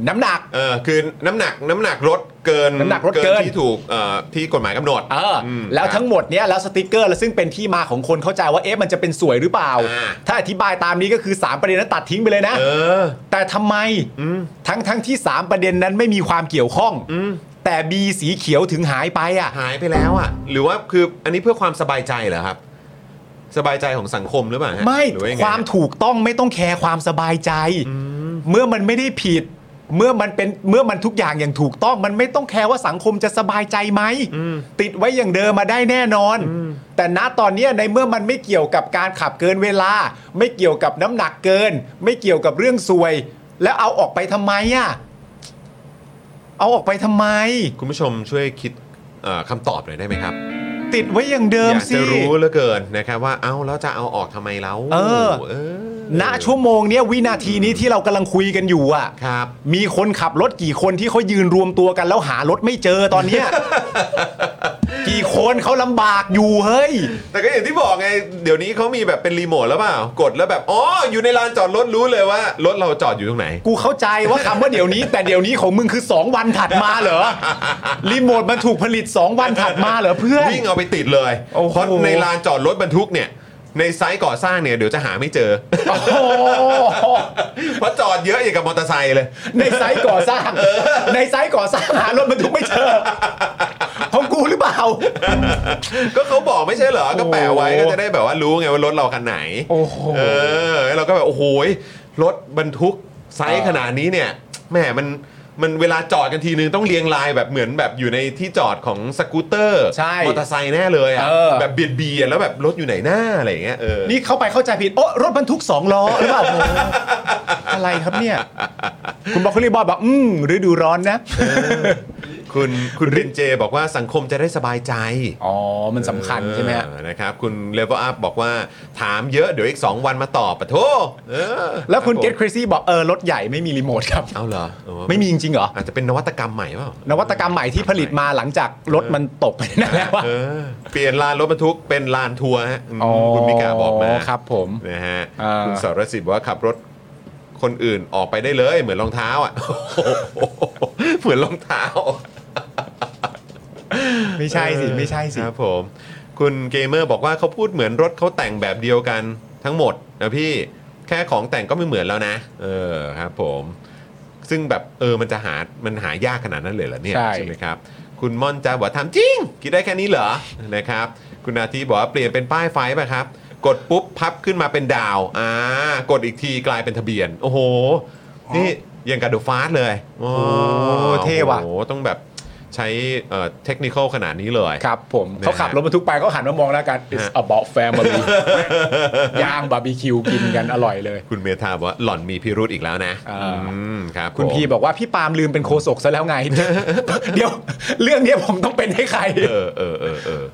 น้ำหนัก
เออคือน้ำหนักน้ำหนักรถเกิน
น้ำหนักรถเกิน
ที่ถูกเอ่อที่กฎหมายกำหนด
เอออ
ม
แล้วทั้งหมดเนี้ยแล้วสติกเกอร์แล้วซึ่งเป็นที่มาของคนเข้าใจว่าเอ๊ะมันจะเป็นสวยหรือเปล่า
อ่า
ถ้าอธิบายตามนี้ก็คือ 3 ประเด็นนั้นตัดทิ้งไปเลยนะ
เออ
แต่ทำไมทั้งทั้งที่ 3 ประเด็นนั้นไม่มีความเกี่ยวข้องแต่บีสีเขียวถึงหายไปอ่ะ
หายไปแล้วอ่ะ หรือว่าคืออันนี้เพื่อความสบายใจเหรอครับ สบายใจของสังคมหรือเปล่าฮะ
ไม่
หรือยังไง
ความถูกต้องไม่ต้องแคร์ความสบายใจ เมื่อมันไม่ได้ผิด เมื่อมันเป็นเมื่อมันทุกอย่างอย่างถูกต้องมันไม่ต้องแคร์ว่าสังคมจะสบายใจไหมติดไว้อย่างเดิมมาได้แน่นอน แต่ณตอนเนี้ยในเมื่อมันไม่เกี่ยวกับการขับเกินเวลา ไม่เกี่ยวกับน้ำหนักเกิน ไม่เกี่ยวกับเรื่องซวย แล้วเอาออกไปทำไมอ่ะเอาออกไปทำไม
คุณผู้ชมช่วยคิดเอ่อคำตอบหน่อยได้ไหมครับ
ติดไว้อย่างเดิม
อยาก
สิ
จะรู้เหลือเกินนะครับว่าเอ้าแล้วจะเอาออกทำไมแล้ว
เออ
เออ
ณชั่วโมงเนี้ยวินาทีนี้ที่เรากำลังคุยกันอยู่อ่ะ
ครับ
มีคนขับรถกี่คนที่เขายืนรวมตัวกันแล้วหารถไม่เจอตอน เนี้ย กี่คนเขาลำบากอยู่เฮ้ย
แต่ก็อย่างที่บอกไง เดี๋ยวนี้เขามีแบบเป็นรีโมทแล้วเปล่ากดแล้วแบบอ๋ออยู่ในลานจอดรถรู้เลยว่ารถเราจอดอยู่ตรงไหน
กูเข้าใจว่าคำว่าเดี๋ยวนี้ แต่เดี๋ยวนี้ของมึงคือ 2 วันถัดมาเหรอรีโมทมันถูกผลิต 2 วันถัดมาเหรอเพื่อน
วิ่งเอาไปติดเลย
โอ้โห
เพราะในลานจอดรถบรรทุกเนี่ย ในไซต์ก่อสร้างเนี่ยเดี๋ยวจะหาไม่เจอ
โอ้โห
เพราะจอดเยอะอย่างกับมอเตอร์ไซค์เลย
ในไซต์ก่อสร้าง ในไซต์ก่อสร้างหารถบรรทุกไม่เจอของกูหรือเปล่า
ก็เขาบอกไม่ใช่เหรอ ก็แปะไว้ก็จะได้แบบว่ารู้ไงว่ารถเราคันไหน
โอ้โห
เออแล้วเราก็แบบโอ้โหยรถบรรทุกไซส์
อ่า
ขนาดนี้เนี่ยแหมมันมันเวลาจอดกันทีนึงต้องเรียงรายแบบเหมือนแบบอยู่ในที่จอดของสกูตเตอร์
ใช่
มอเตอร์ไซค์แน่เลยอ่ะ
เออ
แบบเบียดเบียดแล้วแบบรถอยู่ไหนหน้าอะไรอย่างเงี้ยเออ
นี่เข้าไปเข้าใจผิดโอ้รถบรรทุกสองล้อหรือเปล่าโอ้โหอะไรครับเนี่ย คุณบอกคุณรีบอยบอกอืมฤดูร้อนนะ
คุณคุณรินเจบอกว่าสังคมจะได้สบายใจ
อ๋อ มันสำคัญใช่ไหมฮะ
เออนะครับ คุณเลเวลอัพบอกว่าถามเยอะเดี๋ยวอีก 2 วันมาตอบปะโทเออ
แล้วคุณ
รับผม
เกตคริซี่บอกเออรถใหญ่ไม่มีรีโมทครับ
เอาเหรอเออ
ไม่มีจริงๆเหรอ
อาจจะเป็นนวัตกรรมใหม่เปล่าน
วัตกรรมใหม่ที่ผลิตมาหลังจากรถมันตกไปนั่นแหล้วว่า
เออเปลี่ยนลานรถบรรทุกเป็นลานทัวร์ฮะอืมคุณมิกาบอกมา
ครับผม
นะฮะ
อ่า
คุณสรสิทธิ์บอกว่าขับรถคนอื่นออกไปได้เลย เหมือนรองเท้าอ่ะ เหมือนรองเท้า
ไม่ใช่สิ ไม่ใช่สิ
ครับผม คุณเกมเมอร์บอกว่าเขาพูดเหมือนรถเขาแต่งแบบเดียวกันทั้งหมดนะพี่แค่ของแต่งก็ไม่เหมือนแล้วนะ เออครับผม ซึ่งแบบเออมันจะหามันหายากขนาดนั้นเลยเหรอเนี่ย
ใช่
ไหมครับ คุณม่อนจ้าบอกว่าทำจริง คิดได้แค่นี้เหรอนะครับ คุณอาทิบอกว่าเปลี่ยนเป็นป้ายไฟป่ะครับ กดปุ๊บพับขึ้นมาเป็นดาวอ่ากดอีกทีกลายเป็นทะเบียน โอ้โห นี่ยังกับเดอะฟาสเลยโอ้
โหเท่ว่ะ
โอ้โหต้องแบบใช้เอ่อเทคนิคขนาดนี้เลย
ครับผม
นะฮะ
เขาขับรถบรรทุกไปเขาหันมามองแล้วกัน it's
ฮะ
about family ย่างบาร์บีคิวกินกันอร่อยเลย
คุณเมธาบอกว่าหล่อนมีพิรุธอีกแล้วนะ
อ่า
มครับ
คุณ
ผม
พีบอกว่าพี่ปาล์มลืมเป็นโคศกซะแล้วไง เดี๋ยว เรื่องเนี้ยผมต้องเป็นให้ใคร
เออเออเออเออ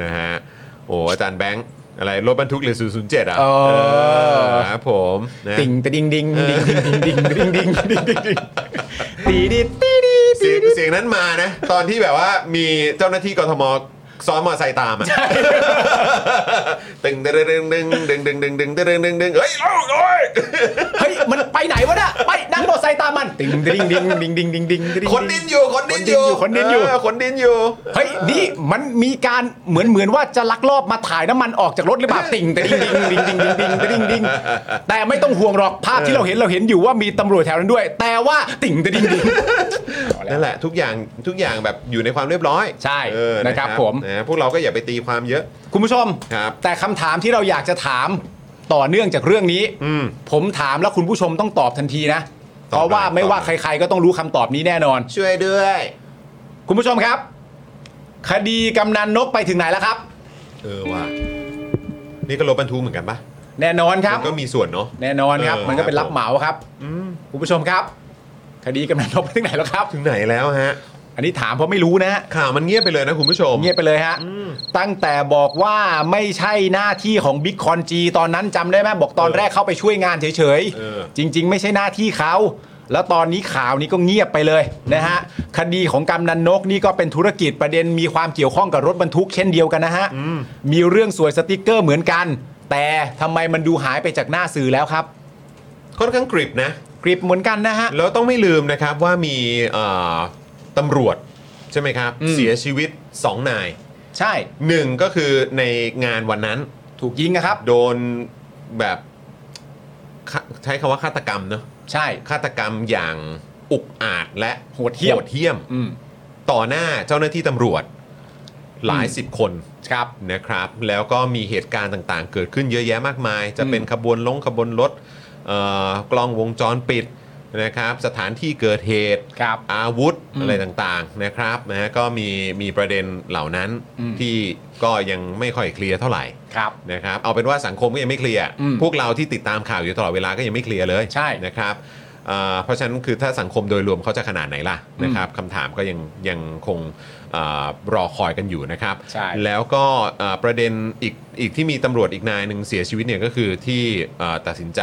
นะฮะโอ้อาจารย์แบงค์อะไรรถบรรทุกหรือ007อ่ะ
เออ
เอครับผมนะ
ติงตะดิงดิงดิงดิงดิงดิงดิงดิงดิงดิงตีดิดตีดิด
เสียงเสียงนั้นมานะ ตอนที่แบบว่ามีเจ้าหน้าที่กทมซ้อนมอเตอร์ไซค์ตามอ่ะตึงดึงดึงดึงดึงดึงดึงดึงดึงดึงดึงเฮ้ยเอ้าโอ้ย
เฮ้ยมันไปไหนวะเนี่ยไปนั่งมอเตอร์ไซค์ตามมันติงดิงดิงดิงดิงดิงดิงดิง
ขนดินอยู่ขนดินอยู่
ขนดินอยู่
เขนดินอยู่
เฮ้ยนี่มันมีการเหมือนเหมือนว่าจะลักลอบมาถ่ายน้ำมันออกจากรถหรือเปล่าติ่งติ่งติ่งติ่งติ่งติ่งติ่งติ่งติ่งแต่ไม่ต้องห่วงหรอกภาพที่เราเห็นเราเห็นอยู่ว่ามีตำรวจแถวนั้นด้วย แต่ว่าติ่งติ่งติ่งติ่ง
นั่นแหละทุกอย่างทุกอย่างแบบอยู่ในความเรียบร้อย
ใช่
เออ
นะครับผม
นะพวกเราก็อย่าไปตีความเยอะ
คุณผู้ชม
ครับ
แต่คำถามที่เราอยากจะถามต่อเนื่องจากเรื่องนี้
อืม
ผมถามแล้วคุณผู้ชมต้องตอบทันทีนะ
ตอบ
เพราะว่า
อะไร
ไม่
ตอบ
ว่าใคร ๆ ก็ต้องรู้คำตอบนี้แน่นอน
ช่วยด้วย
คุณผู้ชมครับ คดีกำนันนกไปถึงไหนแล้วครับ
เออว่ะนี่ก็รถบรรทุกเหมือนกันปะ
แน่นอนครับ
มันก็มีส่วนเนาะ
แน่นอนครับ
เออ
มันก็เป็น
ครั
รั
บบ ผม
เหมาครับคุณผู้ชมครับ คดีกำนันนกไปถึงไหนแล้วครับ
ถึงไหนแล้วฮะ
อันนี้ถามเพราะไม่รู้นะฮะ
ข่าวมันเงียบไปเลยนะคุณผู้ชม
เงียบไปเลยฮะตั้งแต่บอกว่าไม่ใช่หน้าที่ของบิ๊กคอนจีตอนนั้นจำได้ไหมบอกตอน
เออ
แรกเข้าไปช่วยงานเฉย
เออ
ๆจริง ๆ ไม่ใช่หน้าที่เขาแล้วตอนนี้ข่าวนี้ก็เงียบไปเลยนะฮะคดีของกำนันนกนี่ก็เป็นธุรกิจประเด็นมีความเกี่ยวข้องกับรถบรรทุกเช่นเดียวกันนะฮะมีเรื่องสวยสติกเกอร์เหมือนกัน แต่ทำไมมันดูหายไปจากหน้าสื่อแล้วครับ
ค่อนข้างกริบนะ
กริบเหมือนกันนะฮะ
แล้วต้องไม่ลืมนะครับว่ามีเอ่อตำรวจใช่ไหมครับ
อืม
เสียชีวิต 2 นาย
ใช่
หนึ่งก็คือในงานวันนั้น
ถูกยิงนะครับ
โดนแบบฆาใช้คำว่าฆาตกรรมเนอะ
ใช่
ฆาตกรรมอย่างอุกอาจและ
โหดเหี้ยม
โหดเหี้ยม
อืม
ต่อหน้าเจ้าหน้าที่ตำรวจหลาย
อืม
สิบคน
ครับ
นะครับ แล้วก็มีเหตุการณ์ต่างๆ เกิดขึ้นเยอะแยะมากมาย จะเป็น
อืม
ขบวนลงขบวนรถเอ่อกล้องวงจรปิดนะครับ สถานที่เกิดเหตุ
ครับ
อาวุธ
อืม
อะไรต่างๆนะครับนะฮะก็มีมีประเด็นเหล่านั้น
อืม
ที่ก็ยังไม่ค่อยเคลียร์เท่าไหร่
ครับ
นะครับเอาเป็นว่าสังคมก็ยังไม่เคลียร์
อืม
พวกเราที่ติดตามข่าวอยู่ตลอดเวลาก็ยังไม่เคลียร์เลย
ใช่
นะครับเอ่อเพราะฉะนั้นคือถ้าสังคมโดยรวมเขาจะขนาดไหนล่ะนะครับคำถามก็ยังยังคงเออรอคอยกันอยู่นะครับ
ใช่
แล้วก็เอ่อประเด็นอีกอีกที่มีตำรวจอีกนายหนึ่งเสียชีวิตเนี่ยก็คือที่เอ่อตัดสินใจ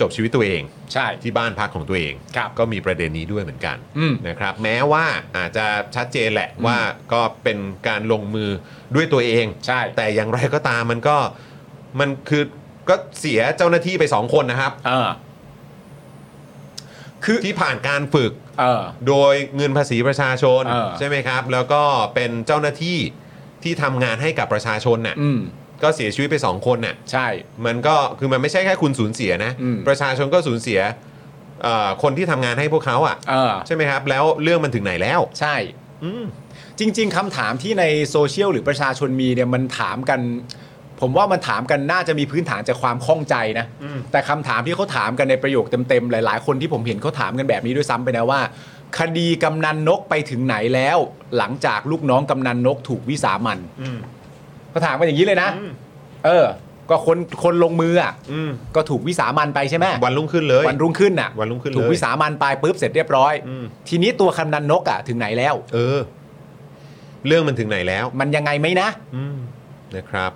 จบชีวิตตัวเอง
ใช่
ที่บ้านพักของตัวเอง
ครับ
ก็มีประเด็นนี้ด้วยเหมือนกัน
อืม
นะครับ แม้ว่าอาจจะชัดเจนแหละว่าก็เป็นการลงมือด้วยตัวเอง
ใช่
แต่อย่างไรก็ตามมันก็มันคือก็เสียเจ้าหน้าที่ไปสองคนนะครับ
เออคือ
ที่ผ่านการฝึก
เออ
โดยเงินภาษีประชาชน
เออ
ใช่ไหมครับ แล้วก็เป็นเจ้าหน้าที่ที่ทำงานให้กับประชาชนน่ะ
อืม
ก็เสียชีวิตไปสองคนน่ะ
ใช่
มันก็คือมันไม่ใช่แค่คุณสูญเสียนะ
อืม
ประชาชนก็สูญเสียเอ่อคนที่ทำงานให้พวกเขาอ่ะ
เออ
ใช่ไหมครับ แล้วเรื่องมันถึงไหนแล้ว
ใช่
อืม
จริง ๆคำถามที่ในโซเชียลหรือประชาชนมีเนี่ยมันถามกัน ผมว่ามันถามกันน่าจะมีพื้นฐานจากความข้องใจนะ
อืม
แต่คำถามที่เขาถามกันในประโยคเต็มๆหลาย ๆ คนที่ผมเห็นเขาถามกันแบบนี้ด้วยซ้ำไปนะว่า คดีกำนันนกไปถึงไหนแล้ว หลังจากลูกน้องกำนันนกถูกวิสามัน
อืม
เขาถามกันอย่างนี้เลยนะ
อืม
เออ ก็คนคนลงมืออ่ะ
อืม
ก็ถูกวิสามันไปใช่ไหม
วันรุ่งขึ้นเลย
วันรุ่งขึ้นอ่ะ
วันรุ่งขึ้นเลย
ถูกวิสามันไปปุ๊บเสร็จเรียบร้อย
อืม
ทีนี้ตัวคำนันนกอ่ะถึงไหนแล้ว
เออ เรื่องมันถึงไหนแล้ว
มันยังไงไหมนะ
อืมนะครับ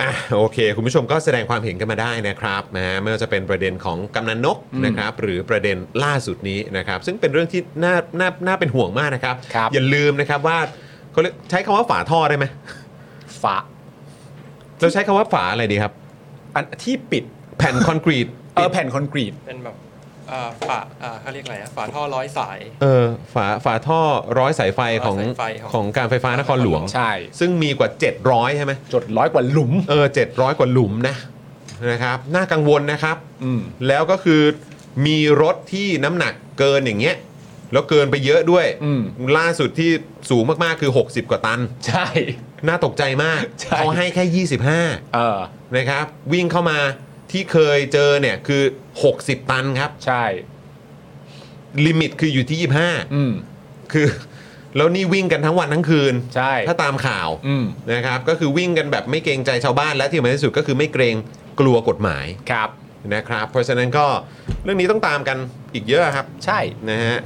อ่ะโอเค คุณผู้ชมก็แสดงความเห็นกันมาได้นะครับนะฮะไม่ว่าจะเป็นประเด็นของกำนันนก
อืม
นะครับ หรือประเด็นล่าสุดนี้นะครับ ซึ่งเป็นเรื่องที่น่าน่าน่าเป็นห่วงมากนะครับ
ครับ
อย่าลืมนะครับว่าเขาเรียกใช้คำว่าฝาท่อได้ไหม
ฝา
เราใช้คำว่าฝาอะไรดีครับ
อันที่ปิด
แผ่นคอนกรีต
เออแผ่นคอนกรีต
เป็นแบบอ่าฝาอ่าเขาเรียกอะไรอะฝาท่อร้อยสาย
เออฝาฝาท่อร้อยสายไฟของ
ร้อยสายไฟของ
ของการไฟฟ้านครหลวง
ใช่
ซึ่งมีกว่า 700 ใช่ไหม
จดร้อยกว่าหลุม
เออ700 กว่าหลุมนะนะครับน่ากังวลนะครับ
อืม
แล้วก็คือมีรถที่น้ำหนักเกินอย่างเงี้ยแล้วเกินไปเยอะด้วย
อืม
ล่าสุดที่สูงมากๆคือ 60 กว่าตัน
ใช่
น่าตกใจมาก
ใช่
เขาให้แค่
เออ
25 นะครับ วิ่งเข้ามาที่เคยเจอเนี่ยคือ 60 ตันครับ
ใช่
ลิมิตคืออยู่ที่
อืม
25 คือ แล้วนี่วิ่งกันทั้งวันทั้งคืน
ใช่
ถ้าตามข่าว
อืม
นะครับ ก็คือวิ่งกันแบบไม่เกรงใจชาวบ้านและที่สำคัญที่สุดก็คือไม่เกรงกลัวกฎหมาย
ครับ
นะครับ เพราะฉะนั้นก็เรื่องนี้ต้องตามกันอีกเยอะครับ
ใช่
นะฮะ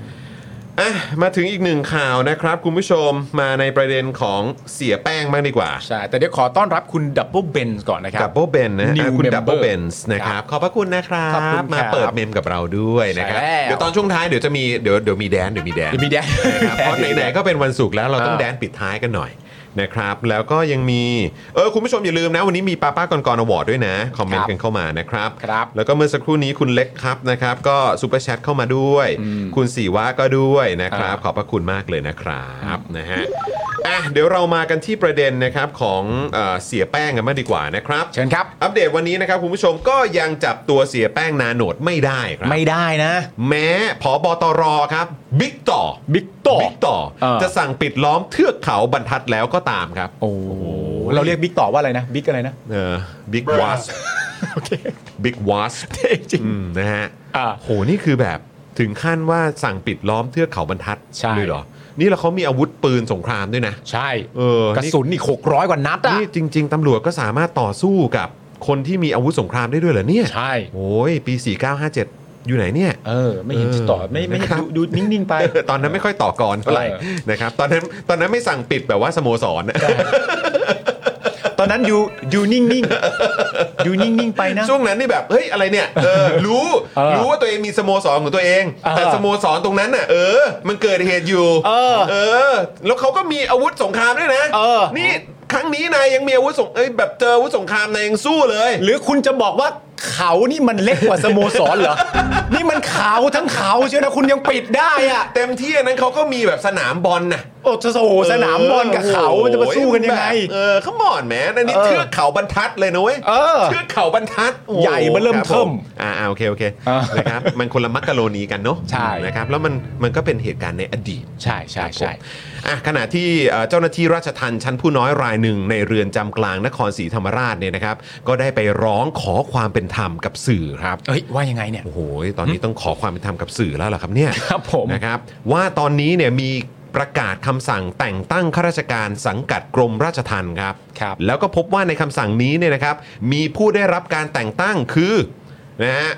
อ่ะมาถึงอีกหนึ่งข่าวนะครับ คุณผู้ชมมาในประเด็นของเสียแป้งบ้างดีกว่า
ใช่ แต่เดี๋ยวขอต้อนรับคุณดับเบิลเบนก่อนนะครับ
ดับเบิลเบนนะฮะ
New
อ่ะคุณ
member
ดับเบิลเบนนะครับ ขอบพระคุณนะครับ
ขอบคุณครับ
มาเปิดเมมกับเราด้วยนะครับ
ใช่แล้ว
เดี๋ยวตอนช่วงท้ายเดี๋ยวจะมีเดี๋ยวเดี๋ยวมีแดนเดี๋ยวมีแดน
เดี๋ยวมีแดน
นะครับเพราะไหนๆก็เป็นวันศุกร์แล้วเราต้อง
อ่า
แดนปิดท้ายกันหน่อยนะครับ แล้วก็ยังมีเออคุณผู้ชมอย่าลืมนะ วันนี้มีป้าป้าก่อนก่อนอวอร์ดด้วยนะ คอมเมนต์กันเข้ามานะครับ
ครับ
แล้วก็เมื่อสักครู่นี้คุณเล็กครับนะครับ ก็ซูเปอร์แชทเข้ามาด้วย
อืม
คุณสีวะก็ด้วยนะครับ
อ่า
ขอบพระคุณมากเลยนะครับนะฮะอ่ะเดี๋ยวเรามากันที่ประเด็นนะครับของเอ่อเสียแป้งกันมางดีกว่านะครับ
เชิญครับ
อัปเดตวันนี้นะครับคุณผู้ชมก็ยังจับตัวเสียแป้งนาโหนดไม่ได้ครับ
ไม่ได้นะ
แม้ผอบตรครับบิ๊กต่อ
บิ๊กต่อ
บิ๊กต่อ
เออ
จะสั่งปิดล้อมเทือกเขาบรรทัดแล้วก็ตามครับ
โอ้โหเราเรียกบิ๊กต่อว่าอะไรนะ บิ๊กอะไรนะ
เออบิ๊กว อสบิ๊กวอส
จริง
อืมนะฮะ
อ่า
โหนี่คือแบบถึงขั้นว่าสั่งปิดล้อมเทือกเขาบรรทัด
ใช่
เลยเหรอ นี่แล้วเขามีอาวุธปืนสงครามด้วยนะ
ใช่
เออ
กระสุนอีก600 กว่านัดอ่ะ
นี่จริง ๆ ตำรวจก็สามารถต่อสู้กับคนที่มีอาวุธสงครามได้ด้วยเหรอเนี่ย
ใช่
โอ้ยปี 4957 อยู่ไหนเนี่ย
เออ ไม่เห็นติดต่อไม่ไม่
นะครับ
ดูดูนิ่ง ๆ ไป
เออตอนนั้นไม่ค่อยต่อกรเท่าไหร่
เออ
นะครับตอนนั้นตอนนั้นไม่สั่งปิดแบบว่าสโมส รนะ
ตอนนั้นดูดูนิ่งๆดูนิ่ง ๆ ไปนะ
ช่วงนั้นนี่แบบเฮ้ยอะไรเนี่ยเออรู้
เออ
รู้ว่าตัวเองมีสโมสรของตัวเอง
เออ
แต่สโมสรตรงนั้นน่ะเออ มันเกิดเหตุอยู่
เออ
เออ แล้วเขาก็มีอาวุธสงครามด้วยนะ
เออ
นี่ครั้งนี้นายยังมีอาวุธสงเอ้ยแบบเจออาวุธสงครามนายยังสู้เลย
หรือคุณจะบอกว่าเขานี่มันเล็กกว่าสโมสรเห รอ นี่มันขาวทั้งขาวเชียวนะคุณยังปิดได้อ่ะ
เต็มที่อันนั้นเขาก็มีแบบสนามบอลน่ะ
โอ้โหสนามบอลกับเขา
โอ้โห
จะมาสู้กันยังไง
แบบเออขมอนแหมอันนี้
เออ
เทือกเขาบรรทัดเลยนะเว้ย
เออ
เทือกเขาบรรทัดโอ้โ
ใหญ่เบ้อเริ่มเทิ่ม
คบผอ่าอ่าโอเคโอเค
เออ
นะครับมันคนละมักกะโรนีกันเนาะ
ใช่
นะครับแล้วมันมันก็เป็นเหตุการณ์ในอดีต
ใช่ใช่ใช่
อ่ะขณะที่เอ่อเจ้าหน้าที่ราชทัณฑ์ชั้นผู้น้อยรายหนึ่งในเรือนจำกลางนครศรีธรรมราชเนี่ยนะครับ ก็ได้ไปร้องขอความเป็นธรรมกับสื่อครับ
เอ้ย ว่ายังไงเนี่ย
โอ้โห ตอนนี้ต้องขอความเป็นธรรมกับสื่อแล้วเหรอครับเนี่ย
ครับผม
นะครับ ว่าตอนนี้เนี่ยมีประกาศคำสั่งแต่งตั้งข้าราชการสังกัดกรมราชทัณฑ์ครับ
ครับ
แล้วก็พบว่าในคำสั่งนี้เนี่ยนะครับ มีผู้ได้รับการแต่งตั้งคือนะฮะ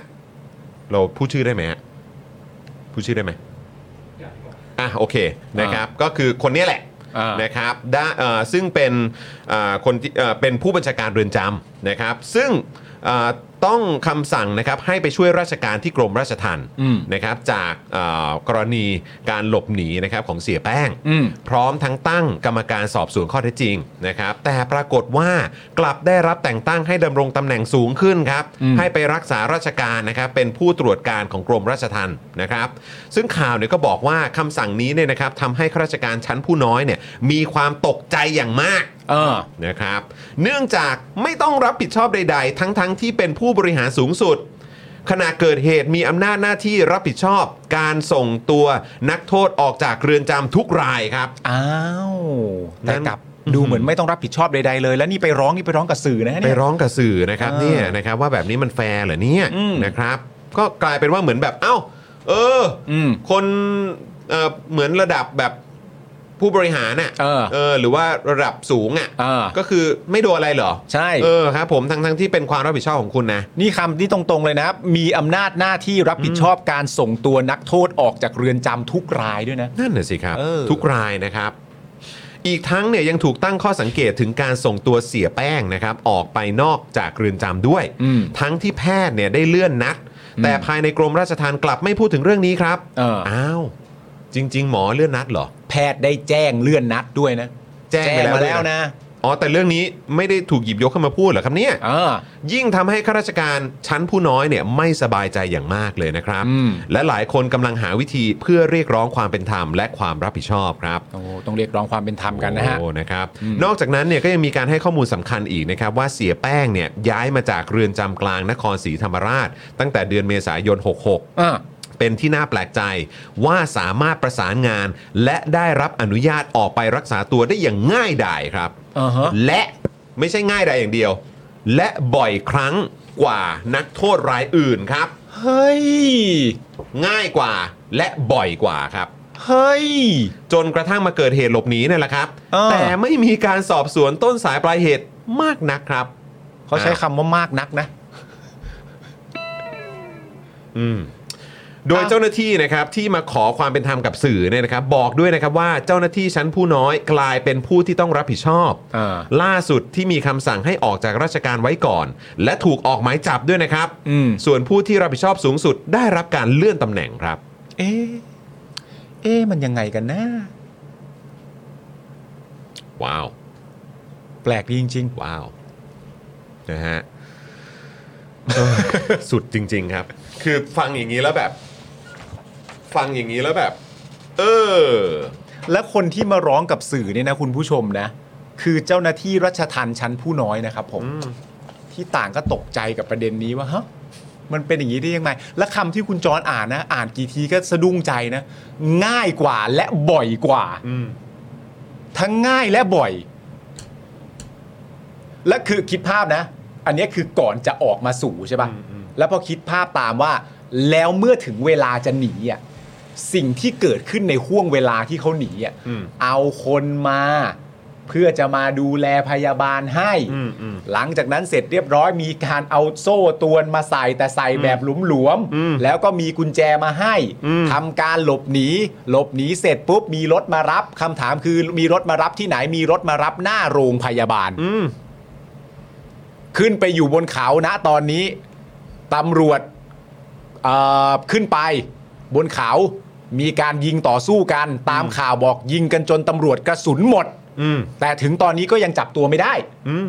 เราพูดชื่อได้ไหมฮะพูดชื่อได้ไหมอ่ะโอเคนะครับ ก็คือคนเนี้ยแหละ
อ่าน
นะครับได้เอ่อซึ่งเป็นเอ่อคนที่เอ่อเป็นผู้บัญชาการเรือนจำนะครับ ซึ่งเอ่อต้องคำสั่งนะครับให้ไปช่วยราชการที่กรมราชทัณฑ์
อืม
นะครับจากเอ่อกรณีการหลบหนีนะครับของเสียแป้ง
อืม
พร้อมทั้งตั้งกรรมการสอบสวนข้อเท็จจริงนะครับ แต่ปรากฏว่ากลับได้รับแต่งตั้งให้ดำรงตำแหน่งสูงขึ้นครับ
อืม
ให้ไปรักษาราชการนะครับ เป็นผู้ตรวจการของกรมราชทัณฑ์นะครับ ซึ่งข่าวเนี่ยก็บอกว่าคำสั่งนี้เนี่ยนะครับทำให้ข้าราชการชั้นผู้น้อยเนี่ยมีความตกใจอย่างมาก
เออ
นะครับ เนื่องจากไม่ต้องรับผิดชอบใด ๆ ทั้งๆทที่เป็นผู้บริหารสูงสุด ขณะเกิดเหตุมีอำนาจหน้าที่รับผิดชอบ การส่งตัวนักโทษออกจากเรือนจำทุกรายครับ
อ้าว
งั้
แต่
น
กลับดูเหมือนไม่ต้องรับผิดชอบใดๆเลย แล้วนี่ไปร้องนี่ไปร้องกับสื่อนะ
ไป
เนี่ย
ร้องกับสื่อนะครับ
เออ
เนี่ยนะครับว่าแบบนี้มันแฟร์เหรอเนี่ย
อืม
นะครับ ก็กลายเป็นว่าเหมือนแบบเอ้า เออ
อืม
คนเอ่อเหมือนระดับแบบ ผู้บริหารอ่ะ
เออ
เออหรือว่าระดับสูงอ่ะ
อ่า
ก็คือไม่โดนอะไรเหรอ
ใช่
เออครับผมทั้งทั้งที่เป็นความรับผิดชอบของคุณนะ
นี่คำนี่ตรงๆเลยนะครับ มีอำนาจหน้าที่รับผิดชอบการส่งตัวนักโทษออกจากเรือนจำทุกรายด้วยนะ
นั่นน่ะสิครับ
เออ
ทุกรายนะครับ อีกทั้งเนี่ยยังถูกตั้งข้อสังเกตถึงการส่งตัวเสียแป้งนะครับ ออกไปนอกจากเรือนจำด้วย
อืม
ทั้งที่แพทย์เนี่ยได้เลื่อนนัด
อืม
แต่ภายในกรมราชทานกลับไม่พูดถึงเรื่องนี้ครับ
เออ
วจริง ๆ หมอเลื่อนนัดเหรอ
แพทย์ได้แจ้งเลื่อนนัดด้วยนะ
แจ้งไปแล้ว
มาแล้วนะ
อ๋อแต่เรื่องนี้ไม่ได้ถูกหยิบยกขึ้นมาพูดเหรอครับเนี่ย
เออ
ยิ่งทำให้ข้าราชการชั้นผู้น้อยเนี่ยไม่สบายใจอย่างมากเลยนะครับ
อืม
และหลายคนกำลังหาวิธีเพื่อเรียกร้องความเป็นธรรมและความรับผิดชอบครับ
โอ้โหต้องเรียกร้องความเป็นธรรมกันนะฮะ
โอ้นะครับ
อืม
นอกจากนั้นเนี่ยก็ยังมีการให้ข้อมูลสำคัญอีกนะครับว่าเสียแป้งเนี่ยย้ายมาจากเรือนจำกลางนครศรีธรรมราช ตั้งแต่เดือนเมษายน 66
อ่า
เป็นที่น่าแปลกใจว่าสามารถประสานงาน และได้รับอนุญาตออกไปรักษาตัวได้อย่างง่ายดายครับ
อ่าฮะ
และไม่ใช่ง่ายดายอย่างเดียว และบ่อยครั้งกว่านักโทษรายอื่นครับ
เฮ้ย
ง่ายกว่าและบ่อยกว่าครับ
เฮ้ย
จนกระทั่งมาเกิดเหตุหลบหนีเนี่ยแหละครับ
เออ
แต่ไม่มีการสอบสวนต้นสายปลายเหตุมากนักครับ
เขาใช้คำว่ามากนักนะ
อืมโดยเจ้าหน้าที่นะครับที่มาขอความเป็นธรรมกับสื่อเนี่ยนะครับ บอกด้วยนะครับว่าเจ้าหน้าที่ชั้นผู้น้อยกลายเป็นผู้ที่ต้องรับผิดชอบ
อ่า
ล่าสุดที่มีคำสั่งให้ออกจากราชการไว้ก่อน และถูกออกหมายจับด้วยนะครับ
อืม
ส่วนผู้ที่รับผิดชอบสูงสุดได้รับการเลื่อนตำแหน่งครับ
เอ๊ะเอ๊ะมันยังไงกันนะ
ว้าว
แปลกดีจริง
ว้าวนะฮะเออสุดจริง ๆ ครับ คือฟังอย่างนี้แล้วแบบ ฟังอย่างนี้แล้วแบบ เออ
ๆ และคนที่มาร้องกับสื่อเนี่ยนะคุณผู้ชมนะ คือเจ้าหน้าที่รัชทันชั้นผู้น้อยนะครับผม ที่ต่างก็ตกใจกับประเด็นนี้ว่าฮะมันเป็นอย่างนี้ได้ยังไง และคำที่คุณจรอ่านนะ อ่านกี่ทีก็สะดุ้งใจนะ ง่ายกว่าและบ่อยกว่า
อืม
ทั้งง่ายและบ่อย และคือคิดภาพนะ อันเนี้ยคือก่อนจะออกมาสู่ใช่ปะ่ะ แล้วพอคิดภาพตามว่า แล้วเมื่อถึงเวลาจะหนีอ่ะสิ่งที่เกิดขึ้นในห่วงเวลาที่เขาหนีอ่ะ
อืม
เอาคนมา เพื่อจะมาดูแลพยาบาลให้
อืมอืม
หลังจากนั้นเสร็จเรียบร้อยมีการเอาโซ่ตรวนมาใส่แต่ใส่แบบหลวม
อืม
ๆแล้วก็มีกุญแจมาให้
อืม
ทำ ทำการหลบหนีหลบหนีเสร็จปุ๊บมีรถมารับคำถามคือมีรถมารับที่ไหนมีรถมารับหน้าโรงพยาบาล
อืม
ขึ้นไปอยู่บนเขานะตอนนี้ตำรวจเอ่อขึ้นไปบนเขา มีการยิงต่อสู้กัน ตามข่าวบอกยิงกันจนตำรวจกระสุนหมด
อืม
แต่ถึงตอนนี้ก็ยังจับตัวไม่ได้
อืม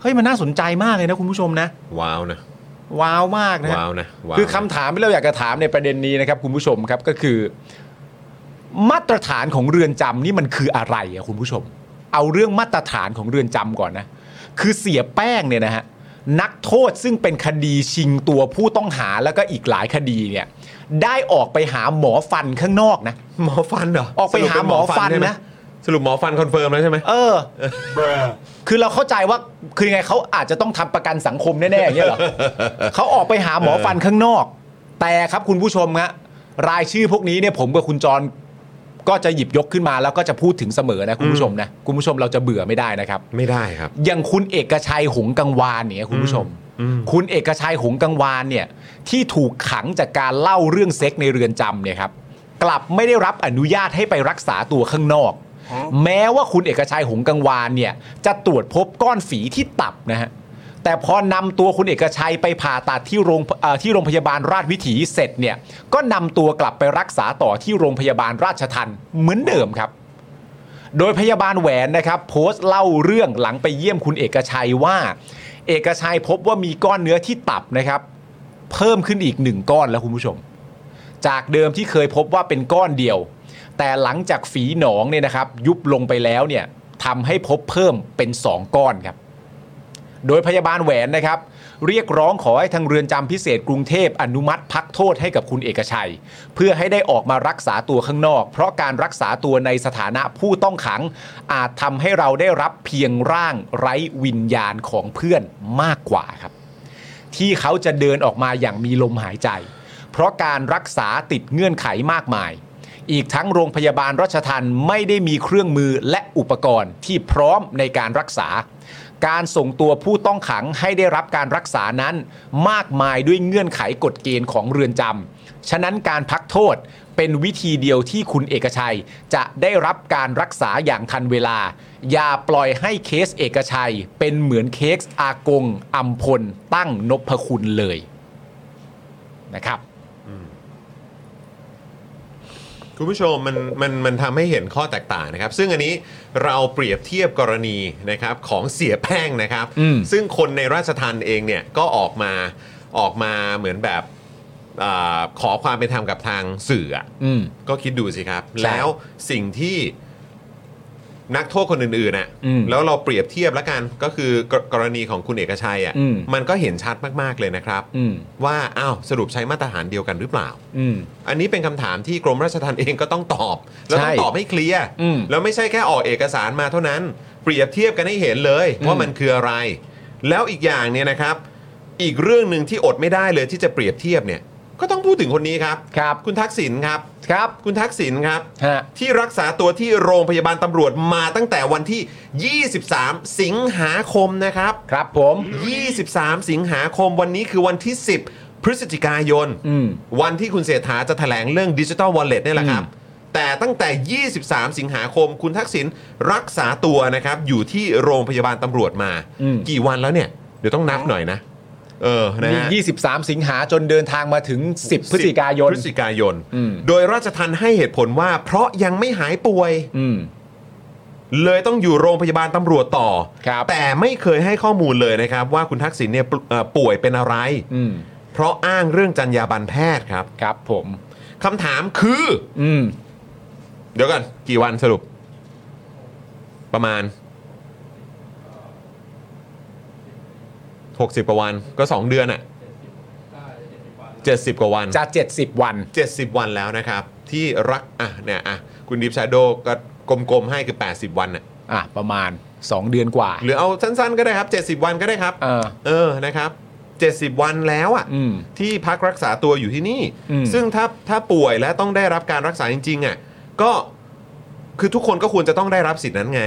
เฮ้ยมันน่าสนใจมากเลยนะคุณผู้ชมนะ
ว้าวนะ
ว้าวมากนะ
ว้าวนะว้าว
คือคำถามที่เราอยากจะถามในประเด็นนี้นะครับคุณผู้ชมครับก็คือ มาตรฐานของเรือนจำนี่มันคืออะไรอะคุณผู้ชม เอาเรื่องมาตรฐานของเรือนจำก่อนนะ คือเสียแป้งเนี่ยนะฮะนักโทษซึ่งเป็นคดีชิงตัวผู้ต้องหาแล้วก็อีกหลายคดีเนี่ย ได้ออกไปหาหมอฟันข้างนอกนะ
หมอฟันเหรอ
ออกไป
สรุ
หาหมอฟัน
เป็
นะ
สรุปหมอฟันคอนเฟิร์มแล้วใช่ไหม
เออ คือเราเข้าใจว่าคือยังไงเขาอาจจะต้องทำประกันสังคมแน่ๆอย่างเงี้ยเหรอ เขาออกไปหาหมอฟันข้างนอก แต่ครับคุณผู้ชมฮะรายชื่อพวกนี้เนี่ยผมกับคุณจรก็จะหยิบยกขึ้นมาแล้วก็จะพูดถึงเสมอนะคุณผู้ชมนะคุณผู้ชมเราจะเบื่อไม่ได้นะครับ
ไม่ได้ครับ
อย่างคุณเอกชัยหงกังวานเนี่ยคุณผู้ชม คุณเอกชัยหงกังวานเนี่ยที่ถูกขังจากการเล่าเรื่องเซ็กในเรือนจำเนี่ยครับกลับไม่ได้รับอนุญาตให้ไปรักษาตัวข้างนอก แม้ว่าคุณเอกชัยหงกังวานเนี่ยจะตรวจพบก้อนฝีที่ตับนะฮะแต่พอนำตัวคุณเอกชัยไปผ่าตัดที่โรงเอ่อที่โรงพยาบาลราชวิถีเสร็จเนี่ยก็นำตัวกลับไปรักษาต่อที่โรงพยาบาลราชทันเหมือนเดิมครับ โดยพยาบาลแหวนนะครับโพสต์เล่าเรื่องหลังไปเยี่ยมคุณเอกชัยว่า เอกชัยพบว่ามีก้อนเนื้อที่ตับนะครับ เพิ่มขึ้นอีกหนึ่งก้อนแล้วคุณผู้ชม จากเดิมที่เคยพบว่าเป็นก้อนเดียว แต่หลังจากฝีหนองเนี่ยนะครับ ยุบลงไปแล้วเนี่ยทำให้พบเพิ่มเป็น 2 ก้อนครับ โดยพยาบาลแหวนนะครับ เรียกร้องขอให้ทางเรือนจำพิเศษกรุงเทพอนุมัติพักโทษให้กับคุณเอกชัย เพื่อให้ได้ออกมารักษาตัวข้างนอก เพราะการรักษาตัวในสถานะผู้ต้องขัง อาจทำให้เราได้รับเพียงร่างไร้วิญญาณของเพื่อนมากกว่าครับ ที่เขาจะเดินออกมาอย่างมีลมหายใจ เพราะการรักษาติดเงื่อนไขมากมาย อีกทั้งโรงพยาบาลรัชทันไม่ได้มีเครื่องมือและอุปกรณ์ที่พร้อมในการรักษา การส่งตัวผู้ต้องขังให้ได้รับการรักษานั้น มากมายด้วยเงื่อนไขกฎเกณฑ์ของเรือนจำ ฉะนั้นการพักโทษเป็นวิธีเดียวที่คุณเอกชัย จะได้รับการรักษาอย่างทันเวลา อย่าปล่อยให้เคสเอกชัย เป็นเหมือนเคสอากงอัมพลตั้งนพคุณเลยนะครับ
คุณผู้ชมมันมันมันทำให้เห็นข้อแตกต่างนะครับ ซึ่งอันนี้เราเปรียบเทียบกรณีนะครับของเสียแป้งนะครับ
อืม
ซึ่งคนในราชทันเองเนี่ยก็ออกมาออกมาเหมือนแบบอาขอความเป็นธรรมกับทางสื่ออะ
อืม
ก็คิดดูสิครับ
ใช่
แล้วสิ่งที่นักโทษคนอื่นๆน่ะ
อืม
แล้วเราเปรียบเทียบแล้วกันก็คือกรกรณีของคุณเอกชัย
อืม
อะ่ะมันก็เห็นชัดมากๆเลยนะครับ
อืม
ว่าอ้าวสรุปใช้มาตรฐานเดียวกันหรือเปล่า
อืม
อันนี้เป็นคำถามที่กรมราชทัณฑ์เองก็ต้องตอบ แล้วต้อง
ใช่
ตอบให้เคลียร์
อืม
แล้วไม่ใช่แค่ออกเอกสารมาเท่านั้น เปรียบเทียบกันให้เห็นเลย
อืม
ว่ามันคืออะไร แล้วอีกอย่างเนี่ยนะครับ อีกเรื่องหนึ่งที่อดไม่ได้เลยที่จะเปรียบเทียบเนี่ย ก็ต้องพูดถึงคนนี้ครับ
ครับ
คุณทักษิณครับ
ครับ
คุณทักษิณครับ
ฮะ
ที่รักษาตัวที่โรงพยาบาลตำรวจมาตั้งแต่วันที่ 23 สิงหาคมนะครับ
ครับผม
23 สิงหาคมวันนี้คือวันที่ 10 พฤศจิกายน
อืม
วันที่คุณเศรษฐาจะแถลงเรื่องดิจิ t a ลวอลเล็ตนี่ยแหละครับ
อืม
แต่ตั้งแต่ 23 สิงหาคม คุณทักษิณรักษาตัวนะครับ อยู่ที่โรงพยาบาลตำรวจมา กี่วันแล้วเนี่ย เดี๋ยวต้องนับหน่อยนะ เออนะฮะ
มี23 สิงหาจนเดินทางมาถึง 10 พฤศจิกายน
พฤศจิกายน
อืม
โดยราชทันให้เหตุผลว่า เพราะยังไม่หายป่วย
อืม
เลยต้องอยู่โรงพยาบาลตำรวจต่อ
ครับ
แต่ไม่เคยให้ข้อมูลเลยนะครับ ว่าคุณทักษิณเนี่ยปเอ่อป่วยเป็นอะไร
อืม
เพราะอ้างเรื่องจรรยาบรรณแพทย์ครับ
ครับผม
คำถามคือ
อืม
เดี๋ยวก่อนกี่วันสรุป ประมาณ 60กว่าวันก็ 2 เดือนอะ่ะ70 กว่าวัน
จะ 70 วัน
70 วันแล้วนะครับ ที่รักอ่ะเนี่ยอ่ะคุณดิฟชาโดก็กลมๆให้คือ 80 วันน่ะ
อ่ะ ประมาณ 2 เดือนกว่า
หรือเอาสั้นๆก็ได้ครับ 70 วันก็ได้ครับ
เออ
เออนะครับ 70 วันแล้วอ่ะ
อืม
ที่พักรักษาตัวอยู่ที่นี่
อืม
ซึ่งถ้าถ้าป่วยและต้องได้รับการรักษาจริงๆอ่ะก็คือทุกคนก็ควรจะต้องได้รับสิทธินั้นไง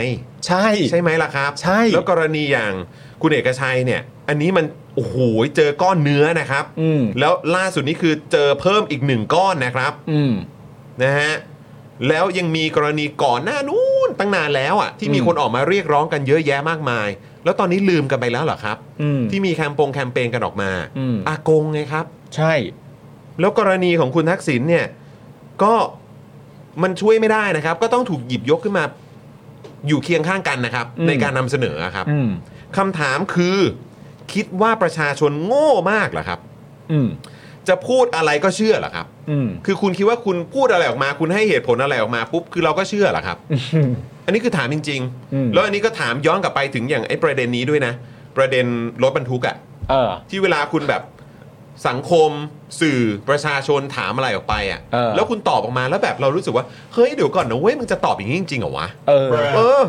ใช่
ใช่ไหมล่ะครับ
ใช่
แล้วกรณีอย่างคุณเอกชัยเนี่ย อันนี้มันโอ้โหเจอก้อนเนื้อนะครับ
อืม
แล้วล่าสุดนี้คือเจอเพิ่มอีกหนึ่งก้อนนะครับ
อืม
นะฮะแล้วยังมีกรณีก่อนหน้านู้นตั้งนานแล้วอ่ะที่มี
อืม
คนออกมาเรียกร้องกันเยอะแยะมากมาย แล้วตอนนี้ลืมกันไปแล้วเหรอครับ
อืม
ที่มีแคมปงแคมเปญกันออกมา
อืม
อากงไงครับ
ใช่
แล้วกรณีของคุณทักษิณเนี่ยก็มันช่วยไม่ได้นะครับ ก็ต้องถูกหยิบยกขึ้นมาอยู่เคียงข้างกันนะครับ
อืม
ในการนำเสนอครับ
อืม
คำถามคือ คิดว่าประชาชนโง่มากเหรอครับ
อืม
จะพูดอะไรก็เชื่อเหรอครับ
อืม
คือคุณคิดว่าคุณพูดอะไรออกมา คุณให้เหตุผลอะไรออกมาปุ๊บคือเราก็เชื่อเหรอครับ อันนี้คือถามจริง
อืม
ๆ แล้วอันนี้ก็ถามย้อนกลับไปถึงอย่างไอ้ประเด็นนี้ด้วยนะ ประเด็นรถบรรทุกอ่ะ
เออ
ที่เวลาคุณแบบสังคมสื่อประชาชนถามอะไรออกไปอ่ะ
เออ
แล้วคุณตอบออกมาแล้วแบบเรารู้สึกว่า เฮ้ยเดี๋ยวก่อนนะเว้ยมึงจะตอบอย่างนี้จริงๆเหรอวะ
เออ
เออ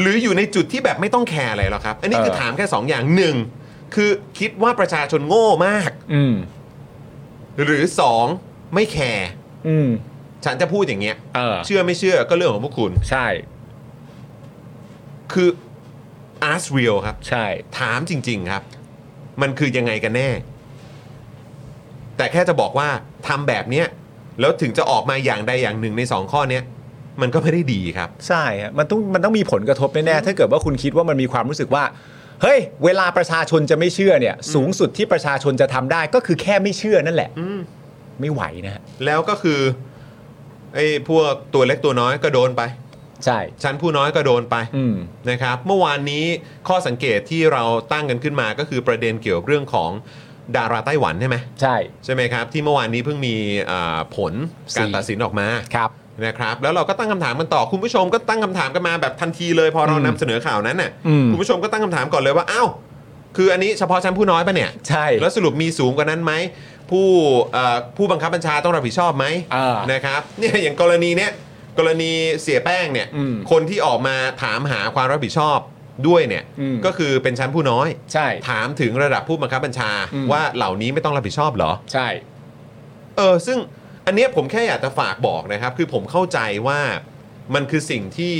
หรืออยู่ในจุดที่แบบไม่ต้องแคร์อะไรหรอกครับ อันนี้คือ
เออ
ถามแค่สองอย่างหนึ่งคือคิดว่าประชาชนโง่มาก
อืม
หรือสองไม่แคร์
อืม
ฉันจะพูดอย่างเงี้ย
เออ
เชื่อไม่เชื่อก็เรื่องของพวกคุณ
ใช่
คือ ask real ครับ
ใช่
ถามจริง ๆ ครับ มันคือยังไงกันแน่ แต่แค่จะบอกว่าทำแบบเนี้ยแล้วถึงจะออกมาอย่างใดอย่างหนึ่งใน 2 ข้อเนี้ยมันก็ไม่ได้ดีครับ
ใช่ฮะมันต้องมันต้องมีผลกระทบแน่ๆถ้าเกิดว่าคุณคิดว่ามันมีความรู้สึกว่า เฮ้ย เวลาประชาชนจะไม่เชื่อเนี่ย สูงสุดที่ประชาชนจะทำได้ก็คือแค่ไม่เชื่อนั่นแหละ ไม่ไหวนะฮะ
แล้วก็คือไอ้พวกตัวเล็กตัวน้อยก็โดนไป
ใช่
ชั้นผู้น้อยก็โดนไป
อืม
นะครับ เมื่อวานนี้ข้อสังเกตที่เราตั้งกันขึ้นมาก็คือประเด็นเกี่ยวกับเรื่องของดาราไต้หวันใช่ไหม
ใช่
ใช่ไหมครับ ที่เมื่อวานนี้เพิ่งมีอ่าผลการ
สี่
ตัดสินออกมา
ครับ
นะครับแล้วเราก็ตั้งคำถามกันต่อคุณผู้ชมก็ตั้งคำถามกันมาแบบทันทีเลยพอเรา
อืม
นำเสนอข่าวนั้นน่ะ
อืม
คุณผู้ชมก็ตั้งคำถามก่อนเลยว่าอ้าวคืออันนี้เฉพาะชั้นผู้น้อยปะเนี่ย
ใช่
แล้วสรุปมีสูงกว่านั้นไหมผู้เอ่อผู้บังคับบัญชาต้องรับผิดชอบไหม
อ่า
นะครับเนี่ยอย่างกรณีเนี้ยกรณีเสียแป้งเนี่ย
อืม
คนที่ออกมาถามหาความรับผิดชอบด้วยเนี่ย
อืม
ก็คือเป็นชั้นผู้น้อย
ใช่
ถามถึงระดับผู้บังคับบัญชา
อืม
ว่าเหล่านี้ไม่ต้องรับผิดชอบเหรอ
ใช่
เออซึ่ง อันเนี้ยผมแค่อยากจะฝากบอกนะครับ คือผมเข้าใจว่ามันคือสิ่งที่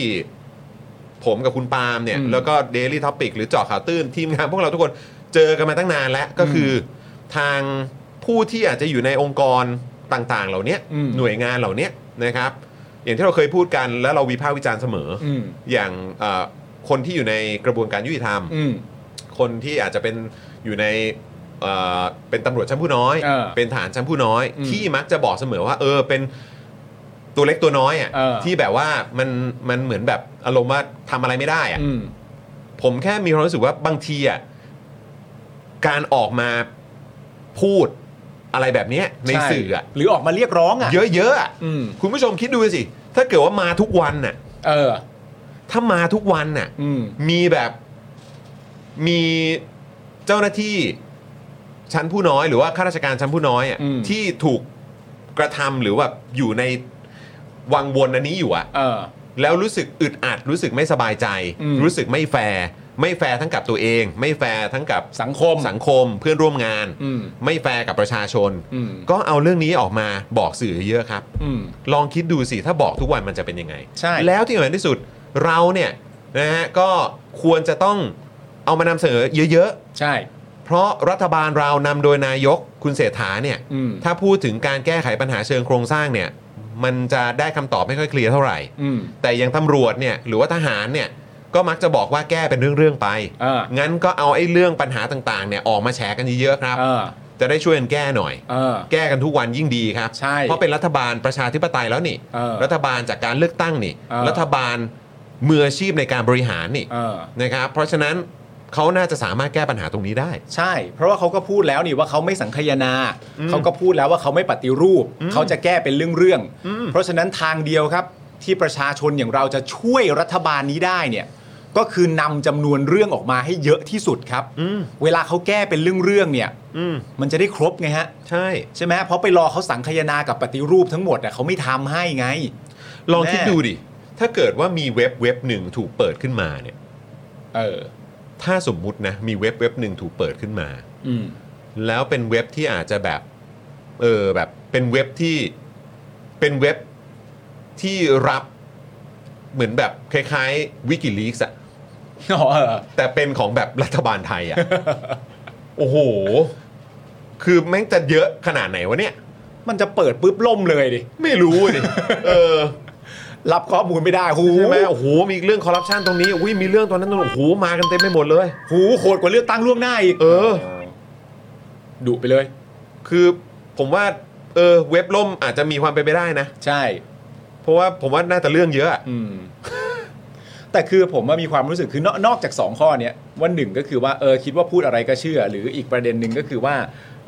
ผมกับคุณปาล์มเนี่ย
อืม
แล้วก็ Daily Topic หรือเจาะข่าวตื้นทีมงานพวกเราทุกคนเจอกันมาตั้งนานแล้วก็คืออทางผู้ที่อาจจะอยู่ในองค์กรต่างๆ เหล่าเนี้ย
อืม
หน่วยงานเหล่าเนี้ยนะครับ อย่างที่เราเคยพูดกันแล้วเราวิพากษ์วิจารณ์เสมออ
อืม
อย่างเอ่อคนที่อยู่ในกระบวนการยุติธรรม
อืม
คนที่อาจจะเป็นอยู่ในเอ่อเป็นตำรวจชั้นผู้น้อย
เออ
เป็นทหารชั้นผู้น้อย
อืม
ที่มักจะบอกเสมอว่า เออเป็นตัวเล็กตัวน้อยอ่ะ
เออ
ที่แบบว่ามันมันเหมือนแบบอารมณ์ว่าทำอะไรไม่ได้อ่ะ
อืม
ผมแค่มีความรู้สึกว่าบางทีอ่ะการออกมาพูดอะไรแบบเนี้ยใน
ช่
สื่ออ่ะ
หรือออกมาเรียกร้องอ่ะ
เยอะๆอ่ะ
อืม
คุณผู้ชมคิดดูสิ ถ้าเกิดว่ามาทุกวันน่ะ
เออ
ถ้ามาทุกวันน่ะ
อืม
มีแบบมีเจ้าหน้าที่ชั้นผู้น้อย หรือว่าข้าราชการชั้นผู้น้อยอะ
อืม
ที่ถูกกระทำหรือว่าอยู่ในวังวนอันนี้อยู่อะ
เออ
แล้วรู้สึกอึดอัด รู้สึกไม่สบายใจ
อืม
รู้สึกไม่แฟร์ไม่แฟร์ทั้งกับตัวเอง ไม่แฟร์ทั้งกับ
สังคม
สังคมเพื่อนร่วมงาน
อืม
ไม่แฟร์กับประชาชน
อืม
ก็เอาเรื่องนี้ออกมาบอกสื่อเยอะครับ
อืม
ลองคิดดูสิถ้าบอกทุกวันมันจะเป็นยังไง
ใช่
แล้วที่สำคัญที่สุดเราเนี่ยนะฮะก็ควรจะต้องเอามานำเสนอเยอะ
ใช่
ๆ เพราะรัฐบาลเรานำโดยนายกคุณเศรษฐาเนี่ย
อืม
ถ้าพูดถึงการแก้ไขปัญหาเชิงโครงสร้างเนี่ยมันจะได้คำตอบไม่ค่อยเคลียร์เท่าไหร่
อืม
แต่อยังตำรวจเนี่ยหรือว่าทหารเนี่ยก็มักจะบอกว่าแก้เป็นเรื่องๆไป
เออ
งั้นก็เอาไอ้เรื่องปัญหาต่างๆเนี่ยออกมาแฉกันเยอะๆครับ
เออ
จะได้ช่วยกันแก้หน่อย
เออ
แก้กันทุกวันยิ่งดีครับ
ใช่
เพราะเป็นรัฐบาลประชาธิปไตยแล้วนี่
เออ
รัฐบาลจากการเลือกตั้งนี่
เออ
รัฐบาลมืออาชีพในการบริหารนี่
เออ
นะครับ เพราะฉะนั้นเขาน่าจะสามารถแก้ปัญหาตรงนี้ได้
ใช่ เพราะว่าเขาก็พูดแล้วนี่ว่าเขาไม่สังคายนา
อืม
เขาก็พูดแล้วว่าเขาไม่ปฏิรูป เขาจะแก้เป็นเรื่อง
อืม
ๆ เพราะฉะนั้นทางเดียวครับ ที่ประชาชนอย่างเราจะช่วยรัฐบาลนี้ได้เนี่ย ก็คือนำจำนวนเรื่องออกมาให้เยอะที่สุดครับ
อืม
เวลาเขาแก้เป็นเรื่องๆเนี่ย
อืม
มันจะได้ครบไงฮะ
ใช่
ใช่ไหมเพราะไปรอเขาสังคายนากับปฏิรูปทั้งหมดอ่ะเขาไม่ทำให้ไง
ลองคิด
แน่
ดูดิ ถ้าเกิดว่ามีเว็บเว็บหนึ่งถูกเปิดขึ้นมาเนี่ย
เออ
ถ้าสมมุตินะ มีเว็บเว็บหนึ่งถูกเปิดขึ้นมา
อืม
แล้วเป็นเว็บที่อาจจะแบบ เออแบบเป็นเว็บที่เป็นเว็บที่รับเหมือนแบบคล้ายๆวิกิลีกส์อะ
อ๋อเออ
แต่เป็นของแบบรัฐบาลไทยอะ โอ้โห คือแม่งจะเยอะขนาดไหนวะเนี่ย
มันจะเปิดปุ๊บล่มเลยดิ
ไม่รู้ ดิ เออ
รับข้อมูลไม่ได้หู
ใช่ไหมโอ้โห มีเรื่องคอร์รัปชันตรงนี้อุ้ยมีเรื่องตอนนั้นตรงนั้นโอ้โห มากันเต็มไปหมดเลย
หูโหดกว่าเลือกตั้งล่วงหน้าอีก
เออ
ดุไปเลย
คือผมว่า เออ เว็บล่มอาจจะมีความเป็นไปได้นะ
ใช่
เพราะว่าผมว่าน่าจะเรื่องเยอะอะ
อืม แต่คือผมว่ามีความรู้สึกคือนอกนอกจากสองข้อเนี้ยว่าหนึ่งก็คือว่าเออคิดว่าพูดอะไรก็เชื่อ หรืออีกประเด็นหนึ่งก็คือว่า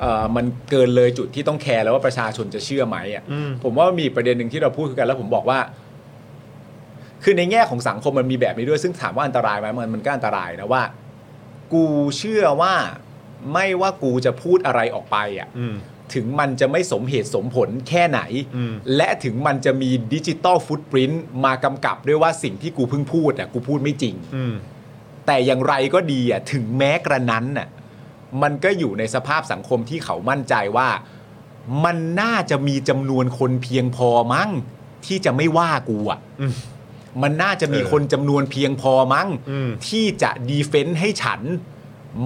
เออมันเกินเลยจุดที่ต้องแคร์แล้วว่าประชาชนจะเชื่อไหมอ่ะ
อืม
ผมว่ามีประเด็นหนึ่งที่เราพูดคุยกันแล้วผมบอกว่า คือในแง่ของสังคมมันมีแบบนี้ด้วย ซึ่งถามว่าอันตรายไหมมันมันก็อันตรายนะว่า กูเชื่อว่าไม่ว่ากูจะพูดอะไรออกไปอ่ะ
อืม
ถึงมันจะไม่สมเหตุสมผลแค่ไหน
อืม
และถึงมันจะมีดิจิตอลฟุตปรินต์มากำกับด้วยว่าสิ่งที่กูเพิ่งพูดอ่ะกูพูดไม่จริง
อืม
แต่อย่างไรก็ดีอ่ะถึงแม้กระนั้นน่ะมันก็อยู่ในสภาพสังคมที่เขามั่นใจว่า มันน่าจะมีจำนวนคนเพียงพอมั้ง ที่จะไม่ว่ากูอ่ะ
อืม
มันน่าจะมี
เออ
คนจำนวนเพียงพอมั้ง
อืม
ที่จะดีเฟนต์ให้ฉัน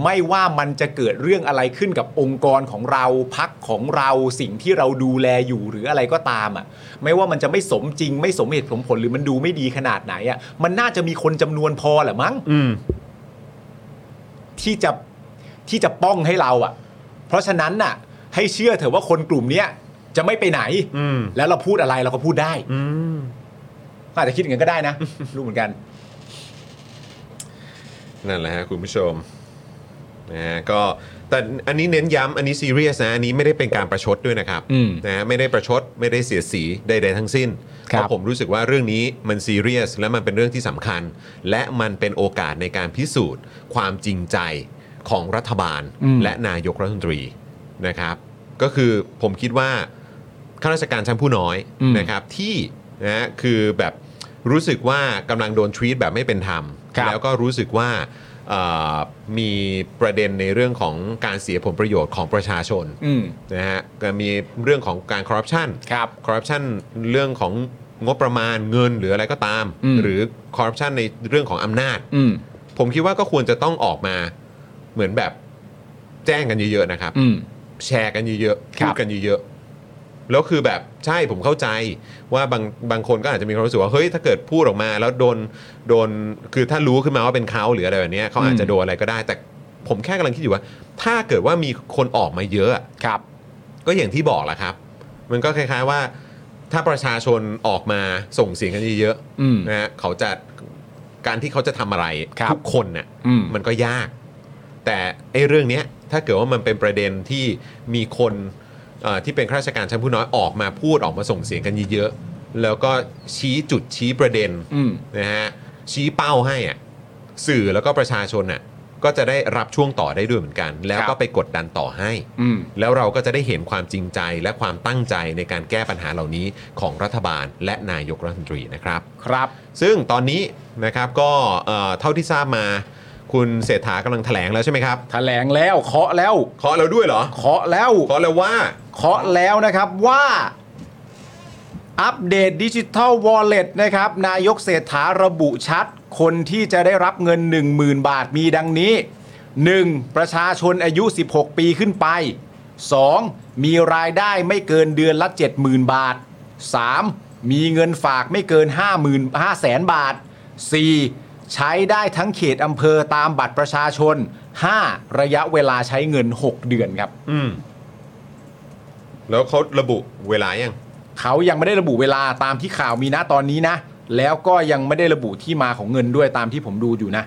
ไม่ว่ามันจะเกิดเรื่องอะไรขึ้นกับองค์กรของเราพักของเราสิ่งที่เราดูแลอยู่หรืออะไรก็ตามอ่ะ ไม่ว่ามันจะไม่สมจริง ไม่สมเหตุสมผลหรือมันดูไม่ดีขนาดไหนอ่ะ มันน่าจะมีคนจำนวนพอแหละมั้ง
อืม
ที่จะที่จะป้องให้เราอะ่ะ เพราะฉะนั้นน่ะ ให้เชื่อเถอะว่าคนกลุ่มเนี้ยจะไม่ไปไหน
อืม
แล้วเราพูดอะไรเราก็พูดได้
อืม
ก็อาจจะคิดอย่างนั้นก็ได้ นะ รู้เหมือนกัน
นั่นแหละฮะคุณผู้ชมนะฮะก็แต่อันนี้เน้นย้ำอันนี้ซีเรียสนะอันนี้ไม่ได้เป็นการประชดด้วยนะครับ
อืม
นะฮะไม่ได้ประชดไม่ได้เสียสีใดๆทั้งสิ้น
ครั
เพ
บ
ราะผมรู้สึกว่าเรื่องนี้มันซีเรียสและมันเป็นเรื่องที่สำคัญ และมันเป็นโอกาสในการพิสูจน์ ความจริงใจของรัฐบาลและนายกรัฐมนตรีนะครับ ก็คือผมคิดว่า ข้าราชการชั้นผู้น้อยนะครับที่นะฮะคือแบบรู้สึกว่ากำลังโดนทวีตแบบไม่เป็นธรรม
ครับ
แล้วก็รู้สึกว่า เอ่อมีประเด็นในเรื่องของการเสียผลประโยชน์ของประชาชน
อืม
นะฮะก็มีเรื่องของการคอร์รัปชัน
ครับ
คอร์รัปชันเรื่องของงบประมาณเงินหรืออะไรก็ตาม
อืม
หรือคอร์รัปชันในเรื่องของอำนาจ
อืม
ผมคิดว่าก็ควรจะต้องออกมาเหมือนแบบแจ้งกันเยอะๆนะครับ
อืม
แชร์กันเยอะๆ
ครับ
พูดกันเยอะๆแล้วคือแบบใช่ผมเข้าใจว่าบางบางคนก็อาจจะมีความรู้สึกว่าเฮ้ยถ้าเกิดพูดออกมา แล้วโดนโดนคือถ้ารู้ขึ้นมาว่าเป็นเขาหรืออะไรแบบเนี้ยเขาอาจจะ
อืม
โดนอะไรก็ได้ แต่ผมแค่กำลังคิดอยู่ว่า ถ้าเกิดว่ามีคนออกมาเยอะอะ
ครับ
ก็อย่างที่บอกแหละครับ มันก็คล้ายๆว่าถ้าประชาชนออกมาส่งเสียงกันเยอะ
อืม
ๆนะฮะเขาจะการที่เขาจะทำอะไร
ครับ
ทุกคนน่ะ
อืม
มันก็ยาก แต่ไอ้เรื่องเนี้ยถ้าเกิดว่ามันเป็นประเด็นที่มีคนเอ่อที่เป็นข้าราชการชั้นผู้น้อยออกมาพูดออกมาส่งเสียงกันเยอะๆแล้วก็ชี้จุดชี้ประเด็น
อืม
นะฮะชี้เป้าให้อ่ะสื่อแล้วก็ประชาชนน่ะก็จะได้รับช่วงต่อได้ด้วยเหมือนกัน แล้ว
ครับ
ก็ไปกดดันต่อให้
อืม
แล้วเราก็จะได้เห็นความจริงใจและความตั้งใจในการแก้ปัญหาเหล่านี้ของรัฐบาลและนายกรัฐมนตรีนะครับ
ครับ
ซึ่งตอนนี้นะครับก็เอ่อเท่าที่ทราบมา คุณเศรษฐากำลังแถลงแล้วใช่ไหมครับ
แถลงแล้ว เคาะแล้ว
เคาะเราด้วยเหรอ
เคาะแล้ว
เคาะแล้วว่า
เคาะแล้วนะครับว่าอัปเดตดิจิทัลวอลเล็ตนะครับ นายกเศรษฐาระบุชัด คนที่จะได้รับเงิน 10,000 บาทมีดังนี้ 1. ประชาชนอายุ 16 ปีขึ้นไป 2. มีรายได้ไม่เกินเดือนละ 70,000 บาท 3. มีเงินฝากไม่เกิน 50,000 500,000 บาท 4. ใช้ได้ทั้งเขตอำเภอตามบัตรประชาชน 5. ระยะเวลาใช้เงิน 6 เดือนครับ
อืม แล้วเขาระบุเวลายัง
เขายังไม่ได้ระบุเวลาตามที่ข่าวมีนะตอนนี้นะ แล้วก็ยังไม่ได้ระบุที่มาของเงินด้วยตามที่ผมดูอยู่นะ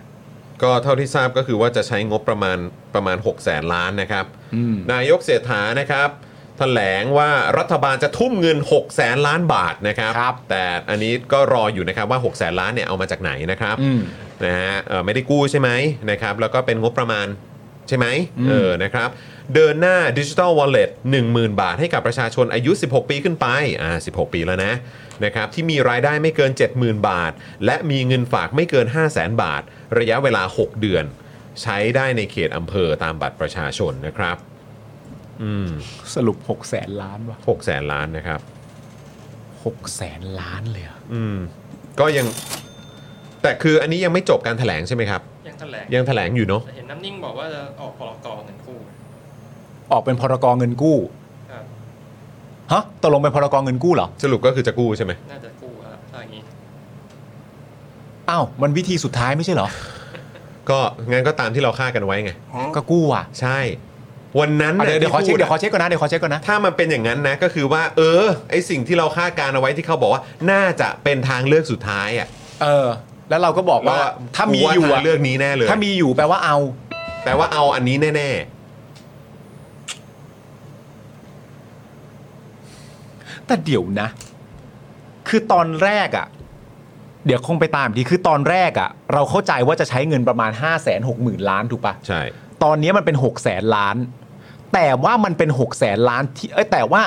ก็เท่าที่ทราบก็คือว่าจะใช้งบประมาณประมาณ 6 0แสนล้านนะครับ
อืม
นายกเศรษฐานะครับแถลงว่ารัฐบาลจะทุ่มเงิน 6 0แสนล้านบาทนะครับ
ครับ
แต่อันนี้ก็รออยู่นะครับว่า 6 0แสนล้านเนี่ยเอามาจากไหนนะครับ
อืม
นะฮะเอ่อไม่ได้กู้ใช่ไหมนะครับ แล้วก็เป็นงบประมาณใช่ไหม
อืม
เออนะครับ เดินหน้าดิจิ t a ลวอลเล็ต10,000 บาทให้กับประชาชนอายุ 16 ปีขึ้นไปอ่า16 ปีแล้วนะนะครับที่มีรายได้ไม่เกิน 70,000 บาท และมีเงินฝากไม่เกิน 500,000 บาท ระยะเวลา 6 เดือน ใช้ได้ในเขตอำเภอตามบัตรประชาชนนะครับ อืม
สรุป6 0แสนล้านวะ
หกแสนล้านนะครับ
6แสนล้านเลยเหรอ
อืม ก็ยัง แต่คืออันนี้ยังไม่จบการแถลงใช่ไหมครับ
ยังแถลง
ยังแถลงอยู่เนาะ
แต่เห็นน้ำนิ่งบอกว่าจะออกพรกเงินกู้
ออกเป็นพรกเงินกู้
ครับ
ฮะตกลงเป็นพรกเงินกู้เหรอ
สรุปก็คือจะกู้ใช่ไหม
น่าจะกู้อะอะไรอย่างงี้
อ้าวมันวิธีสุดท้ายไม่ใช่เหรอ
ก็งั้นก็ตามที่เราคาดกันไว้ไง
ก็กู้อ่ะ
ใช่ วันนั้น
เอา
น่ะ
เดี๋ยวเดี๋ยวขอเช็ค
ที่พูะ
เดี๋ยวขอเช็คก่อนนะเดี๋ยวขอเช็คก่อนนะ
ถ้ามันเป็นอย่างนั้นนะ ก็คือว่า เออ ไอสิ่งที่เราคาดการเอาไว้ที่เขาบอกว่า น่าจะเป็นทางเลือกสุดท้ายอ่ะ
เออ แล้วเราก็บอกว่า
แล้ว
ถ้ามีอยู่
กูว่
อะ
ทางเลือกนี้แน่เลย
ถ้ามีอยู่แปลว่าเอา
แต่ว่าเอาอันนี้แน่
แต่เดี๋ยวนะ คือตอนแรกอะ่ะ เดี๋ยวคงไปตามดีคือตอนแรกอะ่ะ เราเข้าใจว่าจะใช้เงินประมาณ 5 6 0 0 0 0 ล้านถูกปะ
ๆใช่
ตอนนี้มันเป็น6 0 0 0 0ล้าน แต่ว่ามันเป็น6 0 0 0 0ล้านที่เอ้ยแต่ว่า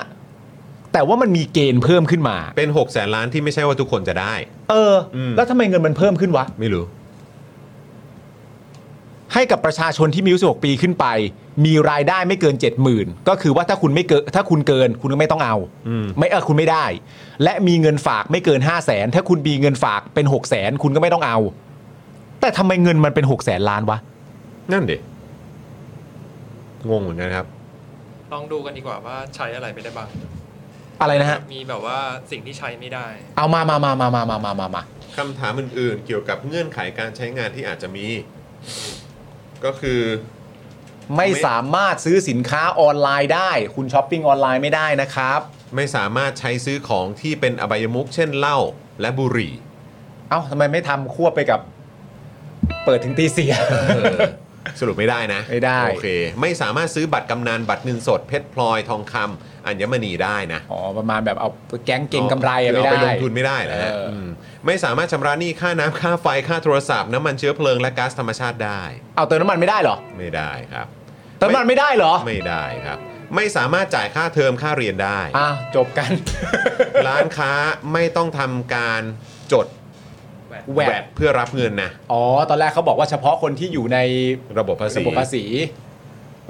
แต่ว่ามันมีเกณฑ์เพิ่มขึ้นมา
เป็นหกแสนล้านที่ไม่ใช่ว่าทุกคนจะได้
เอออ
ม
แล้วทำไมเงินมันเพิ่มขึ้นวะ
ไม่รู้
ให้กับประชาชนที่มีอายุ16 ปีขึ้นไป มีรายได้ไม่เกิน 70,000 ก็คือว่าถ้าคุณไม่เกินถ้าคุณเกินคุณก็ไม่ต้องเอา
อืม
ไม่เออคุณไม่ได้ และมีเงินฝากไม่เกิน 5 0 0แสนถ้าคุณมีเงินฝากเป็น 6 0แสนคุณก็ไม่ต้องเอา แต่ทำไมเงินมันเป็น 6 0แสนล้านวะ
นั่นดิงงเหมือนกันครับ
ลองดูกันดีกว่าว่าใช้อะไรไปได้บ้าง
อะไรนะฮะ
มีแบบว่าสิ่งที่ใช้ไม่ได้
เอามามามามามามามามามา
คำถามอื่นๆ เกี่ยวกับเงื่อนไขการใช้งานที่อาจจะมี ก็คือ
ไม่สามารถซื้อสินค้าออนไลน์ได้ คุณช้อปปิ้งออนไลน์ไม่ได้นะครับ
ไม่สามารถใช้ซื้อของที่เป็นอบายมุขเช่นเหล้าและบุหรี่
เอ้าทำไมไม่ทำควบไปกับ เปิดถึงตีสี่
สรุปไม่ได้นะ
ไม่ได้
โอเค ไม่สามารถซื้อบัตรกำนันบัตรเงินสดเพชรพลอยทองคำอัญมณีได้นะ
อ๋อประมาณแบบเอาแก๊งเก่งกำไรอะไม่ได้
เอาไปลงทุนไม่ได้เหรอฮะ
เอออื
มไม่สามารถชำระหนี้ค่าน้ำค่าไฟค่าโทรศัพท์น้ำมันเชื้อเพลิงและก๊าซธรรมชาติได้
เอาเติมน้ำมันไม่ได้เหรอ
ไม่ได้ครับ
เติมน้ำมันไม่ได้เหรอ
ไม่ได้ครับ ไม่สามารถจ่ายค่าเทอมค่าเรียนได้
อ่ะจบกัน
ร้านค้าไม่ต้องทำการจดแห
แหว
ว
ก
กเพื่อรับเงินนะ
อ๋อ ตอนแรกเขาบอกว่าเฉพาะคนที่อยู่ใน
ระบบภาษี
ระบบภาษี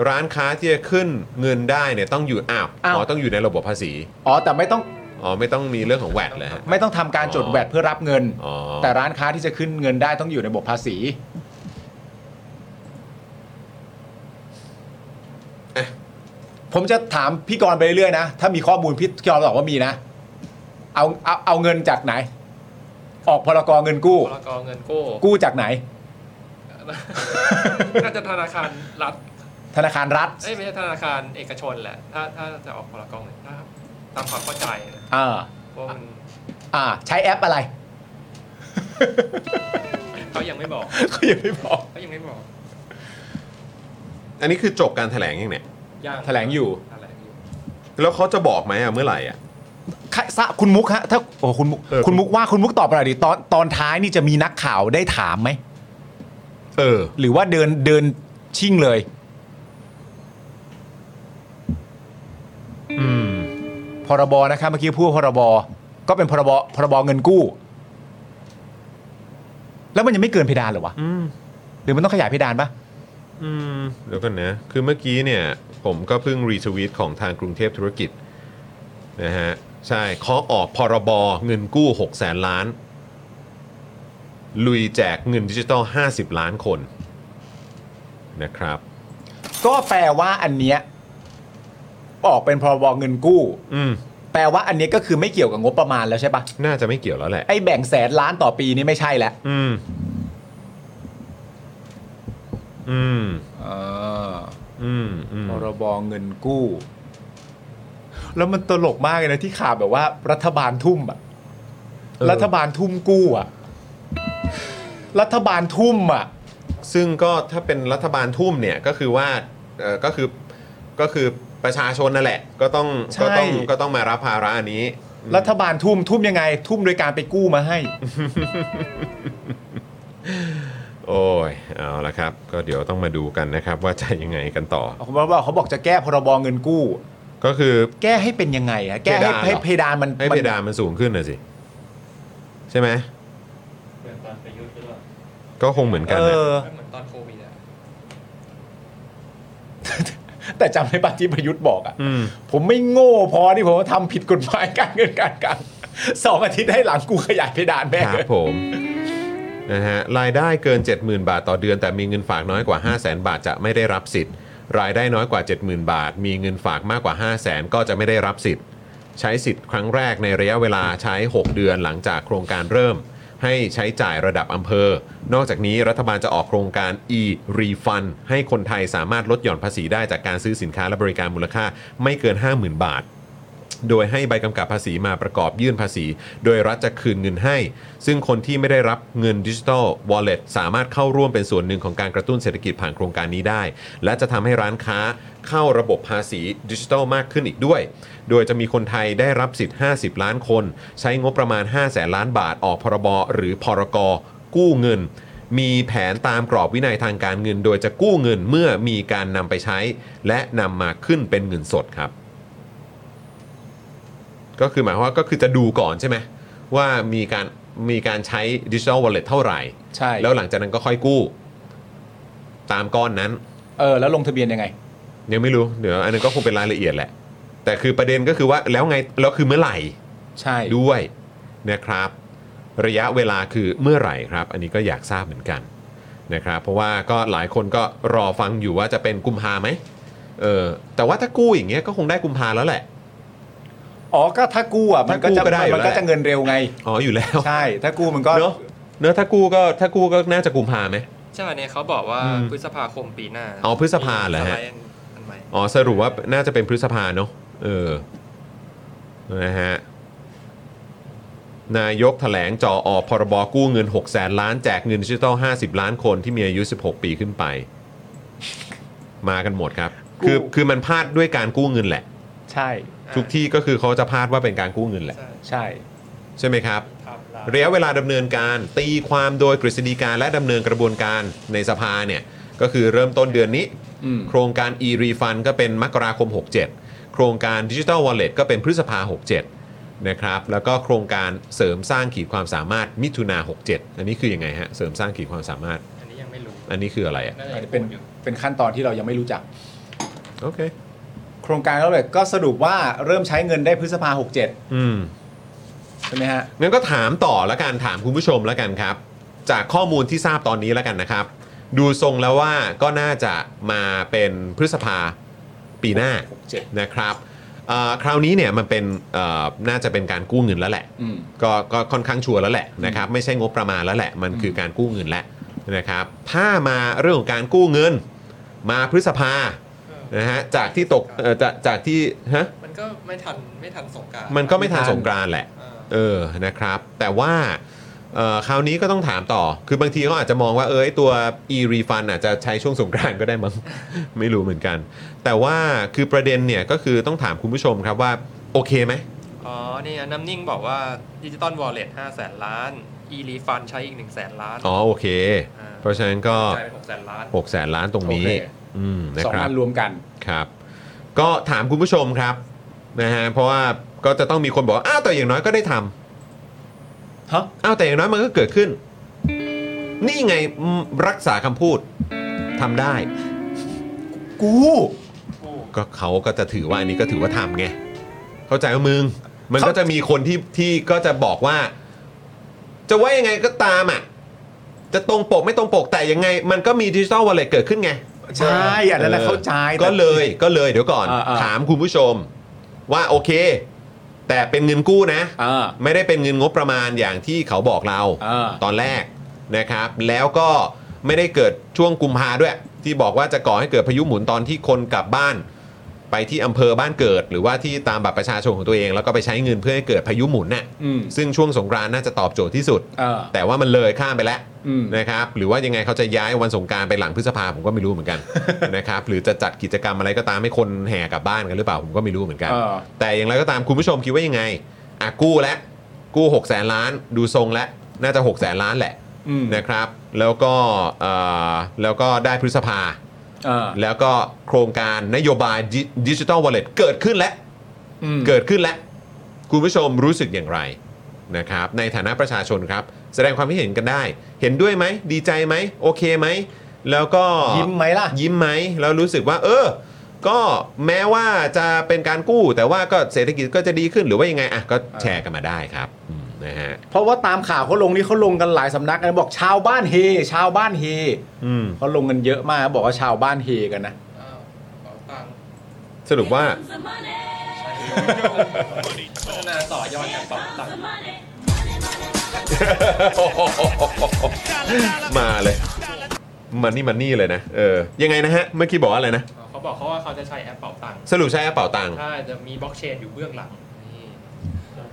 ร้านค้าที่จะขึ้นเงินได้เนี่ยต้องอยู่อ้าว
อ้าว
อ๋อต้องอยู่ในระบบภาษี
อ๋อ แต่ไม่ต้อง
อ๋อไม่ต้องมีเรื่องของแหวกเลยฮะ
ไม่ต้องทำการจด
อ๋อ
แวดเพื่อรับเงิน
อ๋อ
แต่ร้านค้าที่จะขึ้นเงินได้ต้องอยู่ในระบบภาษี ผมจะถามพี่กรณ์ไปเรื่อยๆนะ ถ้ามีข้อมูลพี่กรณ์บอกว่ามีนะ เอาเอาเอาเงินจากไหน ออกพลกรเงินกู้
พลกรเงินกู้
กู้จากไหน
น่าจะธนาคารรัฐ
ธนาคารรัฐ
เอ้ยไม่ใช่ธนาคารเอกชนแหละ ถ้าถ้าจะออกพลกรเงินถ้าตามความเข้าใจนะ
อ่า
เพราะมัน
อ่า ใช้แอปอะไร
เขายังไม่บอก
เขายังไม่บอก
เขายังไม่บอก
อันนี้คือจบการแถลงยังเนี่ย
ยัง
แถลงอยู่
อะไรอยู่
แล้วเขาจะบอกไหมอะเมื่อไหร่อะ
ค่ะซะคุณมุกฮะถ้าโอ้คุณมุก
เออ
คุณมุกว่าคุณมุกตอบอะไรดิตอนตอนท้ายนี่จะมีนักข่าวได้ถามไหม
เออ
หรือว่าเดินเดินชิ่งเลย
อืม
พรบนะครับเมื่อกี้พูดพรบก็เป็นพรบพรบเงินกู้ แล้วมันยังไม่เกินเพดานเหรอวะ
อืม
หรือมันต้องขยายเพดานปะ
อืมเดี๋ยวกันนะ คือเมื่อกี้เนี่ย ผมก็เพิ่งรีทวีตของทางกรุงเทพธุรกิจนะฮะ ใช่เคาะออกพรบเงินกู้ 6 0แสนล้าน ลุยแจกเงินดิจิตอล 50 ล้านคนนะครับ
ก็แปลว่าอันเนี้ยออกเป็นพรบเงินกู้
อืม
แปลว่าอันเนี้ยก็คือไม่เกี่ยวกับงบประมาณแล้วใช่ปะ
น่าจะไม่เกี่ยวแล้วแหละ
ไอ้แบ่งแสนล้านต่อปีนี่ไม่ใช่แล้ว
อืม อืม อืมอืม
พรบเงินกู้ แล้วมันตลกมากเลยนะที่ข่าวแบบว่า รัฐบาลทุ่มอะ
เออ
รัฐบาลทุ่มกู้อะรัฐบาลทุ่มอะ
ซึ่งก็ถ้าเป็นรัฐบาลทุ่มเนี่ย ก็คือว่าเออก็คือ ก็คือประชาชนนั่นแหละ ก็ต้อง ก็ต้อง ก็ต้องมารับภาระอันนี้
รัฐบาลทุ่มทุ่มยังไง ทุ่มโดยการไปกู้มาให้
โอ้ย เอาละครับ ก็เดี๋ยวต้องมาดูกันนะครับ ว่าจะยังไงกันต่อ
เขาบอกว่าเขาบอกจะแก้พรบเงินกู้
ก็คือ
แก้ให้เป็นยังไงอะแก้ให้
เพดานเหรอ
ให้เพดานมัน
ให้เพดานมันสูงขึ้นนะสิ ใช่ไหม
เหมือนตอนประยุทธ์หรือเปล่า
ก็คงเหมือนกัน
เอ
นะ
อ
เหมือนตอนโควิดอะ
แต่จำได้ปะที่ประยุทธ์บอกอะ
ม
ผมไม่โง่พอที่ผมทำผิดกฎหมายการเงินการคลังสองอาทิตย์ให้หลังกูขยายเพดานแม่ง
ครับผม นะฮะ รายได้เกิน 70,000 บาทต่อเดือน แต่มีเงินฝากน้อยกว่า 500,000 บาทจะไม่ได้รับสิทธิ์ รายได้น้อยกว่า 70,000 บาท มีเงินฝากมากกว่า 500,000 ก็จะไม่ได้รับสิทธิ์ ใช้สิทธิ์ครั้งแรกในระยะเวลาใช้ 6 เดือนหลังจากโครงการเริ่ม ให้ใช้จ่ายระดับอำเภอ นอกจากนี้รัฐบาลจะออกโครงการ e-refund ให้คนไทยสามารถลดหย่อนภาษีได้จากการซื้อสินค้าและบริการมูลค่าไม่เกิน 50,000 บาท โดยให้ใบกำกับภาษีมาประกอบยื่นภาษี โดยรัฐจะคืนเงินให้ ซึ่งคนที่ไม่ได้รับเงินดิจิทัล Wallet สามารถเข้าร่วมเป็นส่วนหนึ่งของการกระตุ้นเศรษฐกิจผ่านโครงการนี้ได้ และจะทำให้ร้านค้าเข้าระบบภาษีดิจิทัลมากขึ้นอีกด้วย โดยจะมีคนไทยได้รับสิทธิ์ 50 ล้านคน ใช้งบประมาณ 5 แสนล้านบาทออกพรบหรือพรกกู้เงิน มีแผนตามกรอบวินัยทางการเงิน โดยจะกู้เงินเมื่อมีการนำไปใช้ และนำมาขึ้นเป็นเงินสดครับ ก็คือหมายความว่าก็คือจะดูก่อนใช่ไหมว่ามีการมีการใช้ดิจิ t a ลวอลเล็ตเท่าไหร่
ใช่
แล้วหลังจากนั้นก็ค่อยกู้ ตามก้อนนั้น
เออแล้วลงทะเบียนยังไง
ยังไม่รู้ เดี๋ยวอันนั้นก็คงเป็นรายละเอียดแหละ แต่คือประเด็นก็คือว่าแล้วไงแล้วคือเมื่อไหร่
ใช่
ด้วยนะครับ ระยะเวลาคือเมื่อไหร่ครับ อันนี้ก็อยากทราบเหมือนกันนะครับ เพราะว่าก็หลายคนก็รอฟังอยู่ว่าจะเป็นกุมภาไหมเออแต่ว่าถ้ากู้อย่างเงี้ยก็คงได้กุมภาแล้วแหละ
อ๋อก็ถ้ากู้อ่ะมันก็จะ
ถ้ากู้ก็ได้อยู่
มันก็
แล้ว
จะเงินเร็วไง
อ๋ออยู่แล้ว
ใช่ ถ้ากู้มันก็
เนอะเนอะถ้ากู้ก็ถ้ากู้ก็น่าจะกุมภาไหม
ใช่เนี่ยเขาบอกว่า
อืม
พฤษภาคมปีหน้า
อ๋อพฤษภาเหรอฮะ
สได์อันใหม่
อ๋อสรุปว่าน่าจะเป็นพฤษภาเนอะเออนะฮะนายกแถลงจออพรบกู้เงิน 6 แสนล้านแจกเงินดิจิตอล50 ล้านคนที่มีอายุ 16 ปีขึ้นไป มากันหมดครับ
กู้
คือคือมันพลาดด้วยการกู้เงินแหละ
ใช่
ทุกที่ก็คือเขาจะพลาดว่าเป็นการกู้เงินแหละ
ใช่
ใช่
ใช่ไหมครับ
ครับ
ระยะเวลาดำเนินการตีความโดยกฤษฎีการและดำเนินกระบวนการในสภาเนี่ย ก็คือเริ่มต้นเดือนนี้
อืม
โครงการ e refund ก็เป็นมกราคม 67 โครงการ Digital Wallet ก็เป็นพฤษภา 67 นะครับแล้วก็โครงการเสริมสร้างขีดความสามารถมิถุนา 67 อันนี้คือยังไงฮะเสริมสร้างขีดความสามารถ
อันนี้ยังไม่รู้
อันนี้คืออะไรอ่ะ
น่าจะ
อาจ
ยัง
จะเป็น
พูดอยู่
เป็นขั้นตอนที่เรายังไม่รู้จัก
โอเค
โครงการแล้วเลยก็สรุปว่าเริ่มใช้เงินได้พฤษภา67
อืม
ใช่ไหมฮะ
งั้นก็ถามต่อละกันถามคุณผู้ชมละกันครับ จากข้อมูลที่ทราบตอนนี้ละกันนะครับ ดูทรงแล้วว่าก็น่าจะมาเป็นพฤษภาปีหน้า
67
นะครับเอ่อคราวนี้เนี่ยมันเป็นเอ่อน่าจะเป็นการกู้เงินแล้วแหละ
อืม
ก็ก็ค่อนข้างชัวร์แล้วแหละนะครับไม่ใช่งบประมาณแล้วแหละมันคือการกู้เงินแล้วนะครับถ้ามาเรื่องของการกู้เงินมาพฤษภานะฮะจากที่ตกเอ่อจากจากที่ฮะ
มันก็ไม่ทันไม่ทันสงกราร
มันก็ไม่ทันสงกรานต์แหละ เออ นะครับ แต่ว่าเอ่อคราวนี้ก็ต้องถามต่อ คือบางทีเขาอาจจะมองว่า เอยตัว e refund อาจจะใช้ช่วงสงกรานต์ก็ได้มั้ง ไม่รู้เหมือนกัน แต่ว่าคือประเด็นเนี่ยก็คือต้องถามคุณผู้ชมครับว่า โอเคไหม
อ๋อนี่อันน้ำนิ่งบอกว่าดิจิตอลวอลเล็ตห้าแสนล้าน e ีรีฟันใช้อีกหนึ่งแสนล้าน
อ๋อ โอเค
า
เพราะฉะนั้นก็
จ่ายเป็นหกแสนล้าน
6 แสนล้านตรงนี้
โอเค
อืม นะ
สอง
ครับ
อันรวมกัน
ครับ ก็ถามคุณผู้ชมครับนะฮะ เพราะว่าก็จะต้องมีคนบอกว่าอ้าวแต่อย่างน้อยก็ได้ทำ
ฮะ
อ้าวแต่อย่างน้อยมันก็เกิดขึ้น นี่ไงอืมรักษาคำพูดทำได้ กูก็เขาก็จะถือว่าอันนี้ก็ถือว่าทำไง เข้าใจว่ามึง มันก็จะมีคนที่ที่ก็จะบอกว่า จะว่ายังไงก็ตามอ่ะ จะตรงปกไม่ตรงปกแต่ยังไง มันก็มีดิจิตอลวอลเล็ตเกิดขึ้นไง
ใช่อันนั้นนะเข้าใจแต่
ก็เลยก็เลยเดี๋ยวก่อน
อ่าๆ
ถามคุณผู้ชมว่าโอเค แต่เป็นเงินกู้นะ
อ่า
ไม่ได้เป็นเงินงบประมาณอย่างที่เขาบอกเรา
อ่า
ตอนแรกนะครับ แล้วก็ไม่ได้เกิดช่วงกุมภาด้วย ที่บอกว่าจะก่อให้เกิดพายุหมุนตอนที่คนกลับบ้าน ไปที่อำเภอบ้านเกิด หรือว่าที่ตามบัตรประชาชนของตัวเอง แล้วก็ไปใช้เงินเพื่อให้เกิดพายุหมุนน่ะ
อืม
ซึ่งช่วงสงกรานต์น่าจะตอบโจทย์ที่สุด
อ่า
แต่ว่ามันเลยข้ามไปแล้ว
อืม
นะครับ หรือว่ายังไงเขาจะย้ายวันสงกรารไปหลังพฤษภาผมก็ไม่รู้เหมือนกัน นะครับหรือจะจัดกิจกรรมอะไรก็ตามให้คนแห่กลับบ้านกันหรือเปล่าผมก็ไม่รู้เหมือนกัน
เออ
แต่อย่างไรก็ตามคุณผู้ชมคิดว่ายังไงอ่ะกู้แล้วกู้6 0แสนล้านดูทรงแล้วน่าจะ6 0แสนล้านแหละ
อืม
นะครับ แล้วก็เอ่อแล้วก็ได้พฤษภา
อ่า
แล้วก็โครงการนโยบายดิจิ t a ลวอลเล็ตเกิดขึ้นแล้ว
อืม
เกิดขึ้นแล้ว คุณผู้ชมรู้สึกอย่างไรนะครับ ในฐานะประชาชนครับ แสดงความคิดเห็นกันได้ เห็นด้วยไหม ดีใจไหม โอเคไหม แล้วก็
ยิ้มไหมล่ะ
ยิ้มไหมแล้วรู้สึกว่า เออ ก็แม้ว่าจะเป็นการกู้ แต่ว่าก็เศรษฐกิจก็จะดีขึ้นหรือว่ายังไงอ่ะก็แชร์กันมาได้ครับอืมนะฮะ
เพราะว่าตามข่าวเขาลงนี่เขาลงกันหลายสำนักนะบอกชาวบ้านเฮ ชาวบ้านเฮ
อืม
เขาลงกันเยอะมากบอกว่าชาวบ้านเฮกันนะ
อ้าวเป๋าตังค์
สรุปว่า
พัฒนาต่อยอดการเป๋าตังค์
มาเลย มันนี่มันนี่เลยนะ เออ ยังไงนะฮะ เมื่อกี้บอกว่าอะไรนะ
เขาบอกเขาว่าเขาจะใช้แอปเป๋าตังค์
สรุปใช้กระเป๋าตังค์
ถ้าจะมีบล็อกเชนอยู่เบื้องหลังนี่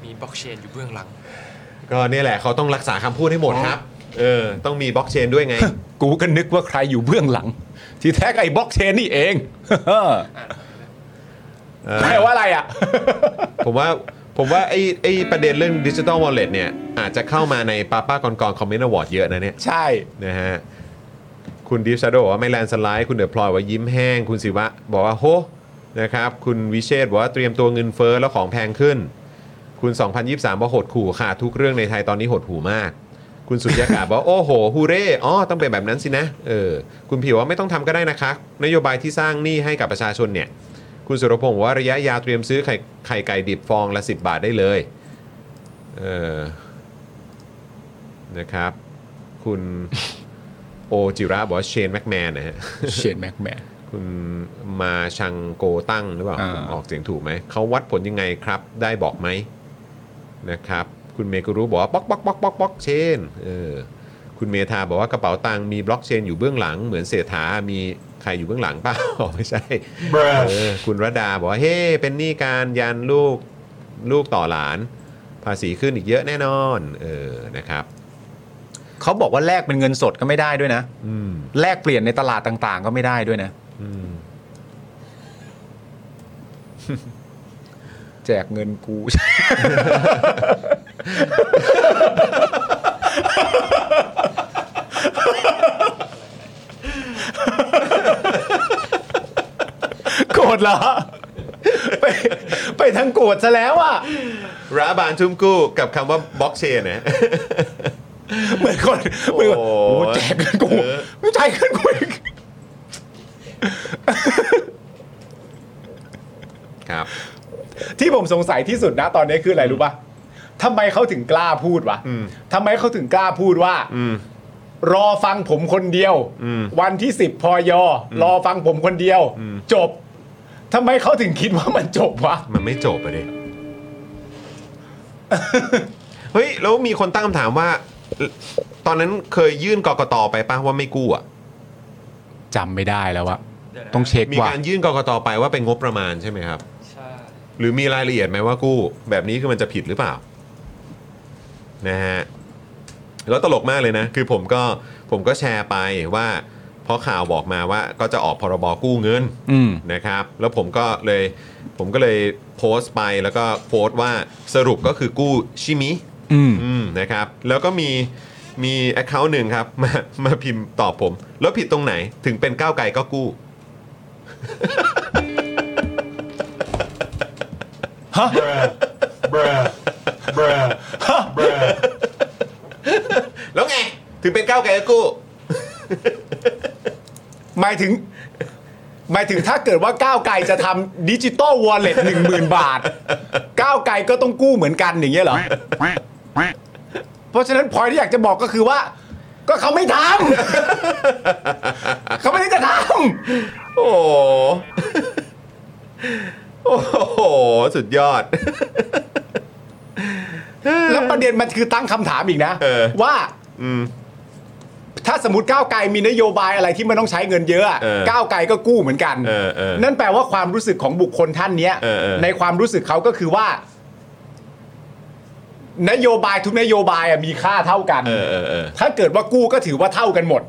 มีบล็อกเชนอยู่เบื้องหลัง
ก็เนี่ยแหละเขาต้องรักษาคำพูดให้หมดครับ เออ ต้องมีบล็อกเชนด้วยไง
กูก็นึกว่าใครอยู่เบื้องหลัง ที่แท้ก็ไอ้บล็อกเชนนี่เอง
อ่าน
เออ
แปลว่าอะไรอ่ะ
ผมว่า ผมว่าไอ้ไอ้ประเด็นเรื่องดิจิ t a ลวอลเล็ตเนี่ย อาจจะเข้ามาในป้าป้ากรกรคอมเมนต์อวอร์ดเยอะนะเนี่ย
ใช่
นะฮะ คุณดิฟชาโดบอกว่าไม่แลนสไลด์ คุณเดอะพลอยว่ายิ้มแห้ง คุณศิวะบอกว่าโหนะครับ คุณวิเชษฐ์บอกว่าเตรียมตัวเงินเฟ้อแล้วของแพงขึ้น คุณ 2023ว่าหดขู่ขาดทุกเรื่องในไทยตอนนี้หดหูมาก คุณสุญญากาศบอกว่าโอ้โหฮูเร่อ๋อต้องเป็นแบบนั้นสินะ เออ คุณผิวว่าไม่ต้องทำก็ได้นะคะ นโยบายที่สร้างหนี้ให้กับประชาชนเนี่ย คุณสุรพงศ์บอกว่าระยะยาวเตรียมซื้อไข่ไข่ไก่ดิบฟองละ 10 บาทได้เลย เออ นะครับ คุณ โอจิระบอกว่าเชนแม็กแมนนะฮะ
เชนแม็กแมน
คุณมาชังโกตั้งหรือเปล่า
อ่า
ผมออกเสียงถูกไหม เขาวัดผลยังไงครับ ได้บอกไหมนะครับ คุณเมกุรู้บอกว่าป๊อกป๊อกป๊อกป๊อกป๊อกเชนเออคุณเมธาบอกว่ากระเป๋าตังค์มีบล็อกเชนอยู่เบื้องหลัง เหมือนเศรษฐามีใครอยู่เบื้องหลังเปล่า ไม่ใช่เออคุณระดาบอกว่าเฮ้เป็นหนี้การยันลูกลูกต่อหลาน ภาษีขึ้นอีกเยอะแน่นอนเออนะครับ
เขาบอกว่าแลกเป็นเงินสดก็ไม่ได้ด้วยนะ
อืม
แลกเปลี่ยนในตลาดต่างๆ ก็ไม่ได้ด้วยนะ
อืม
แจกเงินกู โกรธเหรอ ไปไปทั้งโกรธซะแล้วอ่ะ
รัฐบาลชุ่มกู้กับคำว่าบล็อกเชนนะ
เหมือนคนเหมือนคน
โอ้โห
โอ้โหแจกเงินกู
เออ
ไม่จ่ายเงินกูอีก
ครับ
ที่ผมสงสัยที่สุดนะตอนนี้คืออะไรรู้ป่ะทำไมเขาถึงกล้าพูดวะ
อืม
ทำไมเขาถึงกล้าพูดว่า
อืม
รอฟังผมคนเดียว
อืม
วันที่สิบพอยอรอฟังผมคนเดียว
อืม
จบทำไมเขาถึงคิดว่ามันจบวะ
มันไม่จบอะดิ เฮ้ย แล้วมีคนตั้งคำถามว่า ตอนนั้นเคยยื่นกกตไปป่ะว่าไม่กู้อ่ะ
จำไม่ได้แล้ววะ
เดี๋ยวนะ
ต้องเช็ค
มี
ว่า
การยื่นกกตไปว่าเป็นงบประมาณใช่ไหมครับ
ใช่
หรือมีรายละเอียดไหมว่ากู้ แบบนี้คือมันจะผิดหรือเปล่า นะฮะ แล้วตลกมากเลยนะ คือผมก็ผมก็แชร์ไปว่าเพราะข่าวบอกมาว่าก็จะออกพรบกู้เงิน
อืม
นะครับแล้วผมก็เลยผมก็เลยโพสต์ไปแล้วก็โพสต์ว่าสรุปก็คือกู้ชิมิ
อืม
อืมนะครับแล้วก็มีมี account หนึ่งครับ มามาพิมพ์ตอบผม แล้วผิดตรงไหนถึงเป็นก้าวไกลก็กู้ แล้วไง ถึงเป็นก้าวไกลก็กู้
หมายถึง หมายถึงถ้าเกิดว่าก้าวไกลจะทำดิจิตอลวอลเล็ตหนึ่งหมื่นบาท ก้าวไกลก็ต้องกู้เหมือนกันอย่างเงี้ยเหรอ เพราะฉะนั้นพอยที่อยากจะบอกก็คือว่า ก็เขาไม่ทำ เขาไม่ได้จะท
โอ้โห โอ้โห สุดยอด
ำแล้วประเด็นมันคือตั้งคำถามอีกนะ
เออ
ว่า
อืม
ถ้าสมมติก้าวไกลมีนโยบายอะไรที่มันต้องใช้เงินเยอะอะ
เออ
ก้าวไกลก็กู้เหมือนกัน
เออเออ
นั่นแปลว่าความรู้สึกของบุคคลท่านเนี้ย
เออเออ
ในความรู้สึกเขาก็คือว่า นโยบายทุกนโยบายอะมีค่าเท่ากัน
เออเออเออ
ถ้าเกิดว่ากู้ก็ถือว่าเท่ากันหมด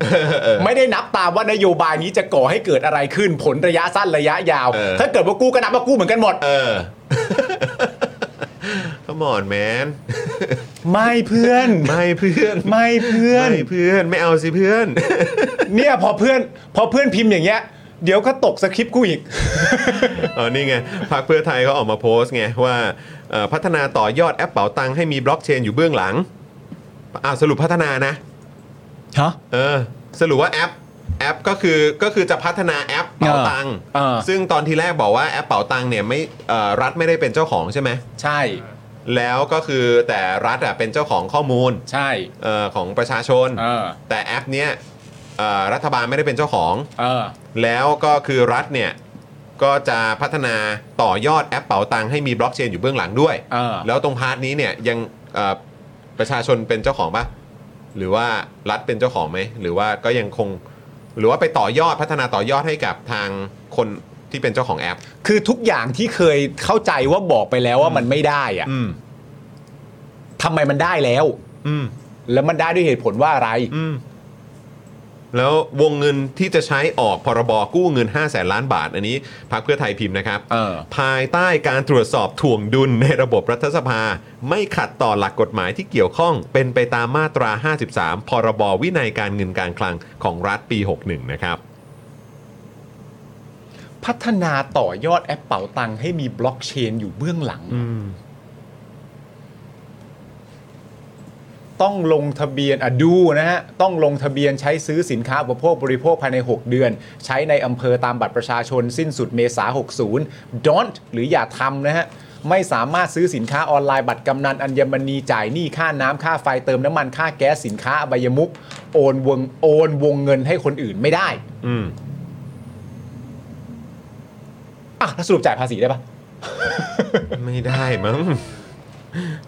ไม่ได้นับตามว่านโยบายนี้จะก่อให้เกิดอะไรขึ้นผลระยะสั้นระยะยาว
เออ
ถ้าเกิดว่ากู้ก็นับว่ากู้เหมือนกันหมด
เออ Come on man
ไม่เพื่อน
ไม่เพื่อน
ไม่เพื่อน
ไม่เพื่อนไม่เอาสิเพื่อน
เนี่ยพอเพื่อน พอเพื่อนพิมพ์อย่างเงี้ย เดี๋ยวก็ตกสคริปต์กูอี ก
อ๋อนี่ไงพรรคเพื่อไทยเขาออกมาโพสต์ไงว่าเอ่อพัฒนาต่อยอดแอปเป๋าตังให้มีบล็อกเชนอยู่เบื้องหลังอ้าวสรุปพัฒนานะ
ฮะ
เออสรุปว่าแอปแอปก็คือก็คือจะพัฒนาแอปเป๋าตัง
เออ
ซึ่งตอนที่แรกบอกว่าแอปเป๋าตังเนี่ยไม่เอ่อรัฐไม่ได้เป็นเจ้าของใช่ไหม
ใช่
แล้วก็คือแต่รัฐอะเป็นเจ้าของข้อมูล
ใช่
เอ่อของประชาชน
เออ
แต่แอปเนี้ยเอ่อรัฐบาลไม่ได้เป็นเจ้าของ
เออ
แล้วก็คือรัฐเนี่ย ก็จะพัฒนาต่อยอดแอปเป๋าตังให้มีบล็อกเชนอยู่เบื้องหลังด้วย
เออ
แล้วตรงพาร์ทนี้เนี่ยยังเอ่อประชาชนเป็นเจ้าของปะหรือว่ารัฐเป็นเจ้าของไหม หรือว่าก็ยังคง หรือว่าไปต่อยอดพัฒนาต่อยอดให้กับทางคนที่เป็นเจ้าของแอป
คือทุกอย่างที่เคยเข้าใจว่าบอกไปแล้วว่ามันไม่ได้อะ
อืม
ทำไมมันได้แล้ว
อืม
แล้วมันได้ด้วยเหตุผลว่าอะไร
อืม แล้ววงเงินที่จะใช้ออกพรบกู้เงิน 5 0 0แสนล้านบาท อันนี้พักเพื่อไทยพิมพ์นะครับ
เออ
ภายใต้การตรวจสอบถ่วงดุลในระบบรัฐสภา ไม่ขัดต่อหลักกฎหมายที่เกี่ยวข้อง เป็นไปตามมาตรา 53 พรบวินัยการเงินการคลังของรัฐปี 61 นะครับ
พัฒนาต่อยอดแอปเป๋าตังให้มีบล็อกเชนอยู่เบื้องหลัง ต้องลงทะเบียนอ่ะดูนะฮะ ต้องลงทะเบียนใช้ซื้อสินค้าอุปโภคบริโภคภายใน 6 เดือน ใช้ในอำเภอตามบัตรประชาชนสิ้นสุดเมษา 60 don't หรืออย่าทำนะฮะ ไม่สามารถซื้อสินค้าออนไลน์บัตรกำนันอัญมณีจ่ายหนี้ค่าน้ำค่าไฟเติมน้ำมันค่าแก๊สสินค้าอบายมุกโอนวงโอนวงเงินให้คนอื่นไม่ได้
อืม
อ่ะแล้วสรุปจ่ายภาษีได้ปะ
ไม่ได้มั้ง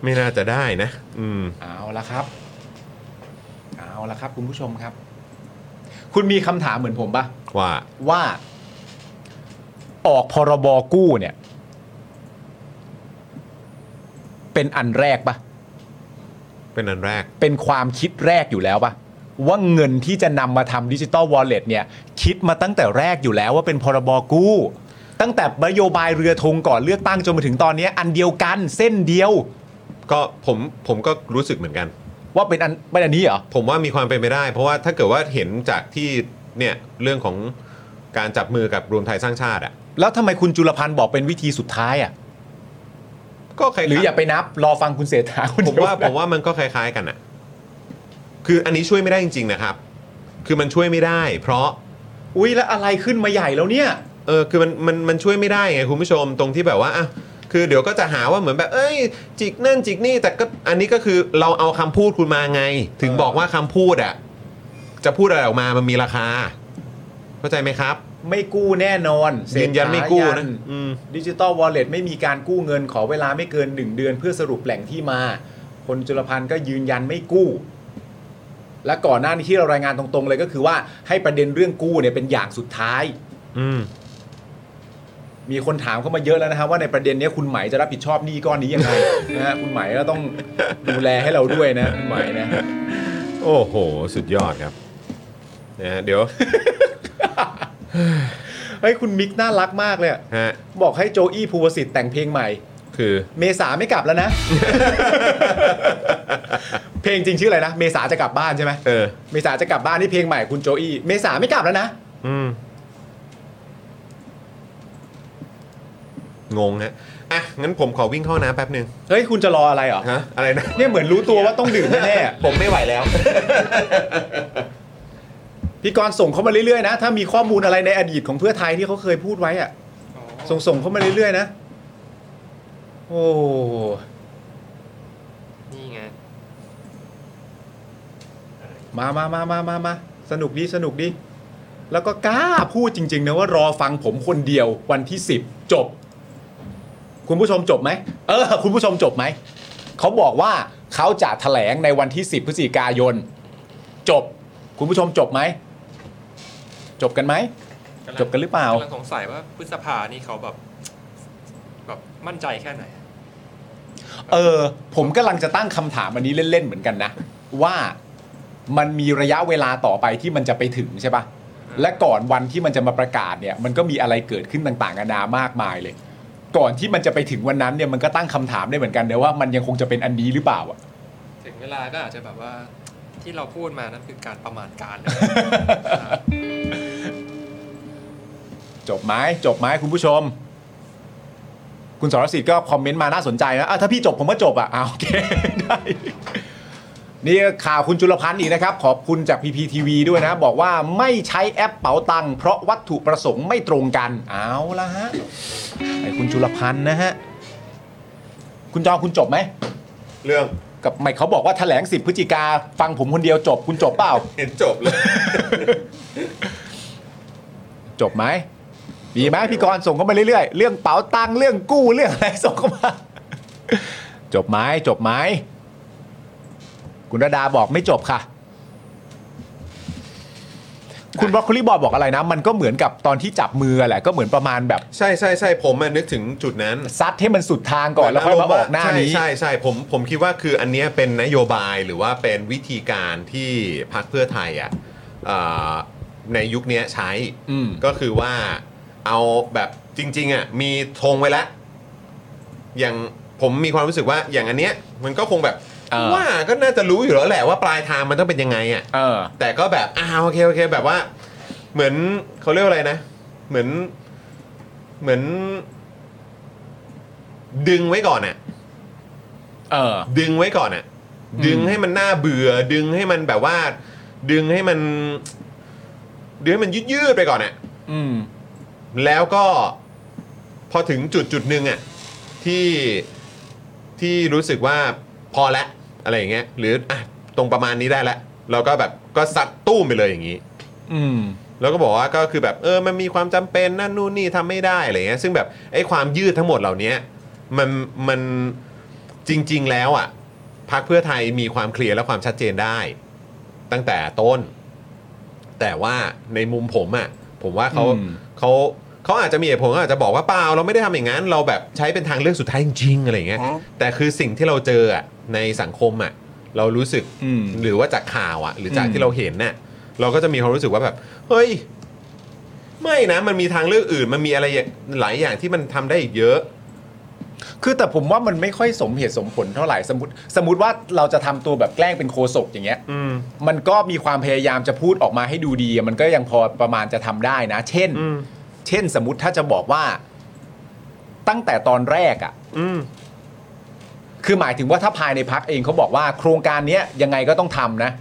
ไม่น่าจะได้นะ อืม
เอาละครับ เอาละครับ คุณผู้ชมครับ คุณมีคำถามเหมือนผมปะ
ว่า
ว่า ออกพรบกู้เนี่ย เป็นอันแรกปะ
เป็นอันแรก
เป็นความคิดแรกอยู่แล้วปะว่าเงินที่จะนำมาทำดิจิตอลวอลเล็ตเนี่ย คิดมาตั้งแต่แรกอยู่แล้วว่าเป็นพรบกู้ ตั้งแต่นโยบายเรือธงก่อนเลือกตั้งจนมาถึงตอนเนี้ยอันเดียวกันเส้นเดียว
ก็ผมผมก็รู้สึกเหมือนกัน
ว่าเป็นอันเป็นอันนี้เหรอ
ผมว่ามีความเป็นไปได้ เพราะว่าถ้าเกิดว่าเห็นจากที่เนี่ยเรื่องของการจับมือกับรวมไทยสร้างชาติอะ
แล้วทำไมคุณจุลพันธ์บอกเป็นวิธีสุดท้ายอ่ะ
ก็ใคร
หรืออย่าไปนับรอฟังคุณเสถาคุณ
ผมว่าผมว่ามันก็คล้าย ๆกันอะคืออันนี้ช่วยไม่ได้จริง ๆ นะครับ คือมันช่วยไม่ได้ เพราะ
อุ้ยแล้วอะไรขึ้นมาใหญ่แล้วเนี่ย
เออคือมันมันมันช่วยไม่ได้ไงคุณผู้ชมตรงที่แบบว่าอ่ะคือเดี๋ยวก็จะหาว่าเหมือนแบบ เอ้ย จิกนั่นจิกนี่แต่ก็อันนี้ก็คือเราเอาคำพูดคุณมาไง ถึงบอกว่าคำพูดอ่ะจะพูดอะไรออกมามันมีราคา เข้าใจไหมครับ
ไม่กู้แน่นอนเศรษฐา
ยืนยันไม่กู้นะ
ยั
อืม
ดิจิตอลวอลเล็ตไม่มีการกู้เงินขอเวลาไม่เกิน 1 เดือนเพื่อสรุปแหล่งที่มา คนจุลพันธ์ก็ยืนยันไม่กู้ และก่อนหน้านี้ที่เรารายงานตรงๆ เลยก็คือว่าให้ประเด็นเรื่องกู้เนี่ยเป็นอย่างสุดท้าย
อืม
มีคนถามเข้ามาเยอะแล้วนะครับว่าในประเด็นเนี้ยคุณไหมจะรับผิดชอบหนี้ก้อนนี้ยังไง นะฮะคุณไหมก็ต้องดูแลให้เราด้วยนะคุณไหมนะ
โอ้โห สุดยอดครับนะฮะเดี๋ยว
เฮ้ยคุณมิกน่ารักมากเลยอะ
ฮะ
บอกให้โจอี้ภูวสิทธิ์แต่งเพลงใหม่
คือ
เมษาไม่กลับแล้วนะ เพลงจริงชื่ออะไรนะ เมษาจะกลับบ้านใช่ไหม
เออ
เมษาจะกลับบ้านนี่เพลงใหม่คุณโจอี้เมษาไม่กลับแล้วนะ
อืม งงฮะอ่ะ งั้นผมขอวิ่งเข้าน้ำแป๊บหนึ่ง
เฮ้ย คุณจะรออะไรเหรอ
ฮะ อะไรนะ
เนี่ยเหมือนรู้ตัวว่าต้องดื่มแน่ๆอะ
ผมไม่ไหวแล้ว
พี่กรณ์ส่งเข้ามาเรื่อยๆนะ ถ้ามีข้อมูลอะไรในอดีตของเพื่อไทยที่เขาเคยพูดไว้อะส่งส่งเข้ามาเรื่อยๆนะ โอ้
นี่ไง
มามามามามามาสนุกดีสนุกดี แล้วก็กล้าพูดจริง ๆนะว่ารอฟังผมคนเดียววันที่ 10 จบ คุณผู้ชมจบไหมเออ คุณผู้ชมจบไหม เขาบอกว่าเขาจะแถลงในวันที่ 10 พฤศจิกายน จบ คุณผู้ชมจบไหม จบกันไหม จบกันหรือเปล่า
กำลังสงสัยว่าพฤษภานี่เขาแบบแบบมั่นใจแค่ไหน
เออ ผมกำลังจะตั้งคำถามอันนี้เล่น ๆ เหมือนกันนะ ว่ามันมีระยะเวลาต่อไปที่มันจะไปถึงใช่ปะและก่อนวันที่มันจะมาประกาศเนี่ย มันก็มีอะไรเกิดขึ้นต่างๆนานามากมายเลย ก่อนที่มันจะไปถึงวันนั้นเนี่ยมันก็ตั้งคำถามได้เหมือนกันนะว่ามันยังคงจะเป็นอันนี้หรือเปล่าอะ
ถึงเวลาก็อาจจะแบบว่าที่เราพูดมานั่นคือการประมาณการเลย
จบไหมจบไหมคุณผู้ชม คุณสรสิทธิ์ก็คอมเมนต์มาน่าสนใจนะอ่ะถ้าพี่จบผมก็จบอ่ะอ่ะโอเค ได้ นี่ข่าวคุณจุลพันธ์อีกนะครับ ขอบคุณจาก PPTV ด้วยนะ บอกว่าไม่ใช้แอปเป๋าตังค์เพราะวัตถุประสงค์ไม่ตรงกัน เอาละฮะไอ้คุณจุลพันธ์นะฮะ คุณจอคุณจบไหม
เรื่อง
กับไม่เขาบอกว่าแถลง 10 พฤศจิกาฟังผมคนเดียวจบ คุณจบเปล่า
เห็นจบเลย
จบไหมมีไหมพี่กรณ์ส่งเข้ามาเรื่อยๆ เรื่องเป๋าตังค์เรื่องกู้เรื่องอะไร ส่งเข้ามา จบไหมจบไหมคุณระดาบอกไม่จบค่ะ คุณบรอกโคลีบอกบอกอะไรนะ มันก็เหมือนกับตอนที่จับมือแหละ ก็เหมือนประมาณแบบ
ใช่ใช่ใช่ผมอะนึกถึงจุดนั้น
ซัดให้มันสุดทางก่อนแล้วค่อยมาออกหน้านี้
ใช่ใช่ใช่ผมผมคิดว่าคืออันเนี้ยเป็นนโยบายหรือว่าเป็นวิธีการที่พรรคเพื่อไทยอ่ะเอ่อในยุคเนี้ยใช้
อืม
ก็คือว่าเอาแบบจริงๆอ่ะมีธงไว้แล้วอย่างผมมีความรู้สึกว่าอย่างอันเนี้ยมันก็คงแบบ
เออ
ว่าก็น่าจะรู้อยู่แล้วแหละว่าปลายทางมันต้องเป็นยังไงอ่ะ
เออ
แต่ก็แบบอ้าวโอเคโอเค แบบว่า เหมือนเขาเรียกว่าอะไรนะ เหมือนเหมือน ดึงไว้ก่อนน่ะ
เออ
ดึงไว้ก่อนน่ะ ดึงให้มันน่าเบื่อ ดึงให้มันแบบว่า ดึงให้มัน ดึงให้มันยืดๆไปก่อนน่ะ
อืม
แล้วก็พอถึงจุดจุดหนึ่งอ่ะที่ที่รู้สึกว่าพอละอะไรอย่างเงี้ยหรืออ่ะตรงประมาณนี้ได้ละเราก็แบบก็ซัดตู้มไปเลยอย่างนี้
อืม
แล้วก็บอกว่าก็คือแบบเออมันมีความจำเป็นนั่นนู่นนี่ทำไม่ได้อะไรเงี้ยซึ่งแบบไอ้ความยืดทั้งหมดเหล่านี้มันมันจริง ๆ แล้วอะ่ะพักเพื่อไทยมีความเคลียร์และความชัดเจนได้ ตั้งแต่ต้น แต่ว่าในมุมผมอะ่ะผมว่าเขา
อืม
เขาเขาอาจจะมีเหตุผลเขาอาจจะบอกว่าเปล่าเราไม่ได้ทำอย่างนั้น เราแบบใช้เป็นทางเลือกสุดท้ายจริงๆอะไรเงี้ยแต่คือสิ่งที่เราเจออะในสังคมอ่ะเรารู้สึก
อืม
หรือว่าจากข่าวอะหรือจาก
อืม
ที่เราเห็นเนี่ยเราก็จะมีความรู้สึกว่าแบบ เฮ้ย ไม่นะ มันมีทางเลือกอื่น มันมีอะไรอย่างหลายอย่างที่มันทำได้อีกเยอะ
คือแต่ผมว่ามันไม่ค่อยสมเหตุสมผลเท่าไหร่สมมติสมมติว่าเราจะทำตัวแบบแกล้งเป็นโคศกอย่างเงี้ย
อืม
มันก็มีความพยายามจะพูดออกมาให้ดูดีอะมันก็ยังพอประมาณจะทำได้นะ เช่น
อืม
เช่นสมมติถ้าจะบอกว่าตั้งแต่ตอนแรกอ่ะ
อืม
คือหมายถึงว่าถ้าภายในพักเองเขาบอกว่าโครงการเนี้ยยังไงก็ต้องทำนะ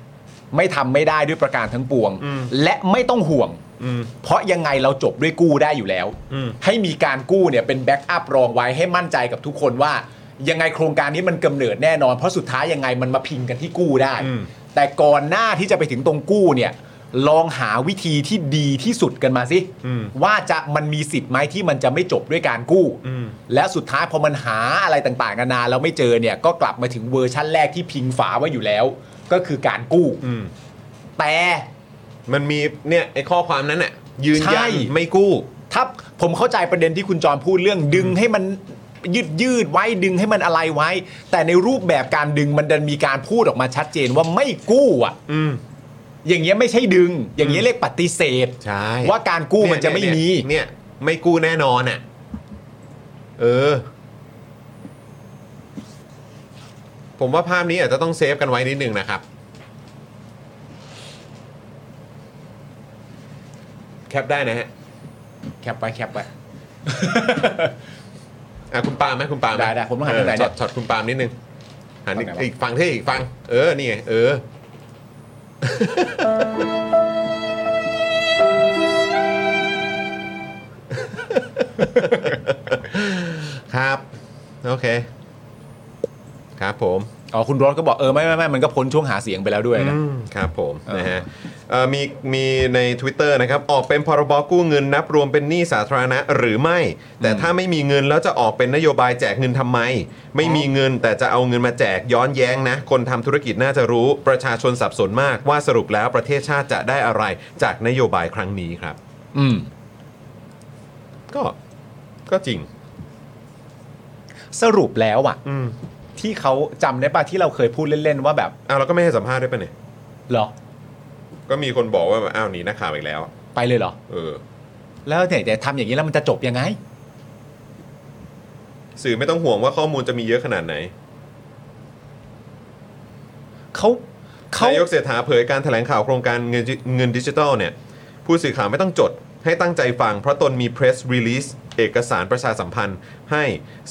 ไม่ทำไม่ได้ด้วยประการทั้งปวง
อืม
และไม่ต้องห่วง
อืม
เพราะยังไงเราจบด้วยกู้ได้อยู่แล้ว
อืม
ให้มีการกู้เนี่ยเป็นแบ็กอัพรองไว้ให้มั่นใจกับทุกคนว่า ยังไงโครงการนี้มันกำเนิดแน่นอน เพราะสุดท้ายยังไงมันมาพิงกันที่กู้ได้ แต่ก่อนหน้าที่จะไปถึงตรงกู้เนี่ยลองหาวิธีที่ดีที่สุดกันมาสิว่าจะมันมีสิทธิ์ไหมที่มันจะไม่จบด้วยการกู้ และสุดท้ายพอมันหาอะไรต่างๆนานาแล้วไม่เจอเนี่ยก็กลับมาถึงเวอร์ชั่นแรกที่พิงฝาไว้อยู่แล้ว ก็คือการกู้
อืม
แต่
มันมีเนี่ยไอ้ข้อความนั้นน่ะยืน
ใช่
ยันไม่กู้
ถ้าผมเข้าใจประเด็นที่คุณจรพูดเรื่องดึงให้มันยืดยืดไว้ดึงให้มันอะไรไว้ แต่ในรูปแบบการดึงมันดันมีการพูดออกมาชัดเจนว่าไม่กู้อ่ะ
อืม
อย่างเงี้ยไม่ใช่ดึง อย่างเงี้ยเรียกปฏิเสธ
ใช่
ว่าการกู้มันจะไม่มี
เนี่ยเนี่ยเนี่ยไม่กู้แน่นอนอ่ะ เออ ผมว่าภาพนี้อาจจะต้องเซฟกันไว้นิดนึงนะครับ แคปได้นะฮะ
แคปไว้แคปไว้
อ่ะคุณปาล์มไหมคุณปาล์มห
ได้ได้ผมต้องหันทางไหน
เออช็อตช็อตคุณปาล์มนิดนึงหันอีก
ฝั่ง
อีกฝั่ง
ไหนวะ
ที่อีกฝั่งเออนี่ไงเออ ครับ โอเค ครับผม
อ๋อคุณรถก็บอกเออไม่ไม่ไม่มันก็พ้นช่วงหาเสียงไปแล้วด้วยนะ
อืมครับผม
เออ
นะฮะเอ่อมีมีใน Twitter นะครับออกเป็นพรบกู้เงินนับรวมเป็นหนี้สาธารณะหรือไม่ แต่ถ้าไม่มีเงินแล้วจะออกเป็นนโยบายแจกเงินทำไม ไม่มีเงินแต่จะเอาเงินมาแจกย้อนแย้งนะ คนทำธุรกิจน่าจะรู้ประชาชนสับสนมากว่าสรุปแล้วประเทศชาติจะได้อะไรจากนโยบายครั้งนี้ครับ
อืม
ก็ก็จริง
สรุปแล้วอ่ะ
อืม
ที่เขาจำได้ป่ะที่เราเคยพูดเล่นๆว่าแบบ
อ้าวเราก็ไม่ให้สัมภาษณ์ด้วยปะเนี่ย
เหรอ
ก็มีคนบอกว่าอ้าวหนีนักข่าวอีกแล้ว
ไปเลยเหรอ
เออ
แล้วเนี่ยแต่ทำอย่างนี้แล้วมันจะจบยังไง
สื่อไม่ต้องห่วงว่าข้อมูลจะมีเยอะขนาดไหน
เขาเขา
นายกเศรษฐาเผยการแถลงข่าวโครงการเงินดิเงินดิจิทัลเนี่ยผู้สื่อข่าวไม่ต้องจดให้ตั้งใจฟัง เพราะตนมี press release เอกสารประชาสัมพันธ์ ให้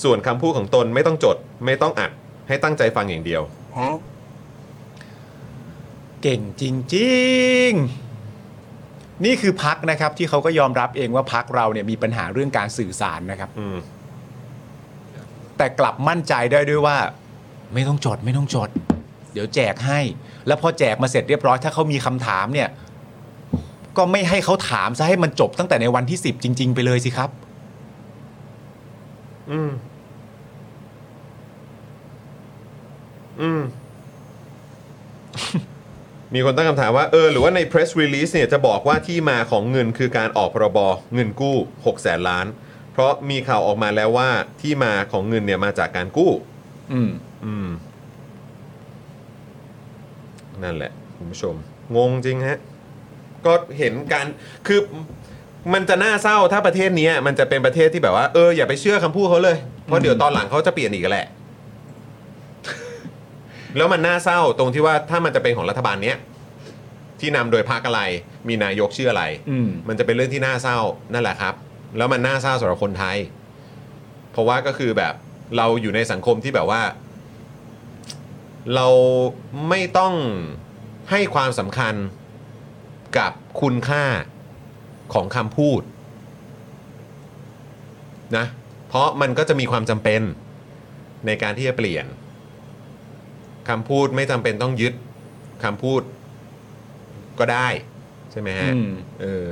ส่วนคำพูดของตนไม่ต้องจด ไม่ต้องอัด ให้ตั้งใจฟังอย่างเดียว
เก่งจริง ๆ นี่คือพักนะครับที่เขาก็ยอมรับเองว่าพักเราเนี่ยมีปัญหาเรื่องการสื่อสารนะครับ
อืม
แต่กลับมั่นใจได้ด้วยว่า ไม่ต้องจดไม่ต้องจด เดี๋ยวแจกให้ แล้วพอแจกมาเสร็จเรียบร้อยถ้าเขามีคำถามเนี่ย ก็ไม่ให้เขาถามซะให้มันจบตั้งแต่ในวันที่ 10 จริง ๆ ไปเลยสิครับ
อืมอืม มีคนตั้งคำถามว่าเออหรือว่าใน press release เนี่ยจะบอกว่าที่มาของเงินคือการออกพรบเงินกู้6แสนล้าน เพราะมีข่าวออกมาแล้วว่าที่มาของเงินเนี่ยมาจากการกู้
อืม
อืม นั่นแหละ คุณผู้ชม งงจริงฮะ ก็เห็นการคือมันจะน่าเศร้าถ้าประเทศเนี้ยมันจะเป็นประเทศที่แบบว่าเอออย่าไปเชื่อคำพูดเขาเลย เพราะเดี๋ยวตอนหลังเขาจะเปลี่ยนอีกแหละ แล้วมันน่าเศร้าตรงที่ว่าถ้ามันจะเป็นของรัฐบาลเนี้ยที่นำโดยพรรคอะไร มีนายกชื่ออะไร
อืม
มันจะเป็นเรื่องที่น่าเศร้านั่นแหละครับ แล้วมันน่าเศร้าสำหรับคนไทย เพราะว่าก็คือแบบเราอยู่ในสังคมที่แบบว่า เราไม่ต้องให้ความสำคัญกับคุณค่าของคำพูดนะเพราะมันก็จะมีความจำเป็นในการที่จะเปลี่ยนคำพูดไม่จำเป็นต้องยึดคำพูดก็ได้ใช่ไหมฮะ
อืม
เออ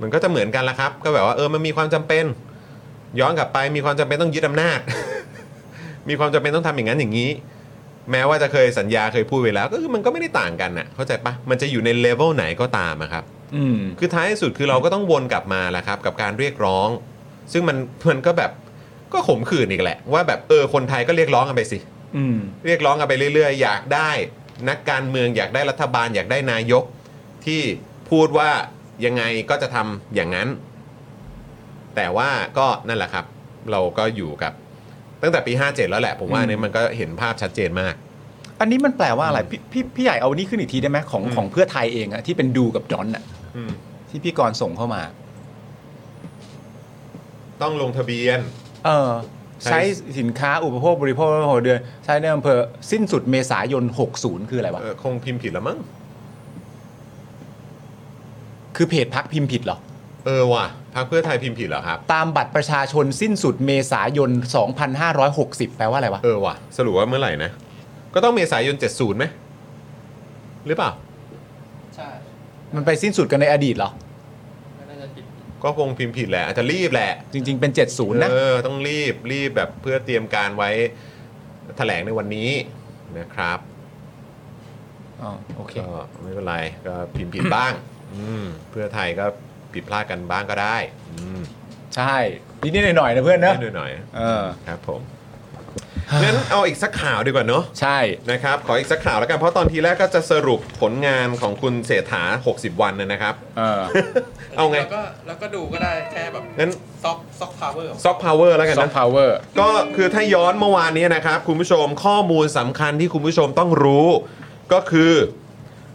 มันก็จะเหมือนกันละครับ ก็แบบว่าเออ มันมีความจำเป็น ย้อนกลับไปมีความจำเป็นต้องยึดอำนาจ มีความจำเป็นต้องทำอย่างนั้นอย่างนี้ แม้ว่าจะเคยสัญญาเคยพูดไว้แล้วก็คือมันก็ไม่ได้ต่างกันน่ะ เข้าใจปะมันจะอยู่ในเลเวลไหนก็ตามอะครับ
อืม
คือท้ายที่สุดคือเราก็ต้องวนกลับมาแหละครับ กับการเรียกร้อง ซึ่งมันมันก็แบบก็ขมขื่นอีกแหละ ว่าแบบเออคนไทยก็เรียกร้องกันไปสิ
อืม
เรียกร้องกันไปเรื่อยๆ อยากได้นักการเมืองอยากได้รัฐบาลอยากได้นายกที่พูดว่ายังไงก็จะทำอย่างนั้น แต่ว่าก็นั่นแหละครับ เราก็อยู่กับตั้งแต่ปี 57 แล้วแหละ ผมว่า
อืม
อันนี้มันก็เห็นภาพชัดเจนมาก
อันนี้มันแปลว่าอะไรพี่พี่พี่ใหญ่เอานี่ขึ้นอีกทีได้ไหมของ
อืม
ของเพื่อไทยเองอะที่เป็นดูกับจอนอะ
อืม
ที่พี่กรณ์ส่งเข้ามา
ต้องลงทะเบียน
เออ
ใช้
ใช้สินค้าอุปโภคบริโภคหกเดือน ใช้ในอำเภอสิ้นสุดเมษายน 60 คืออะไรวะ
เออคงพิมพ์ผิดละมั้ง
คือเพจพักพิมพ์ผิดเหรอ
เออว่ะพรรคเพื่อไทยพิมพ์ผิดเหรอครับ
ตามบัตรประชาชนสิ้นสุดเมษายน 2560 แปลว่าอะไรวะ
เออว่ะ สรุปว่าเมื่อไหร่นะ ก็ต้องเมษายน 70ไหมหรือเปล่า
ใช่
มันไปสิ้นสุดกันในอดีตเหรอ
ก็น่าจะผิด
ก็คงพิมพ์ผิดแหละ อาจจะรีบแหละ
จริง ๆ เป็น 70 นะ
เออต้องรีบรีบแบบเพื่อเตรียมการไว้แถลงในวันนี้นะครับ
อ๋อ โอเค
ก็ไม่เป็นไรก็พิมพ์ผิด บ้าง อืมเพื่อไทยก็ผิดพลาดกันบ้างก็ได้อืม
ใช่ นิดๆหน่อยๆนะเพื่อนเนอะ
นิดหน่อย
เออ
ๆครับผม งั้นเอาอีกสักข่าวดีกว่าเนาะ
ใช่
นะครับขออีกสักข่าวแล้วกัน เพราะตอนทีแรกก็จะสรุปผลงานของคุณเศรษฐา 60 วันนะนะครับ
เออ
เอาไง
แล้วก็แล้วก็ดูก็ได้แค่แบบ
งั้น
ซอกซอกพาวเวอร์
ซอฟต์พาวเวอร์แล้วกัน
ซอฟ
นะ
ต์พาวเวอร์
ก็คือถ้าย้อนเมื่อวานนี้นะครับ คุณผู้ชมข้อมูลสำคัญที่คุณผู้ชมต้องรู้ ก็คือ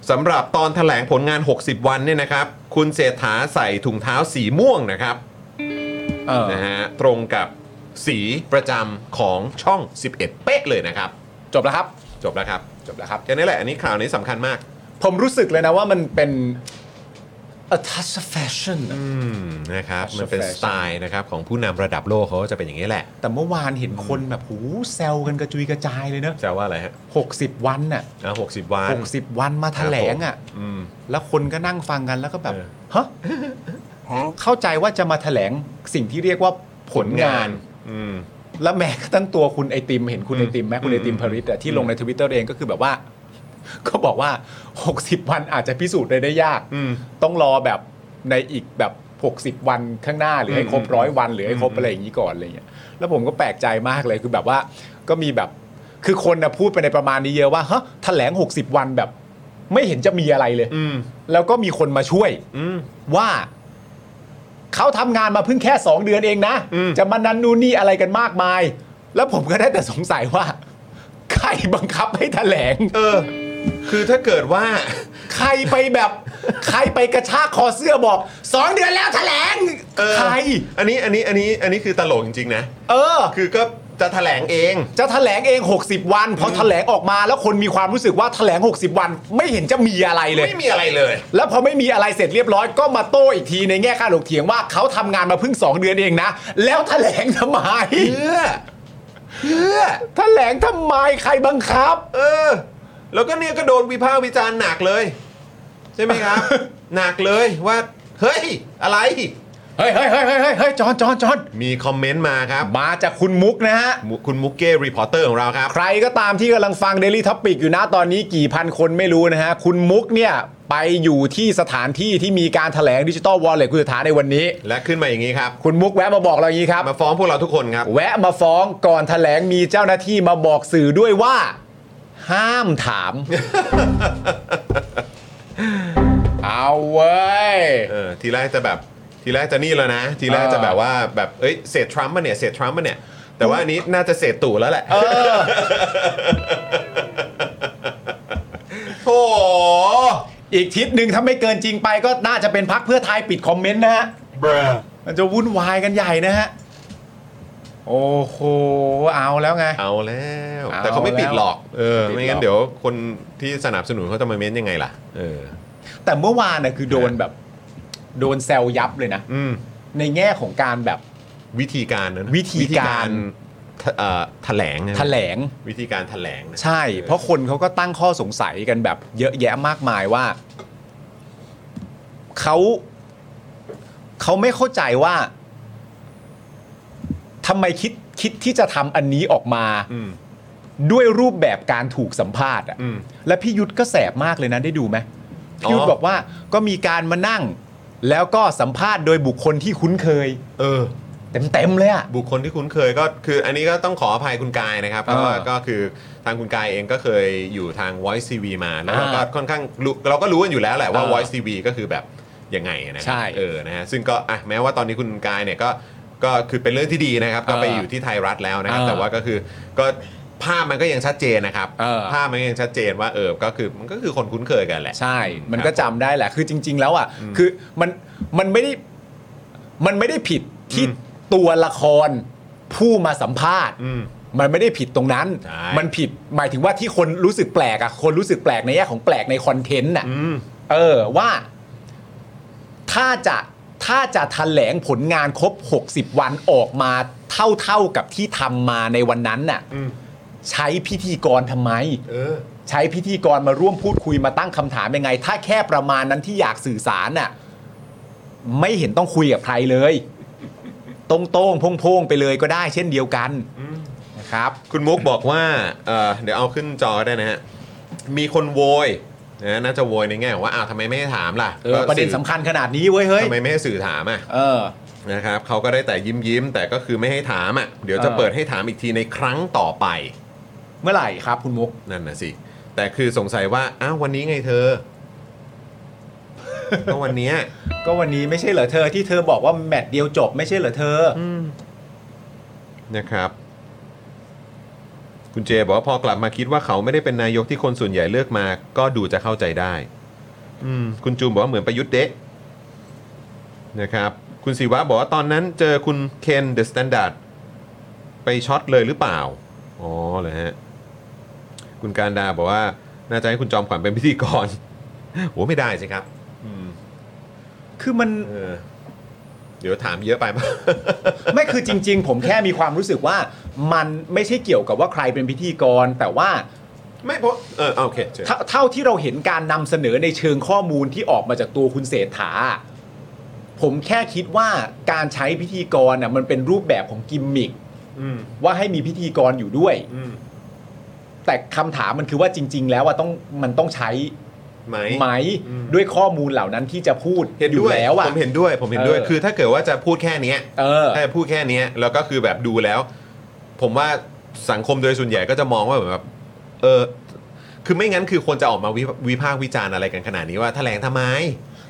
สำหรับตอนแถลงผลงาน 60 วันเนี่ยนะครับ คุณเศรษฐาใส่ถุงเท้าสีม่วงนะครับ
เออ
นะฮะตรงกับสีประจำของช่อง 11 เป๊ะเลยนะครับ
จบแล้วครับ
จบแล้วครับ
จบแล้วครับ
แค่นี้แหละอันนี้ข่าวนี้สำคัญมาก
ผมรู้สึกเลยนะว่ามันเป็น a touch of fashion อะ
อืมนะครับ
Fashion
มันเป็นสไตล์นะครับของผู้นำระดับโลกเขาก็จะเป็นอย่างนี้แหละ
แต่เมื่อวานเห็นคนแบบหูแซวกันกระจุยกระจายเลยเนอะ
จะว่าอะไรฮะ
60 วันน่ะ
อ่ะหกสิบวัน
60 วันมาแถลงอ่ะ
อืม
แล้วคนก็นั่งฟังกันแล้วก็แบบ
เออ
ฮะเข้าใจว่าจะมาแถลงสิ่งที่เรียกว่าผลงาน
อืม
แล้วแม้กระทั่งตัวคุณไอติมเห็นคุณ
อืม
ไอติมไหมคุณไอติม
อืม
พริตอะที่ลงในทวิตเตอร์เองก็คือแบบว่า ก็บอกว่า 60 วันอาจจะพิสูจน์ได้ได้ยาก
อืม
ต้องรอแบบในอีกแบบ 60 วันข้างหน้าหรือให้ครบ
อืม
ร้อยวัน หรือให้ครบ
อืม
อะไรอย่างนี้ก่อนอะไรเงี้ยแล้วผมก็แปลกใจมากเลยคือแบบว่า ก็มีแบบคือคนนะพูดไปในประมาณนี้เยอะว่าฮะแถลง 60 วันแบบ ไม่เห็นจะมีอะไรเลย
อืม
แล้วก็มีคนมาช่วย
อืม
ว่าเขาทำงานมาเพิ่งแค่ 2 เดือนเองนะ
อืม
จะมานันนู่นนี่อะไรกันมากมาย แล้วผมก็ได้แต่สงสัยว่า ใครบังคับให้แถลง
เออ คือถ้าเกิดว่า
ใครไปแบบ ใครไปกระชากคอเสื้อบอกสองเดือนแล้วแถลง
เออ
ใคร
อันนี้อันนี้อันนี้อันนี้คือตลกจริงๆนะ
เออ
คือก็จะแถลงเอง
จะแถลงเอง 60 วันพอแถลงออกมาแล้วคนมีความรู้สึกว่าแถลง 60 วัน ไม่เห็นจะมีอะไรเลย
ไม่มีอะไรเลย
แล้วพอไม่มีอะไรเสร็จเรียบร้อยก็มาโต้อีกทีในแง่การถกเถียงว่าเขาทำงานมาเพิ่ง 2 เดือนเองนะ แล้วแถลงทำไม
เพื่อ เพื่อ
แถลงทำไมใครบังคับ
เออ แล้วก็เนี่ยก็โดนวิพากษ์วิจารณ์หนักเลย ใช่ไหมครับ หนักเลยว่า เฮ้ย อะไร
เฮ้ยเฮ้ยเฮ้ยเฮ้ยเฮ้ยเฮ้ยจอนจอนจอน
มีคอมเมนต์มาครับ
มาจากคุณมุกนะฮะ
มุคุณมุกเก้รีพอร์เตอร์ของเราครับ
ใครก็ตามที่กำลังฟัง Daily Topic อยู่นะตอนนี้กี่พันคนไม่รู้นะฮะ คุณมุกเนี่ย ไปอยู่ที่สถานที่ที่มีการแถลงดิจิตอลวอลเล็ตคุณสถานในวันนี้
และขึ้นมาอย่างนี้ครับ
คุณมุกแวะมาบอกเราอย่างนี้ครับ
มาฟ้องพวกเราทุกคนครับ
แวะมาฟ้องก่อนแถลงมีเจ้าหน้าที่มาบอกสื่อด้วยว่า ห้ามถาม เอาเว้ย
เออ ทีแรกจะแบบ ทีแรกจะนี่แล้วนะ ทีแรก
เออ
จะแบบว่าแบบ เอ้ย เศษทรัมป์มาเนี่ย เศษทรัมป์มาเนี่ย แต่ว่าอันนี้น่าจะเศษตู่แล้วแหละ
เออ
โอ้โห
อีกทิศหนึ่งถ้าไม่เกินจริงไปก็น่าจะเป็นพักเพื่อไทยปิดคอมเมนต์นะฮะ มันจะวุ่นวายกันใหญ่นะฮะ โอ้โห เอาแล้วไง
เอาแล้ว
เอา
แต่เขาไม่ปิดหรอก เออ
ไม่ปิดหรอก
ไม่งั้นเดี๋ยวคนที่สนับสนุนเขาจะมาเม้นยังไงล่ะ เออ
แต่เมื่อวานนะคือโดนแบบ โดนแซวยับเลยนะ
อืม
ในแง่ของการแบบ
วิธีการนะ
วิธีการ
วิธีการเอ่อแถลงนะ
แถลง
วิธีการแถลงนะ
ใช่ เพราะคนเขาก็ตั้งข้อสงสัยกันแบบ เยอะแยะมากมายว่า เขาเขาไม่เข้าใจว่าทำไมคิดคิดที่จะทำอันนี้ออกมา
อืม
ด้วยรูปแบบการถูกสัมภาษณ์อะ
อืม
และพี่ยุทธก็แสบมากเลยนะได้ดูไหม
อ๋อ
พี่ยุทธบอกว่าก็มีการมานั่ง แล้วก็สัมภาษณ์โดยบุคคลที่คุ้นเคย
เออ
เต็มๆเลยอะ
บุคคลที่คุ้นเคยก็คืออันนี้ก็ต้องขออภัยคุณกายนะครับเพราะว่า
เออ
ก็คือทางคุณกายเองก็เคยอยู่ทาง Voice TV มาแล้วเราก็
อ่า
ค่อนข้างรู้เราก็รู้กันอยู่แล้วแหละว่า
เออ
Voice TV ก็คือแบบยังไงนะครับ
ใช่
เออนะฮะซึ่งก็อ่ะแม้ว่าตอนนี้คุณกายเนี่ยก็ก็คือเป็นเรื่องที่ดีนะครับ ก็ไป
เออ
อ
อยู่
ที่ไทยรัฐแล้วนะครับ
เออ
แต่ว่าก็คือก็ภาพมันก็ยังชัดเจนนะครับ
เออ
ภาพมันก็ยังชัดเจนว่าเออก็คือมันก็คือคนคุ้นเคยกันแหละ
ใช่ มัน
ครั
ก็
บ
จำได้แหละ คือจริง ๆ แล้วอ่ะ คือมัน มันไม่ได้ มันไม่ได้ผิดที่
อืม
ตัวละครผู้มาสัมภาษณ์
อืม
มันไม่ได้ผิดตรงนั้น
ใช่
มันผิดหมายถึงว่าที่คนรู้สึกแปลกอะคนรู้สึกแปลกในแง่ของแปลกในคอนเทนต์น่ะ
อืม
เออว่าถ้าจะถ้าจะแถลงผลงานครบ 60 วันออกมาเท่าๆกับที่ทำมาในวันนั้นน่ะ
อืม
ใช้พิธีกรทำไม
เออ
ใช้พิธีกรมาร่วมพูดคุยมาตั้งคำถามยังไง ถ้าแค่ประมาณนั้นที่อยากสื่อสารน่ะไม่เห็นต้องคุยกับใครเลย ตรงๆโพ่งๆไปเลยก็ได้เช่นเดียวกันนะครับ
คุณมุกบอกว่าเอ่อเดี๋ยวเอาขึ้นจอก็ได้นะฮะ มีคนโวยนะน่าจะโวยในแง่ของว่าอ้าวทำไมไม่ให้ถามล่ะ
เออประเด็นสำคัญขนาดนี้เว้ยเฮ้ย
ทำไมไม่ให้สื่อถามอ่ะ
เออ
นะครับเขาก็ได้แต่ยิ้มยิ้มๆแต่ก็คือไม่ให้ถามอ่ะเดี๋ยวจะ
เออ
เปิดให้ถามอีกทีในครั้งต่อไป
เมื่อไหร่ครับคุณมุก
นั่นนะสิแต่คือสงสัยว่าอ้าววันนี้ไงเธ อ ก็วันเนี้ย
ก็วันนี้ไม่ใช่เหรอเธอที่เธอบอกว่าแมตช์เดียวจบไม่ใช่เหรอเธออ
นะครับ คุณเจบอกว่าพอกลับมาคิดว่าเขาไม่ได้เป็นนายกที่คนส่วนใหญ่เลือกมา ก็ดูจะเข้าใจได้ อืมคุณจูมบอกว่าเหมือนประยุทธ์เดะนะครับคุณศิวะบอกว่าตอนนั้นเจอคุณเคนเดอะสแตนดาร์ดไปช็อตเลยหรือเปล่า อ๋อเลยฮะ คุณการดาบอกว่า น่าจะให้คุณจอมขวัญเป็นพิธีกร โหไม่ได้สิครับ อืม
คือมัน
เออเดี๋ยวถามเยอะไป ป่ะ
ไม่คือจริง ๆ ผมแค่มีความรู้สึกว่า มันไม่ใช่เกี่ยวกับว่าใครเป็นพิธีกร แต่ว่า
ไม่เพราะเออเอาโอเคเชิญ
เท่าเท่าที่เราเห็นการนำเสนอในเชิงข้อมูลที่ออกมาจากตัวคุณเศรษฐา ผมแค่คิดว่าการใช้พิธีกรน่ะมันเป็นรูปแบบของกิมมิค
อืม
ว่าให้มีพิธีกรอยู่ด้วย
อืม
แต่คำถามมันคือว่าจริง ๆ แล้วว่าต้องมันต้องใช้
ไหม
ไหม
อืม
ด้วยข้อมูลเหล่านั้นที่จะพูด
เห็น
อ
ด้
ยู่
วย
แล้วอะ
ผมเห็นด้วย ผมเห็นด้วย
เออ
คือถ้าเกิดว่าจะพูดแค่เนี้ย
เออ
ถ้าจะพูดแค่เนี้ยแล้วก็คือแบบดูแล้ว ผมว่าสังคมโดยส่วนใหญ่ก็จะมองว่าเหมือนแบบเออคือไม่งั้นคือคนจะออกมาวิวิพากษ์วิจารณ์อะไรกันขนาดนี้ว่าแถลงทำไม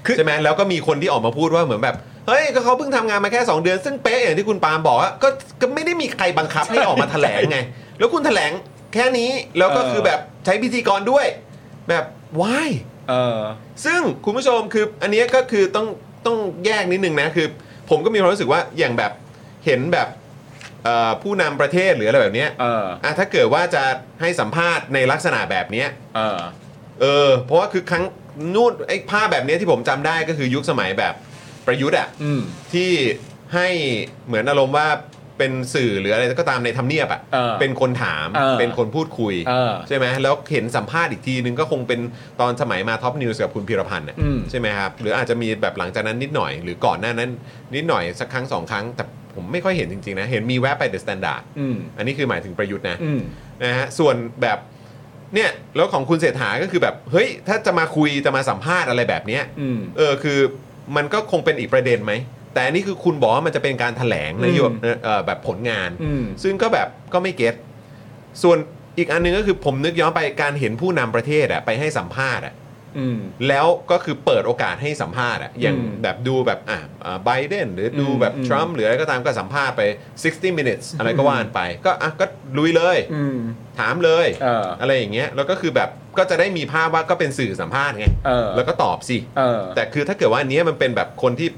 คือ
ใช่ไหมแล้วก็มีคนที่ออกมาพูดว่าเหมือนแบบเฮ้ยก็เขาเพิ่งทำงานมาแค่สองเดือนซึ่งเป๊ะอย่างที่คุณปาล์มบอกว่าก็ก็ไม่ได้มีใครบังคับให้ออกมาแถลงไง แล้วคุณแถลงแค่นี้แล้วก็คือแบบใช้พิธีกรด้วย แบบ why
เออ
ซึ่งคุณผู้ชมคืออันเนี้ยก็คือต้องต้องแยกนิดนึงนะคือ ผมก็มีความรู้สึกว่าอย่างแบบเห็นแบบเอ่อผู้นำประเทศหรืออะไรแบบเนี้ย
เออ
อ่ะถ้าเกิดว่าจะให้สัมภาษณ์ในลักษณะแบบเนี้ย
เออ
เออเพราะว่าคือครั้งนู่นไอ้ภาพแบบเนี้ยที่ผมจำได้ก็คือยุคสมัยแบบประยุทธ์อ่ะ
อืม
ที่ให้เหมือนอารมณ์ว่าเป็นสื่อหรืออะไรก็ตามในทำเนียบอ่ะ
เออ
เป็นคนถาม
เออ
เป็นคนพูดคุย
เออ
ใช่ไหมแล้วเห็นสัมภาษณ์อีกทีนึงก็คงเป็นตอนสมัยมาท็อปนิวส์กับคุณพีรพันธ์น่ะ
อืม
ใช่ไหมครับหรืออาจจะมีแบบหลังจากนั้นนิดหน่อย หรือก่อนหน้านั้นนิดหน่อยสักครั้งสองครั้ง แต่ผมไม่ค่อยเห็นจริง ๆ นะ เห็นมีแวะไปเดอะสแตนดาร์ด
อืม
อันนี้คือหมายถึงประยุทธ์นะ
อืม
นะฮะส่วนแบบเนี่ยแล้วของคุณเศรษฐาก็คือแบบเฮ้ยถ้าจะมาคุยจะมาสัมภาษณ์อะไรแบบเนี้ย
อืม
เออคือมันก็คงเป็นอีกประเด็นไหมแต่อันนี้คือคุณบอกว่ามันจะเป็นการแถลงนโยบายเอ่อเอ่อแบบผลงาน
อืม
ซึ่งก็แบบก็ไม่เก็ตส่วนอีกอันหนึงก็คือผมนึกย้อนไปการเห็นผู้นำประเทศอะไปให้สัมภาษณ์อะ
อืม
แล้วก็คือเปิดโอกาสให้สัมภาษณ์อะอย่าง
อืม
แบบดูแบบอ่ะไบเดนหรือดู
อืม
แบบ
อืม
ทรัมป์หรืออะไรก็ตามก็สัมภาษณ์ไป 60 minutes อะไรก็ว่านไป ก็อ่ะก็ลุยเลย
อืม
ถามเลย
เออ
อะไรอย่างเงี้ยแล้วก็คือแบบก็จะได้มีภาพว่าก็เป็นสื่อสัมภาษณ์ไง
เออ
แล้วก็ตอบสิ
เออ
แต่คือถ้าเกิดว่าอันเนี้ยมันเป็นแบบคนที่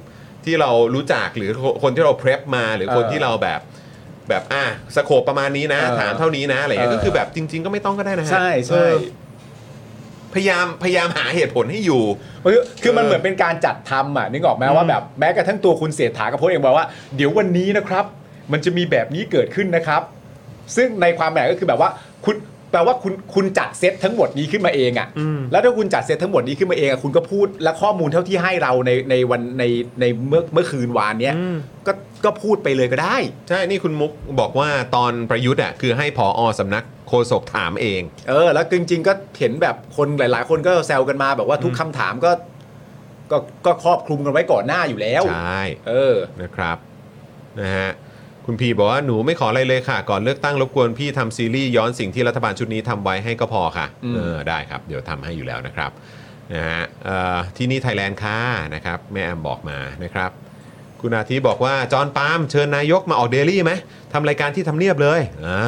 ที่เรารู้จักหรือคนที่เราเพรพมาหรือคน
เออ
ที่เราแบบแบบอ่ะสโคปประมาณนี้นะ
เออ
ถามเท่านี้นะอะไรเงี้ย
เออ
ก็คือแบบจริง ๆ ก็ไม่ต้องก็ได้นะฮะ
ใช่
เอ
ใช่
อพยายามพยายามหาเหตุผลให้อยู่
เออคือมัน
เออ
เหมือนเป็นการจัดทำอ่ะนึกออกไหมว่าแบบแม้กระทั่งตัวคุณเศรษฐากับพจน์เองบอกว่า เดี๋ยววันนี้นะครับ มันจะมีแบบนี้เกิดขึ้นนะครับ ซึ่งในความหมายก็คือแบบว่าคุณแปลว่าคุณคุณจัดเซตทั้งหมดนี้ขึ้นมาเองอ่ะ
อืม
แล้วถ้าคุณจัดเซตทั้งหมดนี้ขึ้นมาเองอ่ะคุณก็พูดและข้อมูลเท่าที่ให้เราในในวันในในเมื่อเมื่อคืนวานเนี้ยก็ก็พูดไปเลยก็ได้
ใช่นี่คุณมุกบอกว่าตอนประยุทธ์อ่ะคือให้ผออสำนักโฆษกถามเอง
เออแล้วจริงๆก็เห็นแบบคนหลาย ๆ คนก็แซวกันมาแบบว่าทุกคำถามก็ก็ก็ครอบคลุมกันไว้ก่อนหน้าอยู่แล้ว
ใช่
เออ
นะครับนะฮะคุณพีบอกว่าหนูไม่ขออะไรเลยค่ะ ก่อนเลือกตั้งรบกวนพี่ทำซีรีส์ย้อนสิ่งที่รัฐบาลชุดนี้ทำไว้ให้ก็พอค่ะ
อืม
เออได้ครับ เดี๋ยวทำให้อยู่แล้วนะครับนะฮะเอ่อที่นี่ไทยแลนด์ค่ะนะครับแม่แอมบอกมานะครับ คุณอาทิบอกว่า จอห์นปาล์มเชิญนายกมาออกเดลี่ไหมทำรายการที่ทำเนียบเลยอ่า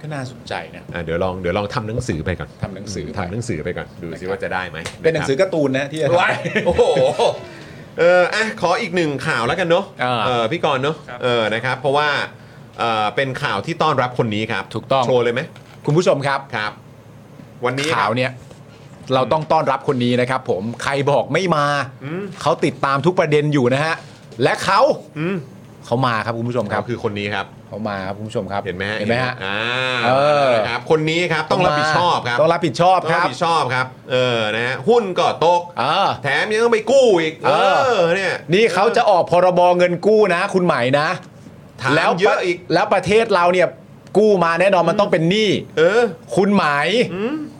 ก็น่าสนใจนะ
อ่ะเดี๋ยวลองเดี๋ยวลองทำหนังสือไปก่อน
ทำหนังสือไป
ทำหนังสือไปก่อนดูซิว่าจะได้ไหม
เป็นหนังสือการ์ตูนนะที่จะทำ
ไว้โอ้โห เอออ่ะขออีกหนึ่งข่าวแล้วกันเนาะ
อ่า
เออพี่กรณ์เนาะ
ครับ
เออนะครับเพราะว่าเออเป็นข่าวที่ต้อนรับคนนี้ครับ
ถูกต้อง
โชว์เลยไหม
คุณผู้ชมครับ
ครับ วันนี้ค
ข่า
รั
ว
บ
เนี่ยเราต้องต้อนรับคนนี้นะครับผมใครบอกไม่มา
อืม
เขาติดตามทุกประเด็นอยู่นะฮะ และเขา
อืม
เขามาครับคุณผู้ชม
ค
ค
รั
รั
บบ คือคนนี้ครับ
เขามาครับคุณผู้ชมครับ
เห็นไหมฮะ
เห็นไหมฮะ
อ่า
เออ
นะครับคนนี้ครับต้องรับผิดชอบครับ
ต้องรับผิดชอบ
ต้อง
ค
รั
รั
บบ ผิดชอบครับเออนะฮะหุ้นก็ตก
เออ
แถมยังต้องไปกู้อีก เอ
เออ
อเนี่ย
นี่เขาจะออกพรบเงินกู้นะ คุณใหม่นะ
ถามเยอะอีก
แล้วประเทศเราเนี่ยกู้มาแน่นอนมันต้องเป็นหนี้
เออ
คุณหมาย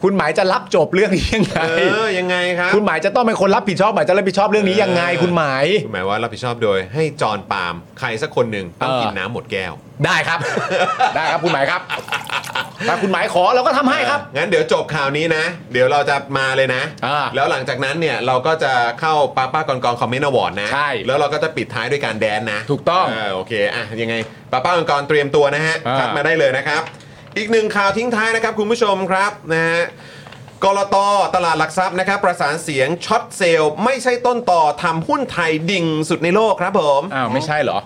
คุณหมายจะรับจบเรื่องนี้ยังไง
เออ ยังไงครับ
คุณหมายจะต้องเป็นคนรับผิดชอบหมายจะรับผิดชอบเรื่องนี้ยังไง คุณหมาย
คุณหมายว่ารับผิดชอบโดยให้จอนปาล์มใครสักคนหนึ่งต้อง
เออ
กินน้ำหมดแก้ว
ได้ครับ ได้ครับคุณหมายครับ ถ้าคุณหมายขอเราก็ทำให้ครับ
เอองั้นเดี๋ยวจบข่าวนี้นะ เดี๋ยวเราจะมาเลยนะ
อ่า
แล้วหลังจากนั้นเนี่ยเราก็จะเข้าป้าป้ากอนกอนคอมเมนต์อวอร์ดนะ
ใช่
แล้วเราก็จะปิดท้ายด้วยการแดนนะ
ถูกต้อง
เโอเคอ่ะยังไงป้าป้ากอนกอนเตรียมตัวนะฮะ
อ่า
ทักมาได้เลยนะครับ อีกหนึ่งข่าวทิ้งท้ายนะครับคุณผู้ชมครับนะฮะกรตตลาดหลักทรัพย์นะครับ ประสานเสียงช็อตเซลล์ไม่ใช่ต้นต่อทำหุ้นไทยดิ่งสุดในโลกครับผม
อ้าวไม่ใช่เหรอ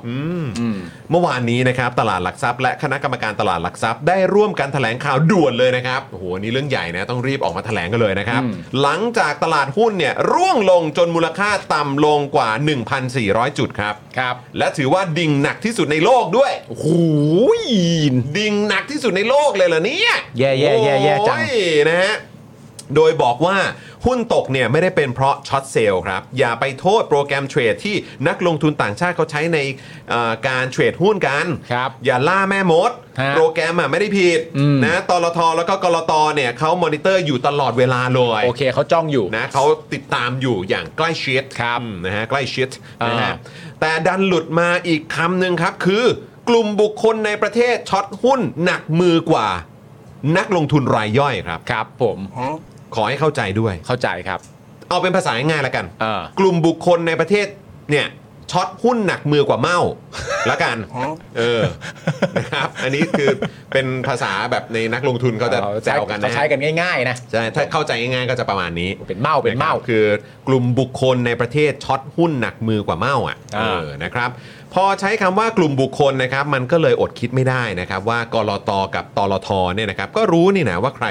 เมื่อวานนี้นะครับตลาดหลักทรัพย์และคณะกรรมการตลาดหลักทรัพย์ได้ร่วมกันแถลงข่าวด่วนเลยนะครับโอ้โหอันนี่เรื่องใหญ่นะต้องรีบออกมาแถลงกันเลยนะครับ
อืม
หลังจากตลาดหุ้นเนี่ยร่วงลงจนมูลค่าต่ำลงกว่า 1,400 จุดครับ
ครับ
และถือว่าดิ่งหนักที่สุดในโลกด้วย
โอ้โห
ดิ่งหนักที่สุดในโลกเลยเหรอเนี่ย
แย่ๆๆๆจัง
โอ้ยนะฮะ โดยบอกว่าหุ้นตกเนี่ยไม่ได้เป็นเพราะช็อตเซลล์ครับ อย่าไปโทษโปรแกรมเทรดที่นักลงทุนต่างชาติเขาใช้ในเอ่อการเทรดหุ้นกัน
ครับ
อย่าล่าแม่มด
ฮะ
โปรแกรมอ่ะไม่ได้ผิด
อืม
นะตลทแล้วก็กลตเนี่ยเขามอนิเตอร์อยู่ตลอดเวลาเลย
โอเคเขาจ้องอยู่
นะเขาติดตามอยู่อย่างใกล้ชิดครับนะฮะใกล้ชิดนะฮะ
อ่า
แต่ดันหลุดมาอีกคำหนึ่งครับ คือกลุ่มบุคคลในประเทศช็อตหุ้นหนักมือกว่า นักลงทุนรายย่อยครับ
ครับ ผม
ขอให้เข้าใจด้วย
เข้าใจครับ
เอาเป็นภาษาง่ายๆแล้วกัน
เออก
ลุ่มบุคคลในประเทศเนี่ยช็อตหุ้นหนักมือกว่าเมา ละกันเออนะครับอันนี้คือเป็นภาษาแบบในนักลงทุนเขาจะแซวกัน
เขา
นะ
ใช้กันง่ายๆนะ
ใช่ถ้าเข้าใจง่ายๆก็จะประมาณนี้
เป็นเมาเป็นเมา
ะครับคือกลุ่มบุคคลในประเทศช็อตหุ้นหนักมือกว่าเมาอ่ะ
อ่า
เออนะครับพอใช้คำว่ากลุ่มบุคคลนะครับมันก็เลยอดคิดไม่ได้นะครับว่ากรตกับตลทเนี่ยนะครับก็รู้นี่นะว่าใคร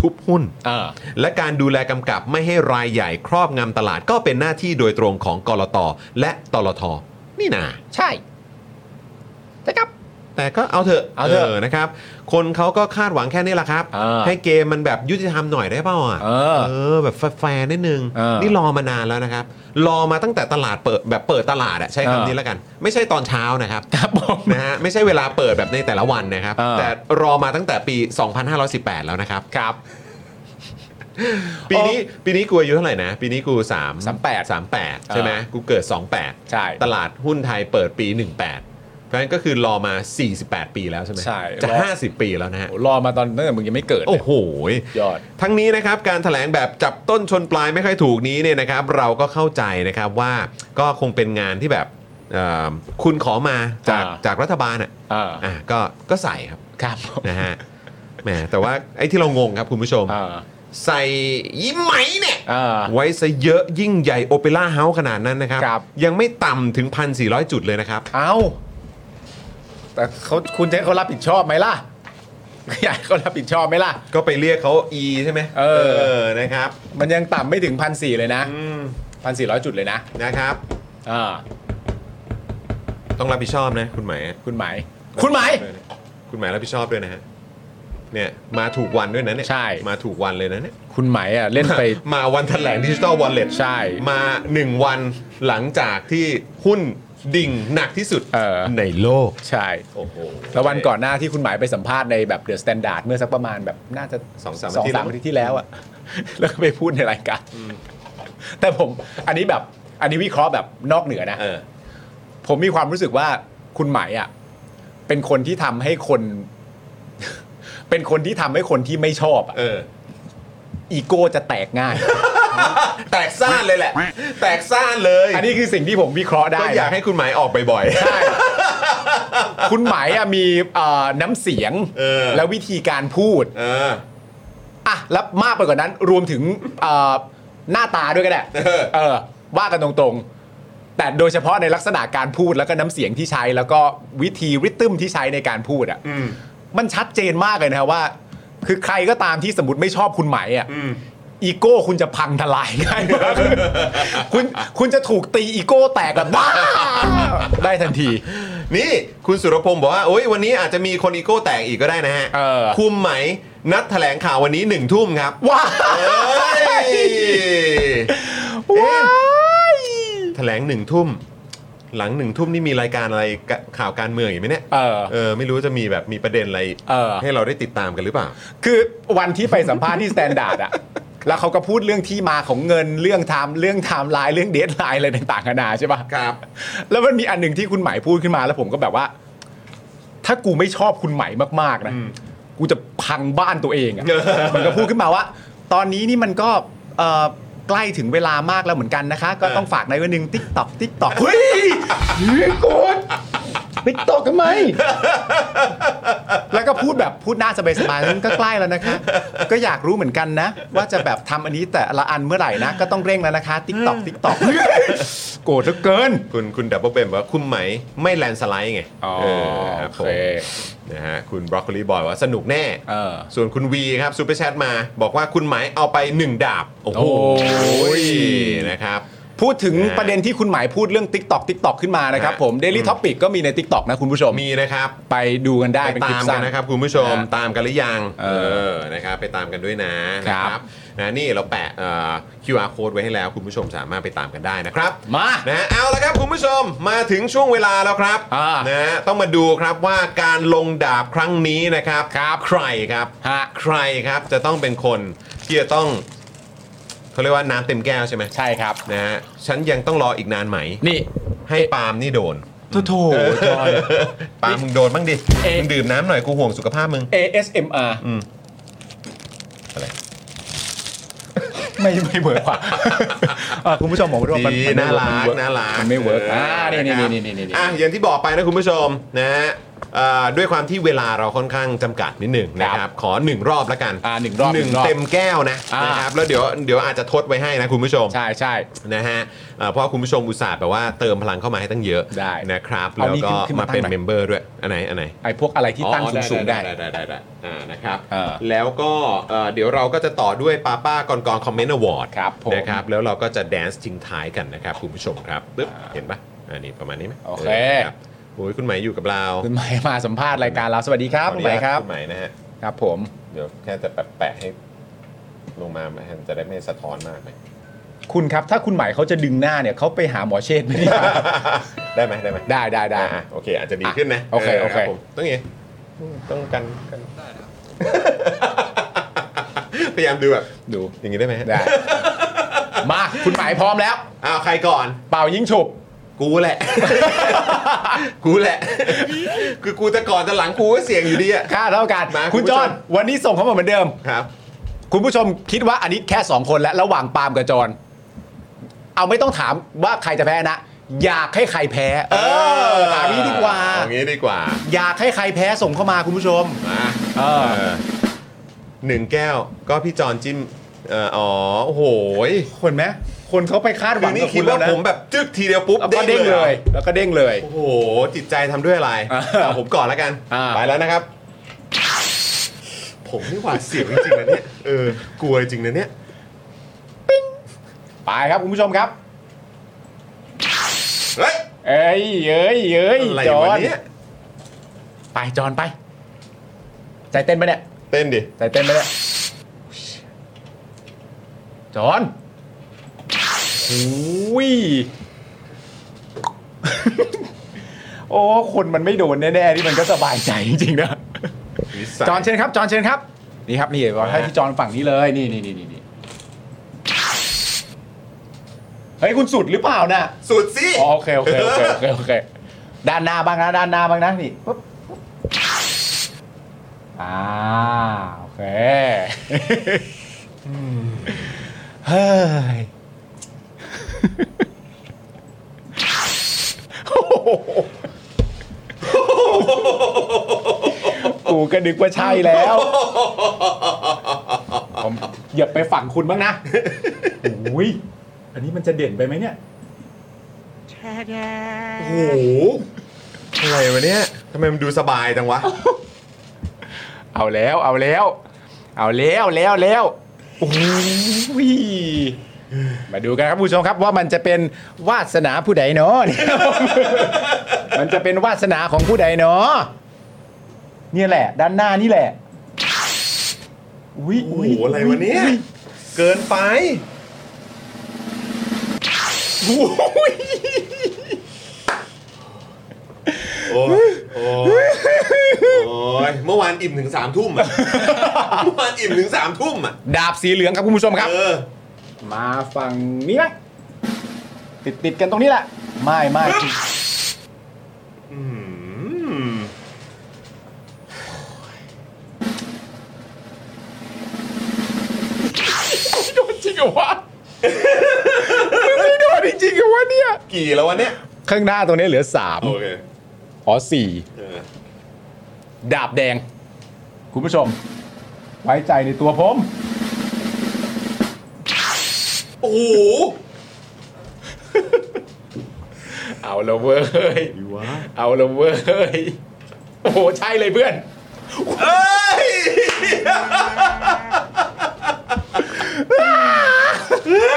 ทุบหุ้น
เออ
และการดูแลกำกับไม่ให้รายใหญ่ครอบงำตลาดก็เป็นหน้าที่โดยตรงของกรตและตลทนี่นา
ใช่ใช่ครับ
แต่ก็เอาเถอะ
เอาเถอะ
นะครับ คนเขาก็คาดหวังแค่นี้แหละครับ
อ่า
ให้เกมมันแบบยุติธรรมหน่อยได้เปล่าอ่ะ
เออ
เออแบบแฟร์ๆนิดนึง
เออ
นี่รอมานานแล้วนะครับ รอมาตั้งแต่ตลาดเปิดแบบเปิดตลาดอะใช้
เออ
คำนี้แล้วกัน ไม่ใช่ตอนเช้านะครับ
ครับผม
นะฮะไม่ใช่เวลาเปิดแบบในแต่ละวันนะครับ
เออ
แต่รอมาตั้งแต่ปี 2518 แล้วนะครับ
ครับ
ปีนี้ปีนี้กูอายุเท่าไหร่นะ ปีนี้กู 3
38
38 ใช่ไหมกูเกิด 28
ใช่
ตลาดหุ้นไทยเปิดปี 18 เพราะฉะนั้นก็คือรอมา 48 ปีแล้วใช่ไหม
ใช่
จะ
รอ
50 ปีแล้วนะฮะ
โอ้รอมาตอนตั้งแต่มึงยังไม่เกิด
โอ้โห
ยอด
ทั้งนี้นะครับการถแถลงแบบจับต้นชนปลายไม่ค่อยถูกนี้เนี่ยนะครับเราก็เข้าใจนะครับว่าก็คงเป็นงานที่แบบเอ่อคุณขอมาจาก
อ่า
จากรัฐบาลอ่ะ
เออ
อ่ะก็ก็ใส่ครับ
ครับผม
นะฮะแหมแต่ว่าไอ้ที่เรางงครับคุณผู้ชม
เออ
ใส่ยิ้มไหมเนี่ย
เออ
ไว้ซะเยอะยิ่งใหญ่โอเปร่าเฮาส์ขนาดนั้นนะครับ
ครับ
ยังไม่ต่ำถึง 1,400 จุดเลยนะครับ
เอาแต่เขาคุณจะให้เขารับผิดชอบไหมล่ะอยากให้เขารับผิดชอบไหมล่ะ
ก็ไปเรียกเขา E ใช่ไหม
เออ
อนะครับ
มันยังต่ำไม่ถึงพันสี่เลยนะ
อืม
พันสี่ร้อยจุดเลยนะ
นะครับ
อ่า
ต้องรับผิดชอบนะคุณหมาย
คุณไหม คุณไหม
คุณหมายรับผิดชอบด้วยนะฮะ เนี่ย มาถูกวันด้วยนะเนี่ย
ใช่
มาถูกวันเลยนะเนี่ย
คุณไหมอ่ะเล่น ไป
มาวันแถลงดิจิ t a ลวอลเล็ต
ใช่
มา 1 วันหลังจากที่หุ้นดิ่งหนักที่สุด
เออ
ในโลก
ใช่
โอ้โห
แล้ววันก่อนหน้าที่คุณหมายไปสัมภาษณ์ในแบบเดอะสแตนดาร์ดเมื่อสักประมาณแบบน่าจะ
สองสาม
สอง
อาทิตย์
สามอาทิตย์ที่แล้วอะ แล้วก็ไปพูดในรายการแต่ผมอันนี้แบบอันนี้วิเคราะห์แบบนอกเหนือนะ
เออ
ผมมีความรู้สึกว่าคุณไหมายอ่ะเป็นคนที่ทำให้คน เป็นคนที่ทำให้คนที่ไม่ชอบอะ
เออ
อีโก้จะแตกง่าย
แตกซ่านเลยแหละ แตกซ่านเลย
อันนี้คือสิ่งที่ผมวิเคราะห์ได้
ก็
นะ
อยากให้คุณหมายออกบ่อย
ใช่คุณไหมายอ่ะมีเอ่อน้ำเสียง
เออ
และวิธีการพูด
ๆ เออ
อ่ะแล้วมากไปกว่านั้นรวมถึงเอ่อหน้าตาด้วยก็ได้
เออ
เออว่ากันตรงๆ แต่โดยเฉพาะในลักษณะการพูดแล้วก็น้ำเสียงที่ใช้ แล้วก็วิธีริทึมที่ใช้ในการพูดอ่ะ
อืม
มันชัดเจนมากเลยนะครับว่า คือใครก็ตามที่สมมติไม่ชอบคุณไหมอ่ะ
อืม
อีโก้คุณจะพังทลายง่ายมาก คุณคุณจะถูกตีอีโก้แตกแบบบ้าได้ทันที
นี่คุณสุรพงศ์บอกว่าโอ้ยวันนี้อาจจะมีคนอีโก้แตกอีกก็ได้นะฮะ
เออ
คุมไหมนัดแถลงข่าววันนี้หนึ่งทุ่มครับ
ว้า
เอ้ย
ว้า
เอ๊ะแถลงหนึ่งทุ่ม หลังหนึ่งทุ่มนี่มีรายการอะไรกะข่าวการเมืองอีกไหมเนี่ย
เออ
เออไม่รู้จะมีแบบมีประเด็นอะไร
เออ
ให้เราได้ติดตามกันหรือเปล่า
คือวันที่ไปสัมภาษณ์ที่สแตนดาร์ดอะแล้วเขาก็พูดเรื่องที่มาของเงินเรื่องไทม์เรื่องไทม์ไลน์เรื่องเดทไลน์อะไรต่างๆนานาใช่ปะ
ครับ
แล้วมันมีอันหนึ่งที่คุณหมายพูดขึ้นมาแล้วผมก็แบบว่า ถ้ากูไม่ชอบคุณไหมายมากๆนะกูจะพังบ้านตัวเองอะ มันก็พูดขึ้นมาว่า ตอนนี้นี่มันก็เอ่อใกล้ถึงเวลามากแล้วเหมือนกันนะคะ ก็ต้องฝากในวันหนึ่งติ๊กตอกติ๊กตอกเฮ้ยเฮ้ยโกรธติ๊กตอกกันไหม แล้วก็พูดแบบพูดหน้าสบายๆมันก็ใกล้แล้วนะคะ ก็อยากรู้เหมือนกันนะ ว่าจะแบบทำอันนี้แต่ละอันเมื่อไหร่นะ ก็ต้องเร่งแล้วนะคะ ติ๊กตอกติ๊กตอกโกรธเหลือเกิน
คุณคุณดับเบิลเบนบอกว่าคุมไหมไม่แลนสไลด์ไง
อ๋อ
เรับผม
โอเค
นะฮะคุณบรอกโคลีบอยว่าสนุกแน่
เออ
ส่วนคุณวีครับซูเปอร์แชทมา บอกว่าคุณหมายเอาไป 1 ดาบ โอ้โห
โอ้ย
นะครับ
พูดถึง
นะฮะ
ประเด็นที่คุณหมายพูดเรื่อง t ิ k t o k t i k t o k ขึ้นมานะครับผม Daily Topic ก็มีใน t ิ k t o k นะคุณผู้ชม
มีนะครับ
ไปดูกันได้
ไป
เป็นคลิ
ตาม
ป
กั
สั้
น
น
นะครับคุณผู้ชม
นะ
ตามกันหรือยัง
เออ
นะครับไปตามกันด้วยนะนะ
ครับ
ครับนะนี่เราแปะเอ่อ QR code ไว้ให้แล้วคุณผู้ชมสามารถไปตามกันได้นะครับ
มา
นะฮะเอาละครับคุณผู้ชมมาถึงช่วงเวลาแล้วครับ
อ่าน
นะฮะต้องมาดูครับว่าการลงดาบครั้งนี้นะครับครับใครครับ
ฮะ
ใครครับจะต้องเป็นคนที่จะต้องเขาเรียกว่าน้ำเต็มแก้วใช่ไหม
ใช่ครับ
นะฮะฉันยังต้องรออีกนานไหม
นี่
ให้ปาล์มนี่โดน
โถ่โถจอน
ปาล์มมึงโดนบ้างดิ
เอ๊ะ
มึงดื่มน้ำหน่อยกูห่วงสุขภาพมึง
ASMR
อืมอะไร
ไม่ไม่เวิร์กว่าเออคุณผู้ชมบอกว่ามั
ดี
มัไม่
น่า
เวิ
รัก
มัไม่เวิ
น่ารัก
มันไม่เวิร์ก
เ
อ่านี่นี่
ะครับ
นี่นี่นี่นี่
อ่ะอย่างที่บอกไปนะคุณผู้ชมนะฮะเอ่อด้วยความที่เวลาเราค่อนข้างจำกัดนิดหนึ่งนะค
ครั
รับบ ขอหนึ่งรอบละกัน
อ่าหนึ่งรอบ
หนึ่ง
หนึ่งรอบ
เต็มแก้วนะ
อ่าน
นะครับแล้วเดี๋ยวเดี๋ยวอาจจะทดไว้ให้นะคุณผู้ชม
ใช่ใช่
นะฮะเอ่อเพราะว่าคุณผู้ชมอุตส่าห์แบบว่าเติมพลังเข้ามาให้ตั้งเยอะ
ได้
นะครับ
เอา
แล้ว
นี่
ก็
ขึ้นขึ้น
มา
มา
เป็น
ตั้งหน่อ
เม
ย
มเบอร์ด้วย อันไหน อันไหน
ไอ้พวกอะไรที่ตั้ง
อ๋อ
สูงๆได้
ได้ได้ได้อ่านะครับ
เออ
แล้วก็เอ่อเดี๋ยวเราก็จะต่อด้วยป้าป้าก่อนกอนคอมเมนต์อวอร์ด
ครับผม
นะครับ แล้วเราก็จะแดนซ์ทิ้งท้ายกันนะครับ คุณผู้ชมครับปึ๊บเห็นปะอันนี้ประมาณนี้ไหม
โอ
ร
เค
ับโอ้ยคุณหมายอยู่กับเรา
คุณหมายมาสัมภาษณ์รายการเราสวัสดีครับ
ขออ
คุณ
นุ
หมา
ญาย ต
ครับ
คุณหมายนะฮะ
ครับ ผม
เดี๋ยวแค่จะแปะๆให้ลงมามันจะได้ไม่สะท้อนมากไหม
คุณครับถ้าคุณหมายเขาจะดึงหน้าเนี่ยเขาไปหาหมอเชษฐ์ไหมเนี่ย
ได้ไหมได้ไหม
ได้ได้ได้
อ่ะโอเค อาจจะดีขึ้นนะ
อ่ะโอเคโอเค
รับผมต้องไงต้องกันกัน
ได้ครับ
พยายามดูแบบ
ดู
อย่างนี้ได้ไหมฮะ
ได้ มาคุณหมายพร้อมแล้ว
อ้าวใครก่อน
เป่ายิงฉุบ
กูแห ละ กูแหละ คือกูแต่ก่อนแต่หลังกูก็เสี่ยงอยู่ดีอ่ะ
ค่าเท่ากัน
มาคุ
คุณ ณ
ผู้ชม
จอนวันนี้ส่งเข้ามาเหมือนเดิม
ครับ
คุณผู้ชมคิดว่าอันนี้แค่ 2 คนแล้วระหว่างปาล์มกับจอนเอาไม่ต้องถามว่าใครจะแพ้นะ อยากให้ใครแพ้ เออถามนี้ดีกว่า
เองี้ดีกว่า
อยากให้ใครแพ้ส่งเข้ามาคุณผู้ชม
มา
เออ
เออหนึ่งแก้วก็พี่จอนจิ้มเอ่ออ๋อโอ้โหย
คนไหมคนเขาไปคาดห
คื
วั
อง นี่
กับ
คิ
คุ
ด
ณ
ว่า
แล้วนะ
ผมแบบจึ๊กทีเดียวปุ๊บ
แล้วก็เด้งเลย แล้วก็เด้งเลย
โอ้โห จิตใจทำด้วยอะไร
อ่า
เอาผมก่อนแล้วกัน
อ่า
ไปแล้วนะครับ ผมนี่หวาดเสียวจริงๆนะเนี่ยเออกลัวจริงนะเนี่ย
ไปครับคุณผู้ชมครับ
เฮ้ย
เอ้ยเอ้ยเอ้ย
อะไร
จอ
วัน
น
นี้
ไปจอนไปใจเต้นไปะเนี่ย
เต้นดิ
ใจเต้นไปแล้วจอห์นหูย โอ้ คนมันไม่โดนแน่ๆ ที่มันก็สบายใจจริงๆนะ จอห์นเชิญครับ จอห์นเชิญครับ นี่ครับ นี่บอกให้พี่จอห์นฝั่งนี้เลย นี่นี่นี่นี่นี่เฮ้ย คุณสุดหรือเปล่าน่ะ
สุดสิ
อ๋อโอเค โอเค โอเค โอเค โอเค ด้านหน้าบ้างนะ ด้านหน้าบ้างนะ นี่ปุ๊บปุ๊บอ่า โอเค เฮ้ย กูก็นึกว่าใช่แล้วผมเหยียบไปฝั่งคุณบ้างนะ อุ้ย อันนี้มันจะเด่นไปไหมเนี่ย
โอ้โหอะไรวะเนี่ยทำไมมันดูสบายจังวะ
เอาแล้วเอาแล้ว เอาแล้วแล้วแล้วโอ้โหมาดูกันครับคุณผู้ชมครับว่ามันจะเป็นวาสนาผู้ใดเนาะ มันจะเป็นวาสนาของผู้ใดเนาะเนี่ยแหละ ด้านหน้านี่แหละอุ้ย
โอ้
อุ้ย
โหอะไรวะเนี่ยเกินไปโอ้ยโอ้ยโอ้ยโอ้ยเมื่อวานอิ่มถึงสามทุ่มอะเมื่อวานอิ่มถึงสามทุ่มอ่ะ
ดาบสีเหลืองครับคุณผู้ชมครับ
เออ
มาฝั่งนี้ไหมติดติดๆกันตรงนี้แหละไม่ไม่
อืม
โดนจริงเหรอวะ มึงไม่โดนจริงๆเหรอวะเนี่ย
กี่แล้ววันเนี้ย
ข้างหน้าตรงนี้เหลือ 3
โอเค
อ๋อ 4
เออ
ดาบแดง คุณผู้ชม ไว้ใจในตัวผม
โอ้โห
เอาละเว้ย เอาละเว้ย โอ้โห ใช่เลยเพื่อน
เอ้ย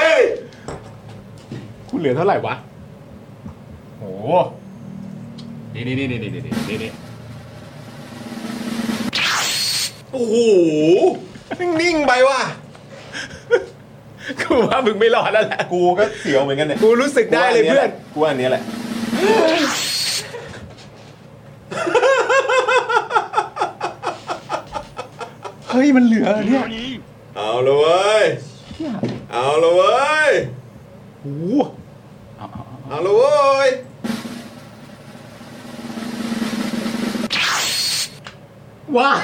เฮ้ย
คุณเหลือเท่าไหร่วะ โอ้โหนี่นี่นี่นี่นี่นี่นี่นี่
โอ้โหนิ่งๆไปว่ะ
กูว่ามึงไม่รอดแล้วแหละ
กูก็เสียวเหมือนกันเนี่ย
กูรู้สึกได้เลยเพื่อน
กูว่าอันเนี้ยแหละ
เฮ้ย มันเหลือเหรอเนี่ย
เอาละเว้ย เอาละเว้ยโอ้เอาละเว้ย
ว้าว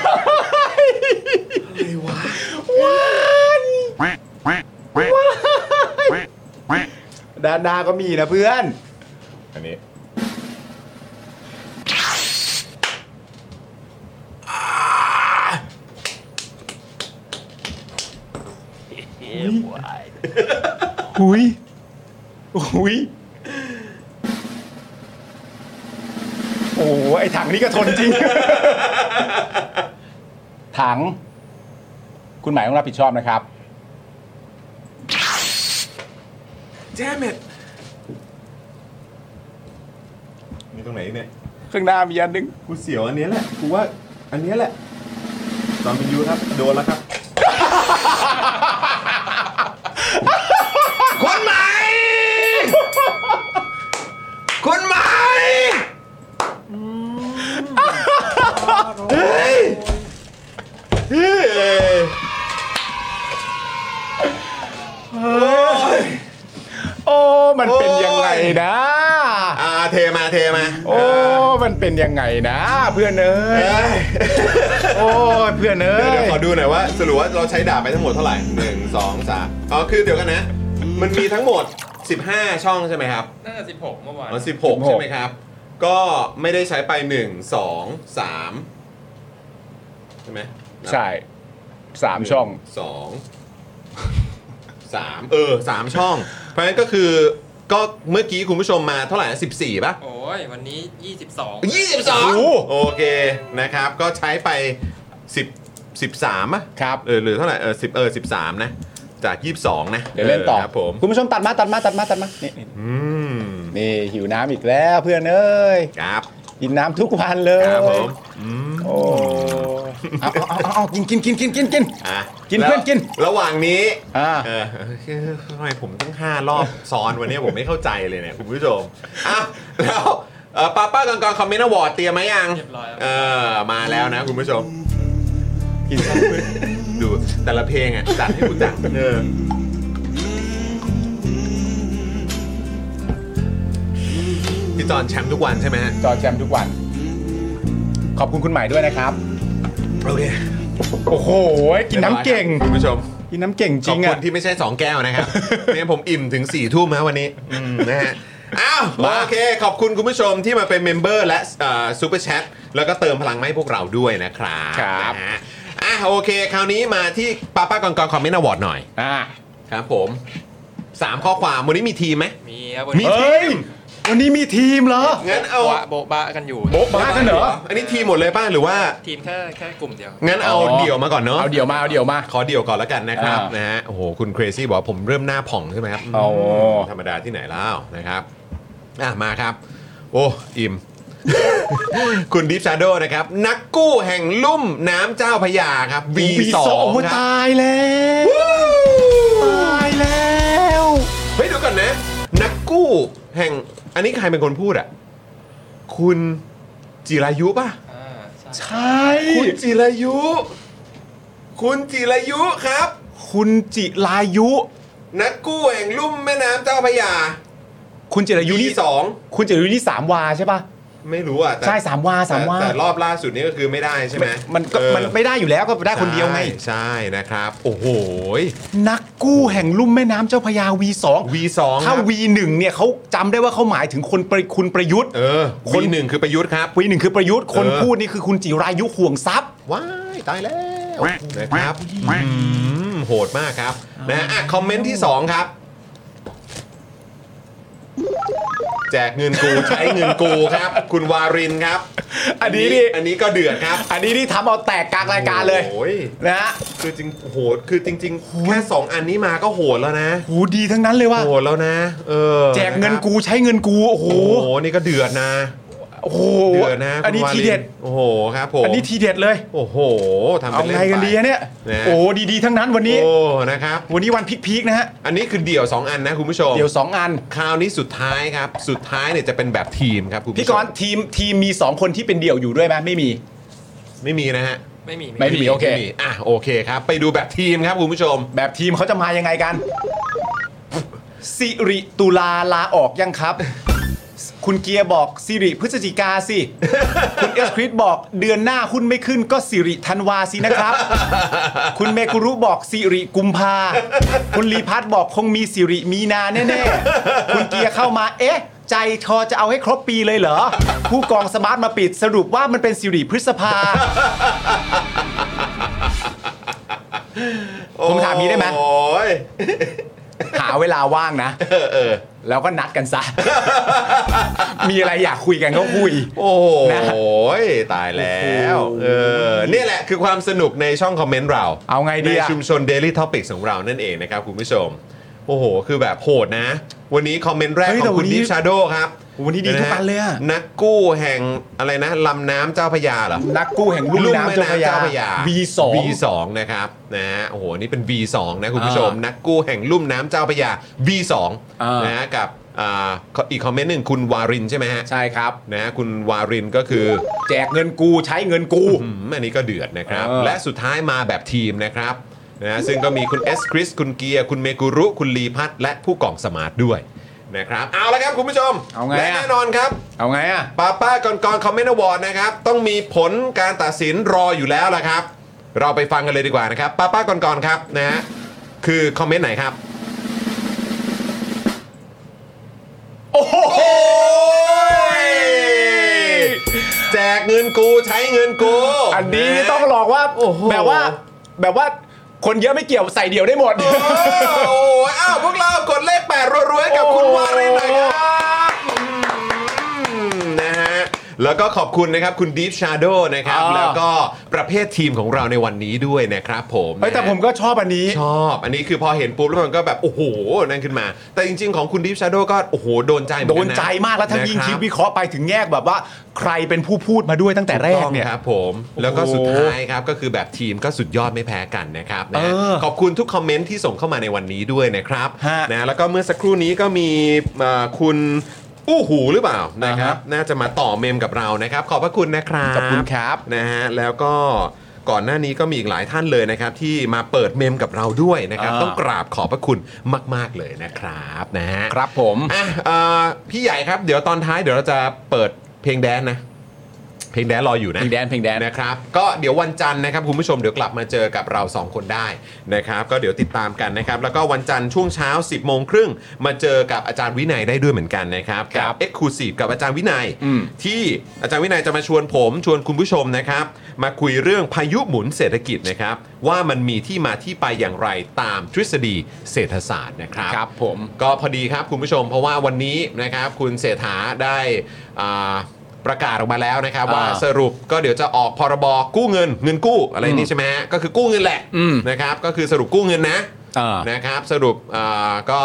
ว้าวว้าวดานหนาก็มีนะเพื่อน
อันนี้
หุย หุย โอ้โหไอถังนี่ก็ทนจริง ถัง คุณหมายต้องรับผิดชอบนะครับ
damn it มีตรงไหนอีกเนี่ย
ข้างหน้ามีอันหนึง
กูเสียวอันเนี้ยแหละ กูว่าอันเนี้ยแหละจอมบินยูครับ โดนแล้วครับ คนใหม่ คนใหม่เฮ้ยเฮ้ย
โอ้ มันเป็นยังไงนะ
อ่าเทมาเทมา
โอ้ มันเป็นยังไงนะ เพื่อนเอ้ย
เอ้ย
โอ้ยเพื่อนเอ้ย
เดี๋ยวขอดูหน่อยว่าสรุปว่าเราใช้ดาบไปทั้งหมดเท่าไหร่หนึ่งสองสามอ๋อคือเดี๋ยวกันนะ มันมีทั้งหมด 15 ช่องใช่ไหมครับ
น่าจะสิบหกเมื่อวาน
อ๋อ16
16
ใช่ไหมครับ ก็ไม่ได้ใช้ไป 1 2 3 ใช่ไหม
ใช่สามช่อง
2 3 เออ 3 ช่อง เพราะฉะนั้นก็คือก็เมื่อกี้คุณผู้ชมมาเท่าไหร่นะ14 ป่ะ
โอ้ย วันนี้ 22
22
โอ้โห
โอเคนะครับ ก็ใช้ไป 10 13ป่ะ
ครับ
เออหรือเท่าไหร่เออ10เออ13 นะ จาก 22 นะ
เดี๋ยวเล่นต่อ
ครับผม
คุณผู้ชมตัดมาตัดมาตัดมาตัดมานี่นี่
อืม
นี่หิวน้ำอีกแล้วเพื่อนเอ้ย
ครับ
กินน้ำทุกวันเล
ค
ย
รับผมอืม
โอ้เอาเอาเอาเอากินกินกินกินกินกิน
อ่ะ
กิน
แล้ว
เพื่อนกิน
ระหว่างนี้
อ่า
เออเออทำไมผมตั้งห้ารอบซ้อนวันนี้ผมไม่เข้าใจเลยเนี่ยคุณผู้ชมอ่ะแล้วเอ่อป้าป้ากังกองคอมเมนต์อวอร์ดเตรียมมายัง
เรียบร้อยแล้ว
เออมาแล้วนะคุณผู้ชมกินข้าวเพื่อนดูแต่ละเพลงอ่ะจัดให้กูจัดเออพี่จอนแชมป์ทุกวันใช่ไหมฮะ
จอแจมทุกวัน ขอบคุณคุณหมายด้วยนะครับ
โอเค
โอ้โหกินน้ำเก่ง
คุณผู้ชม
กินน้ำเก่ง
ข
จริ
อบ
ง
คุ
อ่ะ
ณที่ไม่ใช่ 2 แก้ว นะครับ เนี่ยผมอิ่มถึง4ี่ทุ่มนะวันนี้อืมนะฮะ อ้าว
มา
โอเค ขอบคุณคุณผู้ชมที่มาเป็นเมมเบอร์และซูเปอร์แชทแล้วก็เติมพลังมาให้พวกเราด้วยนะครับ
ครับ
นะฮะอ่ะโอเค คราวนี้มาที่ป้าป้ากองกองคอมเมนต์อวอร์ดหน่อย
อ่า
ครับผม 3 ข้อความ วันนี้มีทีมไหม
มีครับ
มี
เฮ้ย วันนี้มีทีมเหรอ
งั้นเอา
โบะโบะบะกันอยู่
โบ๊ะบะกันเหรอ
อันนี้ทีมหมดเลยป่ะหรือว่า
ทีมแค่แค่กลุ่มเดียว
งั้นเอา
อ๋อ
เดี่ยวมาก่อนเนาะ
เอาเดี๋ยวมาเอาเดี๋ยวมา
ขอเดี่ยวก่อนแล้วกันนะครับ
อ่าน
นะฮะโอ้โหคุณเครซี่บอกว่าผมเริ่มหน้าผ่องใช่ไหมครับ
โอ้
มธรรมดาที่ไหนแล้วนะครับอ่ะมาครับ โอ้อิ่ม คุณดิฟชาโดนะครับ นักกู้แห่งลุ่มน้ำเจ้าพระยาครับ V2 ครับ
ตายแล้วตายแล้ว
เฮ้ยเดี๋ยวก่อนนะ นักกู้แห่งอันนี้ใครเป็นคนพูดอ่ะ คุณจิรายุป่ะ
อ่าใช่
ใช่
คุณจิรายุ คุณจิรายุครับ
คุณจิรายุ
นักกู้แห่งลุ่มแม่น้ำเจ้าพระยา
คุณจิรายุ
ปี
นี่
สอง
คุณจิรายุนี่สามวาใช่ป่ะ
ไม่รู้อ่ะแต่
ใช่สามวาสามวา
แต่แต่รอบล่าสุดนี้ก็คือไม่ได้ใช่ไหม
มันก็
เออ
มันไม่ได้อยู่แล้วก็ได้คนเดียวไง
ใช่ใช่นะครับ โอ้โห
นักกู้แห่งลุ่มแม่น้ำเจ้าพระยา V2
V2
ถ้า
ครับ
V1 เนี่ยเขาจำได้ว่าเขาหมายถึงคนประคุณประยุทธ์
เออ
ค
คน นหนึ่งคือประยุทธ์ครับ
V1 คือประยุทธ์คน
เออ
พูดนี่คือคุณจิรายุห่วงทรัพย์
ว้ายตายแล้วนะครับอืมโหดมากครับนะอ่ะคอมเมนต์ที่ 2 ครับ แจกเงินกูใช้เงินกูครับ คุณวารินครับ
อันนี้นี่
อันนี้ก็เดือดครับ
อันนี้นี่ทำเอาแตกกลางรายการเลย
โอ้ย
นะฮะ
คือจริงโหดคือจริงๆแค่สองอันนี้มาก็โหดแล้วนะ
หูดีทั้งนั้นเลยว่า
โหดแล้วนะเออ
แจกเงิน
นะครับ
กูใช้เงินกูโอ้โห
โอ้โหนี่ก็เดือดนะ
โอ้โห
เดือดนะคุณ
อันนี้
วาริ
ทีเด็ด
โอ้โหครับผม
อันนี้ทีเด็ดเลย
โอ้โหทำ
เอา
เป็นเล่น
ไง
ไป
กันดีอะเนี่ย
นะ
โอ้ดีดีๆทั้งนั้นวันนี้
โอ้นะครับ
วันนี้วันพีคๆนะฮะ
อันนี้คือเดี่ยว 2 อันนะคุณผู้ชม
เดี๋ยวสองอัน
คราวนี้สุดท้ายครับ สุดท้ายเนี่ยจะเป็นแบบทีมครับคุณ
พี่
ผู้ช
ก
ม
รณ์ทีมทีมมี 2 คนที่เป็นเดี่ยวอยู่ด้วยไหมไม่มี
ไม่มีนะฮะ
ไม่มี
ไม่มี โอเค
ไม่มีอ่ะโอเคครับ ไปดูแบบทีมครับคุณผู้ชม
แบบทีมเขาจะมายังไงกัน สิริตุลาลาออกยังครับ คุณเกียร์บอกสิริพฤศจิกาสิ คุณเอสคริสบอกเดือนหน้าหุ้นไม่ขึ้นก็สิริธันวาสินะครับ คุณเมกุรุบอกสิริกุมภาคุณลีพัทบอกคงมีสิริมีนาแน่ๆ คุณเกียร์เข้ามา เอ๊ะ ใจคอจะเอาให้ครบปีเลยเหรอ ผู้กองสมาร์ทมาปิดสรุปว่ามันเป็นสิริพฤษภา ผมถามนี้ได้ไหม
โอ้ย
หาเวลาว่างนะ
เออเออ
แล้วก็นัดกันซะ มีอะไรอยากคุยกันก็คุย
โอ้โห
นะ
ตายแล้ว
โอ้โห
เออเนี่ยแหละคือความสนุกในช่องคอมเมนต์เรา
เอาไงดีอะ
ในชุมชน Daily Topics ของเรานั่นเองนะครับคุณผู้ชม โอ้โห คือแบบโหดนะ วันนี้คอมเมนต์แรก
เฮ้ย
ข
แต่
องคุณ
วันนี้
ดิฟชาโดครับ
วันนี้ดีทุกวันเลยอะ
นักกู้แห่งอะไรนะลำน้ำเจ้าพระยาเหรอ
นักกู้แห่งลุ่มน้ำเจ้าพระยา
V2
V2
V2 นะครับนะฮะโอ้โหนี่เป็น V2 นะคุณผู้ชม
อ่านั
นักกู้แห่งลุ่มน้ำเจ้าพระยา V2
อ่าน
นะฮะกับอ่าอีกคอมเมนต์หนึ่งคุณวารินใช่ไหมฮะ
ใช่ครับ
นะฮะคุณวารินก็คือ
แจกเงินกูใช้เงินกู
อืมอันนี้ก็เดือดนะครับ
เออ
และสุดท้ายมาแบบทีมนะครับนะฮะซึ่งก็มีคุณเอสคริสคุณเกียร์ คุณเมกุรุ คุณลีพัทและผู้กล่องสมาร์ทด้วยนะครับเอาละครับคุณผู้ชม
เอาไงอะ
และแน่นอนครับ
เอาไงอ่ะ
ป้าป้าก่อนก่อนคอมเมนต์อวอร์ดนะครับ ต้องมีผลการตัดสินรออยู่แล้วละครับ เราไปฟังกันเลยดีกว่านะครับป้าป้าก่อนก่อนครับนะฮะคือคอมเมนต์ไหนครับ โอ้โหแจกเงินกูใช้เงินกู
อันนี้นี่ต้องหลอกว่า
โอ้โห
แบบว่า แบบว่าคนเยอะไม่เกี่ยวใส่เดี่ยวได้หมด
โอ้โหโอ้โหอ้าวพวกเรากดเลขแปดรัวๆให้กับคุณวารินหน่อยครับ อืมนะฮะแล้วก็ขอบคุณนะครับ คุณ Deep Shadow นะครับ
อ่า
แล้วก็ประเภททีมของเราในวันนี้ด้วยนะครับผม
เฮ้ยแต่ผมก็ชอบอันนี้
ชอบ อันนี้คือพอเห็นปุ๊บแล้วมันก็แบบ โอ้โห นั่นขึ้นมา แต่จริง ๆ ของคุณ Deep Shadow ก็ โอ้โห โดนใจเหมือ
โด
นกัน นนะ
ใจมากแล้วทั้งยิง
นะ
คิ
รั
ด
บ
วิเคราะห์ไปถึงแยกแบบว่า ใครเป็นผู้พูดมาด้วยตั้งแต่แรกเนี่ย
ถูต้องครับผมแล้วก็
โอ้โห
สุดท้ายครับก็คือแบบทีมก็สุดยอดไม่แพ้กันนะครับนะฮะ
เออ
ขอบคุณทุกคอมเมนต์ที่ส่งเข้ามาในวันนี้ด้วยนะครับ
ฮะ
นะแล้วก็เมื่อสักครู่นี้ก็มีเอ่อคุณอู้หูหรือเปล่านะครับ น่าจะมาต่อเมมกับเรานะครับ ขอบพระคุณนะครับ
ขอบคุณครับ
นะฮะแล้วก็ก่อนหน้านี้ก็มีอีกหลายท่านเลยนะครับ ที่มาเปิดเมมกับเราด้วยนะครับ
อ่า
ต้องกราบขอบพระคุณมาก ๆ เลยนะครับนะฮะ
ครับผม
อ่ะเอ่อพี่ใหญ่ครับ เดี๋ยวตอนท้ายเดี๋ยวเราจะเปิดเพลงแดนซ์นะ เพลงแดนรออยู่นะ
เพลงแดนเพลงแดน
นะครับก็เดี๋ยววันจันทร์นะครับคุณผู้ชมเดี๋ยวกลับมาเจอกับเรา 2 คนได้นะครับก็เดี๋ยวติดตามกันนะครับแล้วก็วันจันทร์ช่วงเช้า 10บโมงครึ่งมาเจอกับอาจารย์วินัยได้ด้วยเหมือนกันนะครับ
ครั
กับ เอ็กซ์คลูซีฟกับอาจารย์วินัย
อืม
ที่อาจารย์วินัยจะมาชวนผมชวนคุณผู้ชมนะครับมาคุยเรื่องพายุหมุนเศรษฐกิจนะครับว่ามันมีที่มาที่ไปอย่างไรตามทฤษฎีเศรษฐศาสตร์นะครับ
ครับผม
ก็พอดีครับคุณผู้ชมเพราะว่าวันนี้นะครับคุณเศรษฐาได้อ่าประกาศออกมาแล้วนะครับ ว่า
อ่า
สรุปก็เดี๋ยวจะออกพรบกู้เงินเงินกู้อะไรนี่ใช่ไหมฮะก็คือกู้เงินแหละ
อืม
นะครับก็คือสรุปกู้เงินนะ
อ่า
นะครับสรุปอ่าก็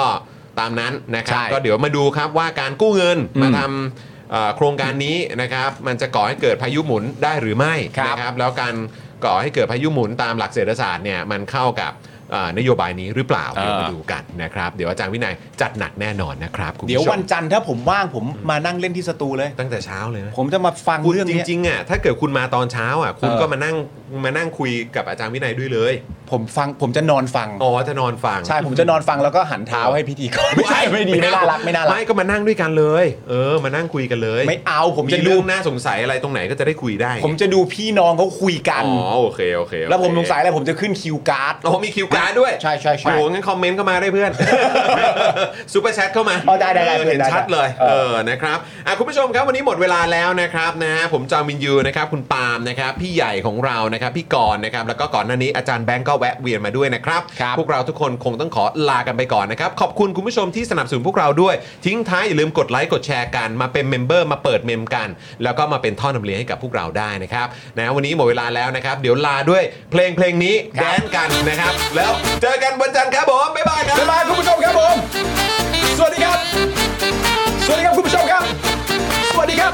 ตามนั้นนะครับ
ใช่
ก็เดี๋ยวมาดูครับว่าการกู้เงิน
อืม
มาทำอ่าโครงการนี้นะครับมันจะก่อให้เกิดพายุหมุนได้หรือไม่
ครับ
นะครับแล้วการก่อให้เกิดพายุหมุนตามหลักเศรษฐศาสตร์เนี่ยมันเข้ากับอ่านโยบายนี้หรือเปล่า เดี๋ยวมาดูกันนะครับ เดี๋ยวอาจารย์วินัยจัดหนักแน่นอนนะครับคุณผู้ชม
เดี๋ยววันจันทร์ถ้าผมว่างผมมานั่งเล่นที่สตูเลย
ตั้งแต่เช้าเลยนะ
ผมจะมาฟัง
คุณ
เรื่อง
จ
เนี้ย
ริงๆอ่ะถ้าเกิดคุณมาตอนเช้าอ่ะคุณ
เออ
ก็มานั่งมานั่งคุยกับอาจารย์วินัยด้วยเลย
ผมฟังผมจะนอนฟัง
อ๋อจะนอนฟัง
ใช่ผมจะนอนฟังแล้วก็หันเท้าให้พิธีกรไม่ใช่ไม่ดีไม่น่ารักไม่น่ารัก
ไม่ก็มานั่งด้วยกันเลย เออ มานั่งคุยกันเลย
ไม่เอาผมจะ
มี
ดู
เรื่องน่าสงสัยอะไรตรงไหนก็จะได้คุยได้
ผมจะดูพี่น้องเขาคุยกัน
อ๋อโอเคโอเคโอเค
แล้วผมสงสัยอะไรผมจะขึ้นคิวการ์ด
โอ้มีคิวการ์ดด้วย
ใช่ใช่ใช่
โอ้โหงั้นคอมเมนต์เข้ามาได้ เพื่อน ซูเปอร์แชทเข้ามา
อ๋อได้ได้ได้
เออเห็นชัดเลย
เออ
เออ นะครับอ่ะคุณผู้ชมครับ วันนี้หมดเวลาแล้วนะครับนะฮะผมจอมินยูนะครับ คุณปาล์มนะครับ พี่ใหญ่ของเรา นะครับ พี่กรณ์นะครับ แล้วก็ก่อนหน้านี้อาจารย์แบงก์ก็แวะเวียนมาด้วยนะครับ
ครับ
พวกเราทุกคนคงต้องขอลากันไปก่อนนะครับ ขอบคุณคุณผู้ชมที่สนับสนุนพวกเราด้วย ทิ้งท้ายอย่าลืมกดไลค์ กดแชร์กัน มาเป็นเมมเบอร์มาเปิดเมมกัน แล้วก็มาเป็นท่อนำเลี้ยงให้กับพวกเราได้นะครับนะวันนี้หมดเวลาแล้วนะครับ เดี๋ยวลาด้วยเพลงเพลงนี้
ค
แด
รับ
นกันนะครับ แล้วเจอกันวันจันทร์ครับผมบ๊ายบายครับ
บ๊ายบายคุณผู้ชมครับผม สวัสดีครับ สวัสดีครับคุณผู้ชมครับ สวัสดีครับ